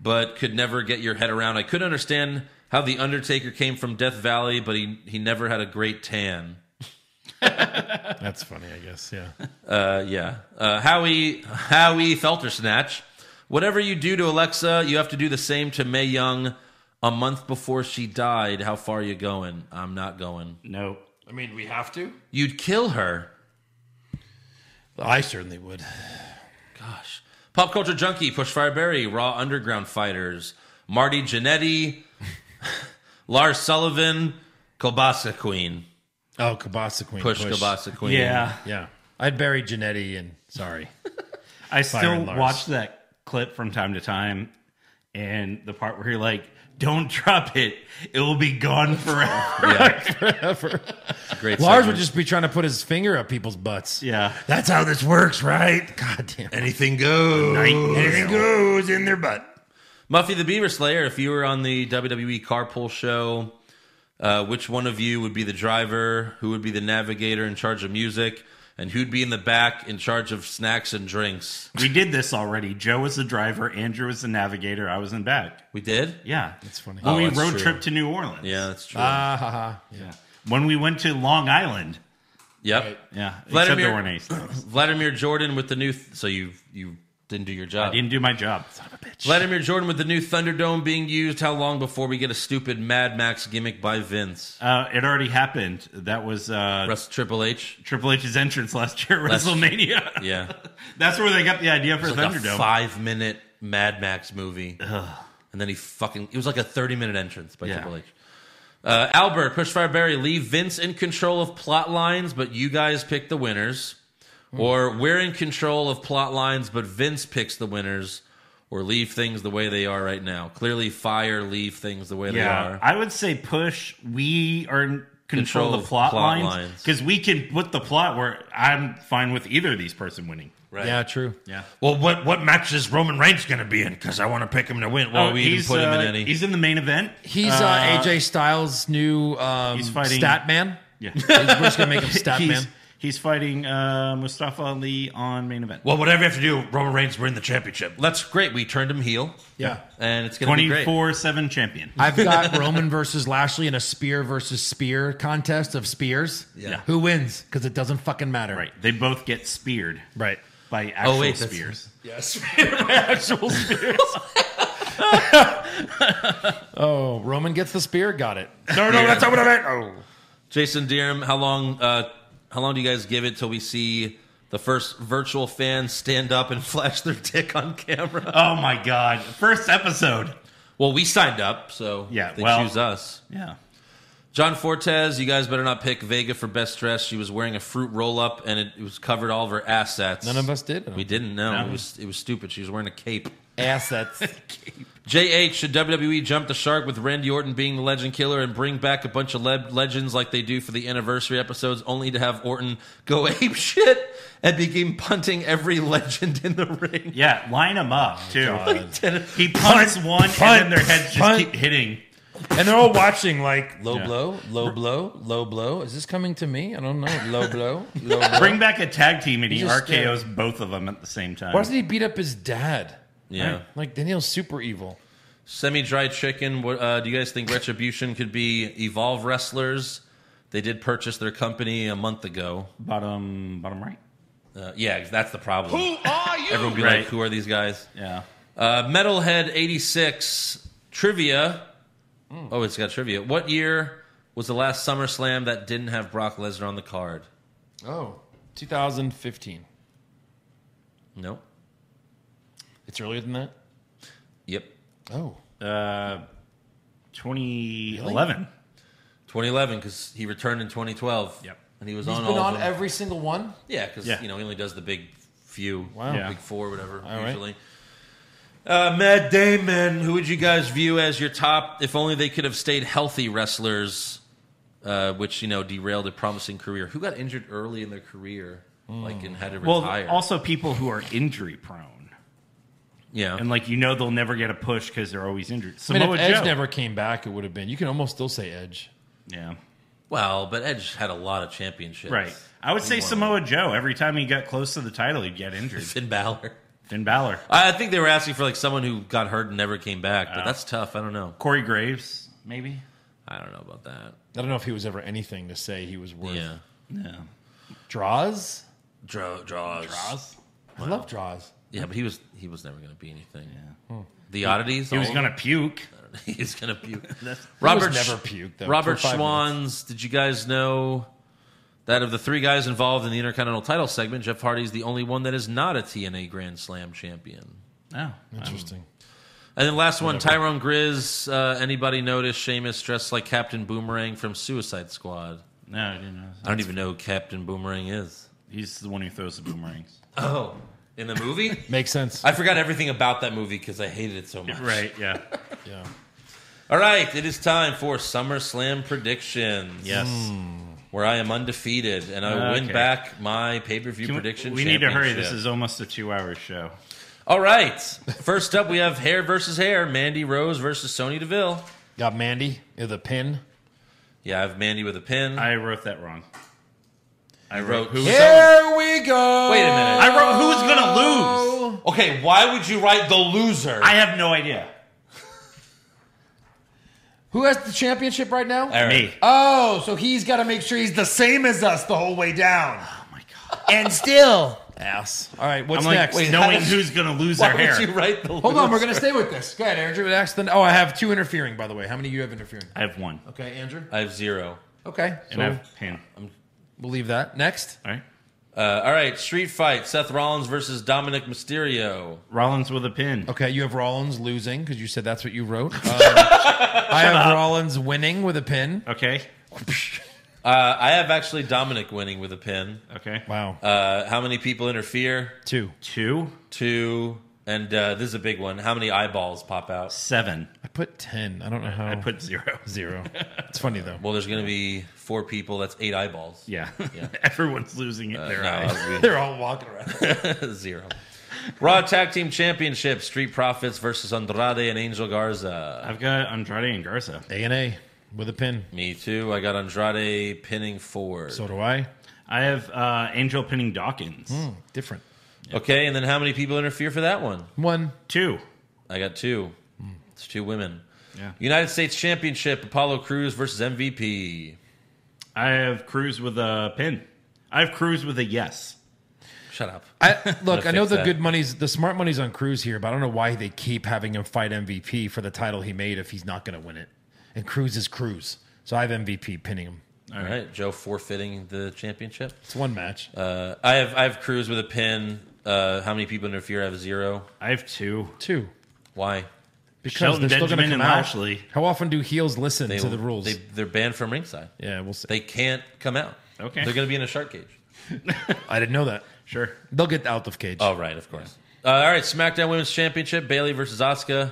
but could never get your head around? I couldn't understand how the Undertaker came from Death Valley, but he he never had a great tan. That's funny, I guess. Yeah. Uh, yeah. Uh, Howie Howie Feltersnatch. Whatever you do to Alexa, you have to do the same to May Young a month before she died. How far you going? I'm not going. No. I mean, we have to. You'd kill her. I certainly would. Gosh. Pop culture junkie, Push Fireberry, Raw Underground Fighters, Marty Jannetty, Lars Sullivan, Kielbasa Queen. Oh, Kabasa Queen. Push Kielbasa Queen. Yeah. Yeah. I'd bury Janetti and sorry. I Byron still Lars. watch that clip from time to time, and the part where you're like, "Don't drop it; it will be gone forever." forever. Great Lars would segment. just be trying to put his finger up people's butts. Yeah. That's how this works, right? God damn. Anything goes. Anything goes in their butt. Muffy the Beaver Slayer, if you were on the WWE Carpool show, uh, which one of you would be the driver? Who would be the navigator in charge of music? And who'd be in the back in charge of snacks and drinks? We did this already. Joe was the driver, Andrew was the navigator, I was in back. We did? Yeah. That's funny. When Oh, we that's road true. trip to New Orleans. Yeah, that's true. Ah, ha, ha. Yeah. When we went to Long Island. yep. Yeah. Except Vladimir- there weren't any snakes. Vladimir Jordan with the new. Th- so you you didn't do your job. I didn't do my job. Son of a bitch. Vladimir Jordan with the new Thunderdome being used. How long before we get a stupid Mad Max gimmick by Vince? Uh, it already happened. That was uh, Russ Triple H. Triple H's entrance last year at Last- WrestleMania. Yeah, That's where they got the idea for it's like a Thunderdome. five minute Mad Max movie, and then he fucking. It was like a thirty minute entrance by Yeah. Triple H. Uh, Albert, Pushfire Barry, leave Vince in control of plot lines, but you guys pick the winners. Hmm. Or we're in control of plot lines, but Vince picks the winners. Or leave things the way they are right now. Clearly, fire leave things the way yeah, they are. I would say push. We are in control, Control of of the plot, plot lines lines. because we can put the plot where I'm fine with either of these person winning. Right. Yeah, true. Yeah. Well, what what match is Roman Reigns going to be in? Because I want to pick him to win. Oh, Well, we didn't he's, put him in uh, any. He's in the main event. He's uh, AJ Styles' new um, he's fighting- stat man. Yeah. We're just going to make him stat man. he's, he's fighting uh, Mustafa Ali on main event. well, whatever you have to do, Roman Reigns win the championship. That's great. We turned him heel, Yeah. and it's going to be Twenty great. four seven champion. I've got Roman versus Lashley in a spear versus spear contest of spears. Yeah. Who wins? Because it doesn't fucking matter. Right. They both get speared Right. by actual Oh, wait, that's- spears. Actual spears. oh, Roman gets the spear. Got it. No, no, that's not what I meant. Oh, Jason Deerham, how long? Uh, how long do you guys give it till we see the first virtual fans stand up and flash their dick on camera? Uh, Oh my god! First episode. Well, we signed up, so Yeah, they well- choose us. Yeah. John Fortes, you guys better not pick Vega for best dress. She was wearing a fruit roll up, and it, it was covered all of her assets. None of us did. We didn't know. It was it was stupid. She was wearing a cape. Assets. JH, should WWE jump the shark with Randy Orton being the legend killer and bring back a bunch of le- legends like they do for the anniversary episodes, only to have Orton go ape shit and begin punting every legend in the ring? Yeah, line them up, too. Like ten- he punts Punt, one, punt, and then their heads just punt. keep hitting. And they're all watching like low Yeah. blow, low blow, low blow. Is this coming to me? I don't know. Low blow, low blow. Bring back a tag team and he, He just, uh, RKO's both of them at the same time. Why doesn't he beat up his dad? Yeah. Right? like Daniel's super evil. Semi-dried chicken. What uh, do you guys think? Retribution could be Evolve wrestlers. They did purchase their company a month ago. Bottom, bottom right. Uh, yeah, that's the problem. Who are you? Everyone be Right. like, who are these guys? Yeah. Uh, Metalhead eighty six trivia. Hmm. Oh, it's got trivia. What year was the last SummerSlam that didn't have Brock Lesnar on the card? Oh, 2015. No. It's earlier than that. Yep. Oh, Uh, 2011. 2011 because he returned in 2012. Yep. And he was he's on been all on of them. every single one. Yeah, because Yeah. you know he only does the big few, Wow. Yeah. big four, whatever. All right. usually. Uh, Matt Damon, who would you guys view as your top? If only they could have stayed healthy wrestlers, uh, which you know derailed a promising career. Who got injured early in their career, like and had to Hmm. Well, retire? also people who are injury prone. yeah, And, like, you know they'll never get a push because they're always injured. I mean, Samoa if Edge Joe. never came back, it would have been. You can almost still say Edge. Yeah. well, but Edge had a lot of championships. Right. I would He say won. Samoa Joe. Every time he got close to the title, he'd get injured. Finn Balor. Finn Balor. I I think they were asking for like someone who got hurt and never came back, but that's tough. I don't know. Corey Graves, maybe? I don't know about that. I don't know if he was ever anything to say he was worth. Yeah, No. Draws. Draw, draws. I love draws. Yeah, but he was he was never going to be anything. Hmm. The oddities. He was all- going to puke. He's gonna puke. That's- Robert He was never Sch- puked, though, Robert for five Schwanz. Did you guys know that of the three guys involved in the Intercontinental Title segment, Jeff Hardy's the only one that is not a TNA Grand Slam champion. Oh. Interesting. And then last one, Tyrone Grizz. Uh, anybody notice Sheamus dressed like Captain Boomerang from Suicide Squad? No, I didn't know. I don't even know who Captain Boomerang is. He's the one who throws the boomerangs. Oh, in the movie? Makes sense. I forgot everything about that movie because I hated it so much. right, yeah. yeah. All right, it is time for SummerSlam predictions. Yes. where I am undefeated and I will win Okay. back my pay per view Can we- prediction. we need to hurry. This championship. is almost a two hour show. all right. First up, we have hair versus hair. Mandy Rose versus Sony Deville. Got Mandy yeah, the pin. Yeah, I have Mandy with a pin. I wrote that wrong. I wrote who? Here we go. Wait a minute. I wrote who's going to lose. okay, why would you write the loser? I have no idea. Who has the championship right now? All right. Me. Oh, so he's got to make sure he's the same as us the whole way down. Oh my god. And still ass. All right, what's I'm like next? Uh, wait, how knowing does- who's going to lose Why their would hair. you write the loser? Hold on, we're gonna stay with this. Go ahead, Andrew. With accident. Oh, I have two interfering. By the way, how many do you have interfering? I have one. Okay, Andrew. I have zero. Okay, And I have pin. we'll leave that next. All right. Uh, all right, street fight: Seth Rollins versus Dominic Mysterio. Rollins with a pin. Okay, you have Rollins losing because you said that's what you wrote. Um, I have Rollins winning with a pin. Okay. Uh, I have actually Dominic winning with a pin. Okay. Wow, Uh, how many people interfere? two. Two, two, and uh, this is a big one. How many eyeballs pop out? seven. I put ten. I don't know how. I put Oh. zero. zero. It's funny though. Well, there's going to be four people. That's eight eyeballs. Yeah. Everyone's losing it. their Uh, No, eyes. that They're all walking around. would be zero. Raw Tag Team Championship: Street Profits versus Andrade and Angel Garza. I've got Andrade and Garza. A and A with a pin. Me too. I got Andrade pinning Ford. So do I. Hmm, I have uh, Angel pinning Dawkins. Different. okay, and then how many people interfere for that one? One. Two. I got two. It's two women. Yeah. United States Championship: Apollo Cruz versus MVP. I have Cruz with a pin. I have Cruz with a yes. Shut up. I, look, Gotta I know fix the that. good money's the smart money's on Cruz here, but I don't know why they keep having him fight MVP for the title he made if he's not going to win it. And Cruz is Cruz, so I have MVP pinning him. All right, Joe forfeiting the championship. It's one match. Uh, I have I have Cruz with a pin. Uh, how many people interfere? I have zero. I have two. Two. Why? Because Shelton they're still going Benjamin to come and out. Lashley. How often do heels listen to the rules? They, they're banned from ringside. yeah, we'll see. They can't come out. Okay. They're going to be in a shark cage. I didn't know that. Sure. They'll get out of cage. Oh right, of course. Uh, all right, SmackDown Women's Championship: Bailey versus Asuka.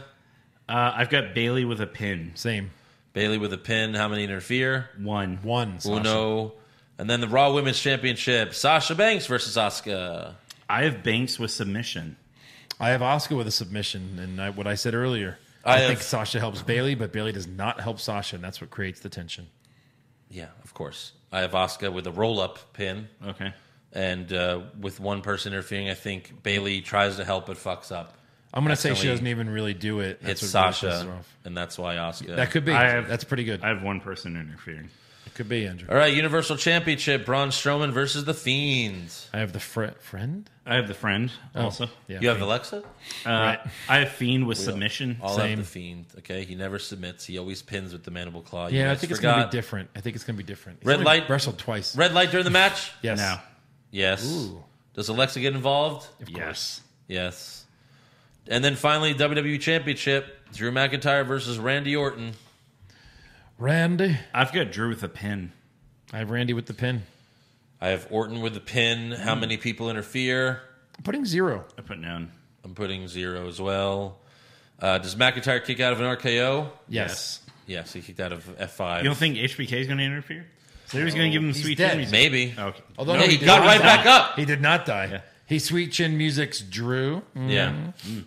Uh, I've got Bailey with a pin. Same. Bailey with a pin. How many interfere? One. One. Uno. And then the Raw Women's Championship. Sasha Banks versus Asuka. I have Banks with submission. I have Oscar with a submission, and I, what I said earlier. I I, have- think Sasha helps Bailey, but Bailey does not help Sasha, and that's what creates the tension. Yeah, of course. I have Asuka with a roll up pin. Okay. And uh, with one person interfering, I think Bailey tries to help but fucks up. I'm going to say she Accidentally doesn't even really do it. Hits what really pisses her Sasha, off. and that's why Asuka. That could be. I have- that's pretty good. I have one person interfering. It could be, Andrew. All right, Universal Championship: Braun Strowman versus the Fiend. I have the fri friend. I have the friend Oh, also. yeah. you have Alexa. Uh, I have Fiend with submission. All Same. have the Fiend. Okay, he never submits. He always pins with the mandible claw. You Yeah, I guys think it's forgot. going to be different. I think it's going to be different. He's Red only light. Wrestled twice. Red light during the match. Yes. No. Yes. Ooh. Does Alexa get involved? Yes. Yes. And then finally, WWE Championship: Drew McIntyre versus Randy Orton. Randy. I've got Drew with a pin. I have Randy with the pin. I have Orton with the pin. How Mm. many people interfere? I'm putting zero. I put down. I'm putting zero as well. Uh, does McIntyre kick out of an RKO? Yes. Yes, he kicked out of F5. You don't think HBK is going to interfere? So he was going to give him He's sweet dead. chin music. Maybe. Okay. Although No, he did got not right die. back up. He did not die. He sweet chin music's Drew. Mm. Yeah.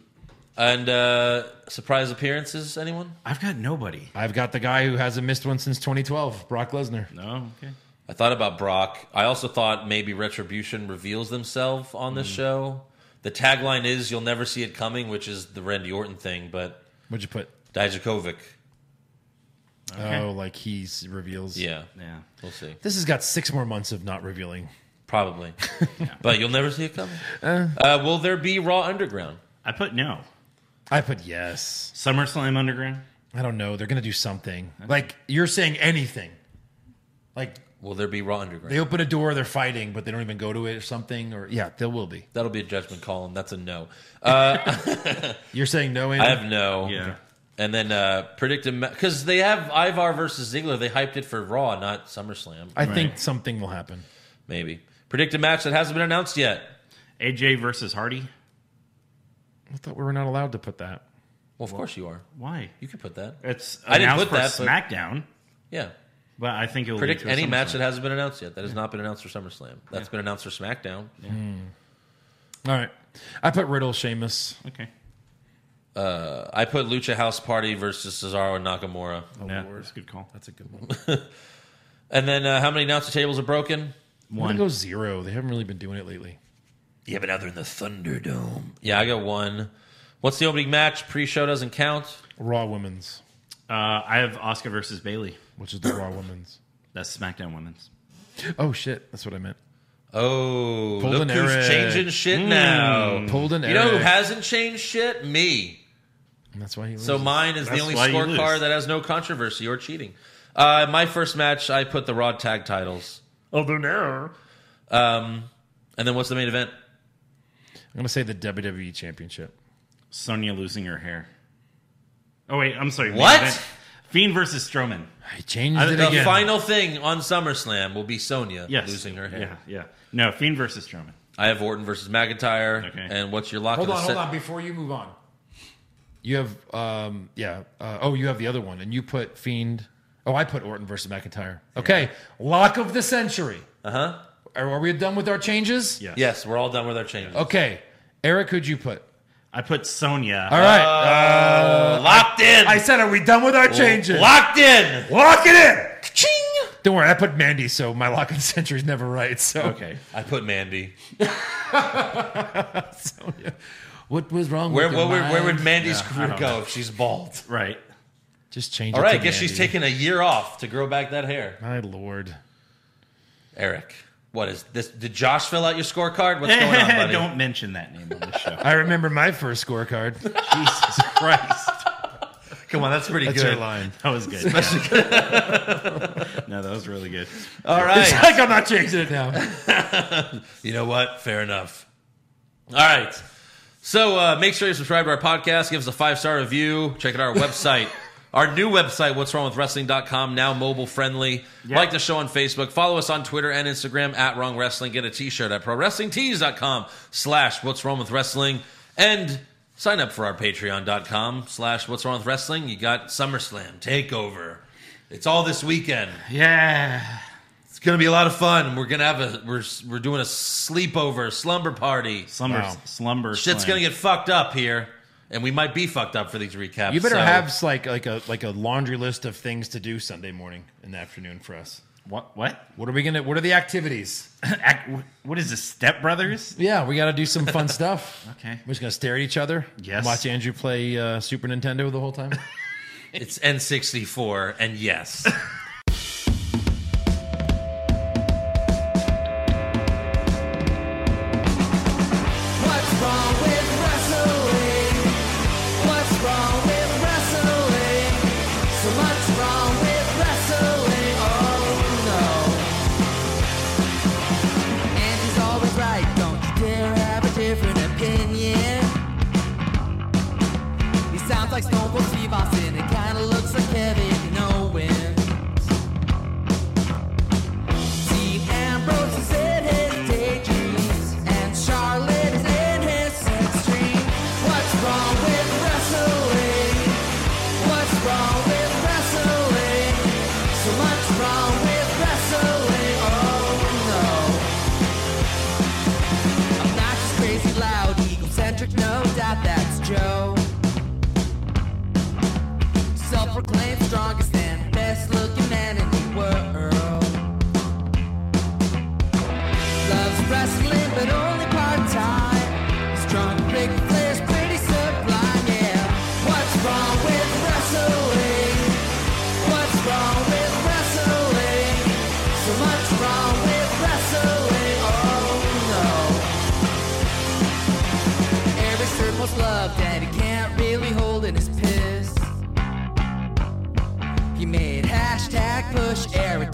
And uh, surprise appearances, anyone? I've got nobody. I've got the guy who hasn't missed one since 2012, Brock Lesnar. No. Okay. I thought about Brock. I also thought maybe Retribution reveals themselves on Mm. this show. The tagline is "You'll never see it coming," which is the Randy Orton thing, but What'd you put? Dijakovic. Oh, like he reveals. Yeah, Yeah. we'll see. This has got six more months of not revealing. Probably, but you'll never see it coming. Uh, will there be Raw Underground? I put no. I put yes. SummerSlam Underground. I don't know. They're going to do something. Like you're saying anything. Like Will there be Raw Underground? they open a door, they're fighting, but they don't even go to it or something. Or yeah, there will be. That'll be a judgment call, and that's a no. Uh, You're saying no. Andrew? I have no. Yeah. And then uh, predict because they have Ivar versus Ziggler. They hyped it for Raw, not SummerSlam. I think something will happen. Maybe predict a match that hasn't been announced yet. AJ versus Hardy. I thought we were not allowed to put that. Well, of course you are. Why? You can put that. It's I didn't announced put that, for but- SmackDown, Yeah. but I think it'll Predict lead to a any match SummerSlam. that hasn't been announced yet. That has not been announced for SummerSlam. That's been announced for SmackDown. All right. I put Riddle, Sheamus. Okay. Uh, I put Lucha House Party versus Cesaro and Nakamura. Oh, yeah, that's a good call. That's a good one. And then uh, how many announcer tables are broken? I'm One. gonna go zero. They haven't really been doing it lately. Yeah, but now they're in the Thunderdome. Yeah, I got one. What's the opening match? Pre-show doesn't count. Raw women's, Uh, I have Oscar versus Bailey. which is the Raw women's. That's SmackDown Women's. Oh shit, that's what I meant. Oh, Pulled look an who's Eric. changing shit now. Pulled an Mm. You know who Eric. hasn't changed shit? Me. And that's why he. So loses. mine is Mm. That's the only why you lose. scorecard that has no controversy or cheating. Uh, my first match, I put the Raw tag titles. Oh, Although now, Um, and then what's the main event? I'm gonna say the WWE Championship. Sonya losing her hair. Oh wait, I'm sorry. main What? event. Fiend versus Strowman. I changed I- it The again. final thing on SummerSlam will be Sonya Yes. losing her hair. Yeah, yeah. No, Fiend versus Strowman. I have Orton versus McIntyre. Okay. And what's your lock hold of on, the hold set? on. Before you move on, you have um yeah uh, oh you have the other one and you put Fiend. Oh, I put Orton versus McIntyre. Okay, lock of the century. Uh huh. Uh-huh. Are, are we done with our changes? Yeah. Yes, we're all done with our changes. Okay, Eric, who'd you put? I put Sonya. All right. Uh, Locked in. I said, are we done with our changes? Locked in. Lock it in. Don't worry, I put Mandy, so my lock in century's never right. So okay. I put Mandy. what was wrong? Where, with what, your would- where would mind? Mandy's career go if she's bald? Right. Just change. All it right, I to guess she's Mandy. taking a year off to grow back that hair. My lord. Eric, what is this? Did Josh fill out your scorecard? What's going on, buddy? Don't mention that name on the show. I remember my first scorecard. Jesus Christ. Come on, that's pretty That's good. your line. That was good. no, that was really good. All right. Like I'm not changing it now. You know what? Fair enough. All right. So uh, make sure you subscribe to our podcast. Give us a five star review. Check out our website. Our new website, what's wrong with wrestling.com, now mobile friendly. Like the show on Facebook. Follow us on Twitter and Instagram at Wrong Wrestling. Get a t shirt at prowrestlingtees.com slash what's wrong with wrestling. And Sign up for our patreon.com slash what's wrong with wrestling. You got SummerSlam, TakeOver. It's all this weekend. Yeah. It's going to be a lot of fun. We're going to have a, we're, we're doing a sleepover, slumber party. Slumber- Wow. slumber Shit's slam. going to get fucked up here. And we might be fucked up for these recaps. You better so- have s- like like a like a laundry list of things to do Sunday morning and afternoon for us. What what? What are we gonna? What are the activities? what is this? Step Brothers? Yeah, we got to do some fun stuff. Okay. we're just gonna stare at each other. Yes. Watch Andrew play uh, Super Nintendo the whole time. It's N64, and yes. What's wrong with wrestling? What's wrong with wrestling? So much wrong with wrestling. Oh no. And he's always right. Don't you dare have a different opinion. He sounds like Stone Cold Steve Austin. It kinda looks like Kevin Owens. Dean Ambrose is in his daydreams, and Charlotte is in his sex dream. What's wrong with wrestling? What's wrong with wrestling? So much wrong with wrestling. Oh no. I'm not just crazy, loud, egocentric, no doubt that's Joe. Self-proclaimed strongest and best-looking man in the world. Loves wrestling, but only part time. He's drunk, big players, pretty sublime, yeah. What's wrong with wrestling? What's wrong with wrestling? So much wrong with wrestling, oh no. Every circle's love that he can't really hold in his piss. He made hashtag push Eric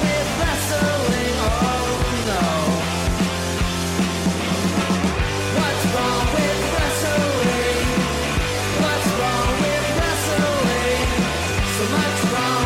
with wrestling. Oh no. What's wrong with wrestling? What's wrong with Oh, wrestling? So much wrong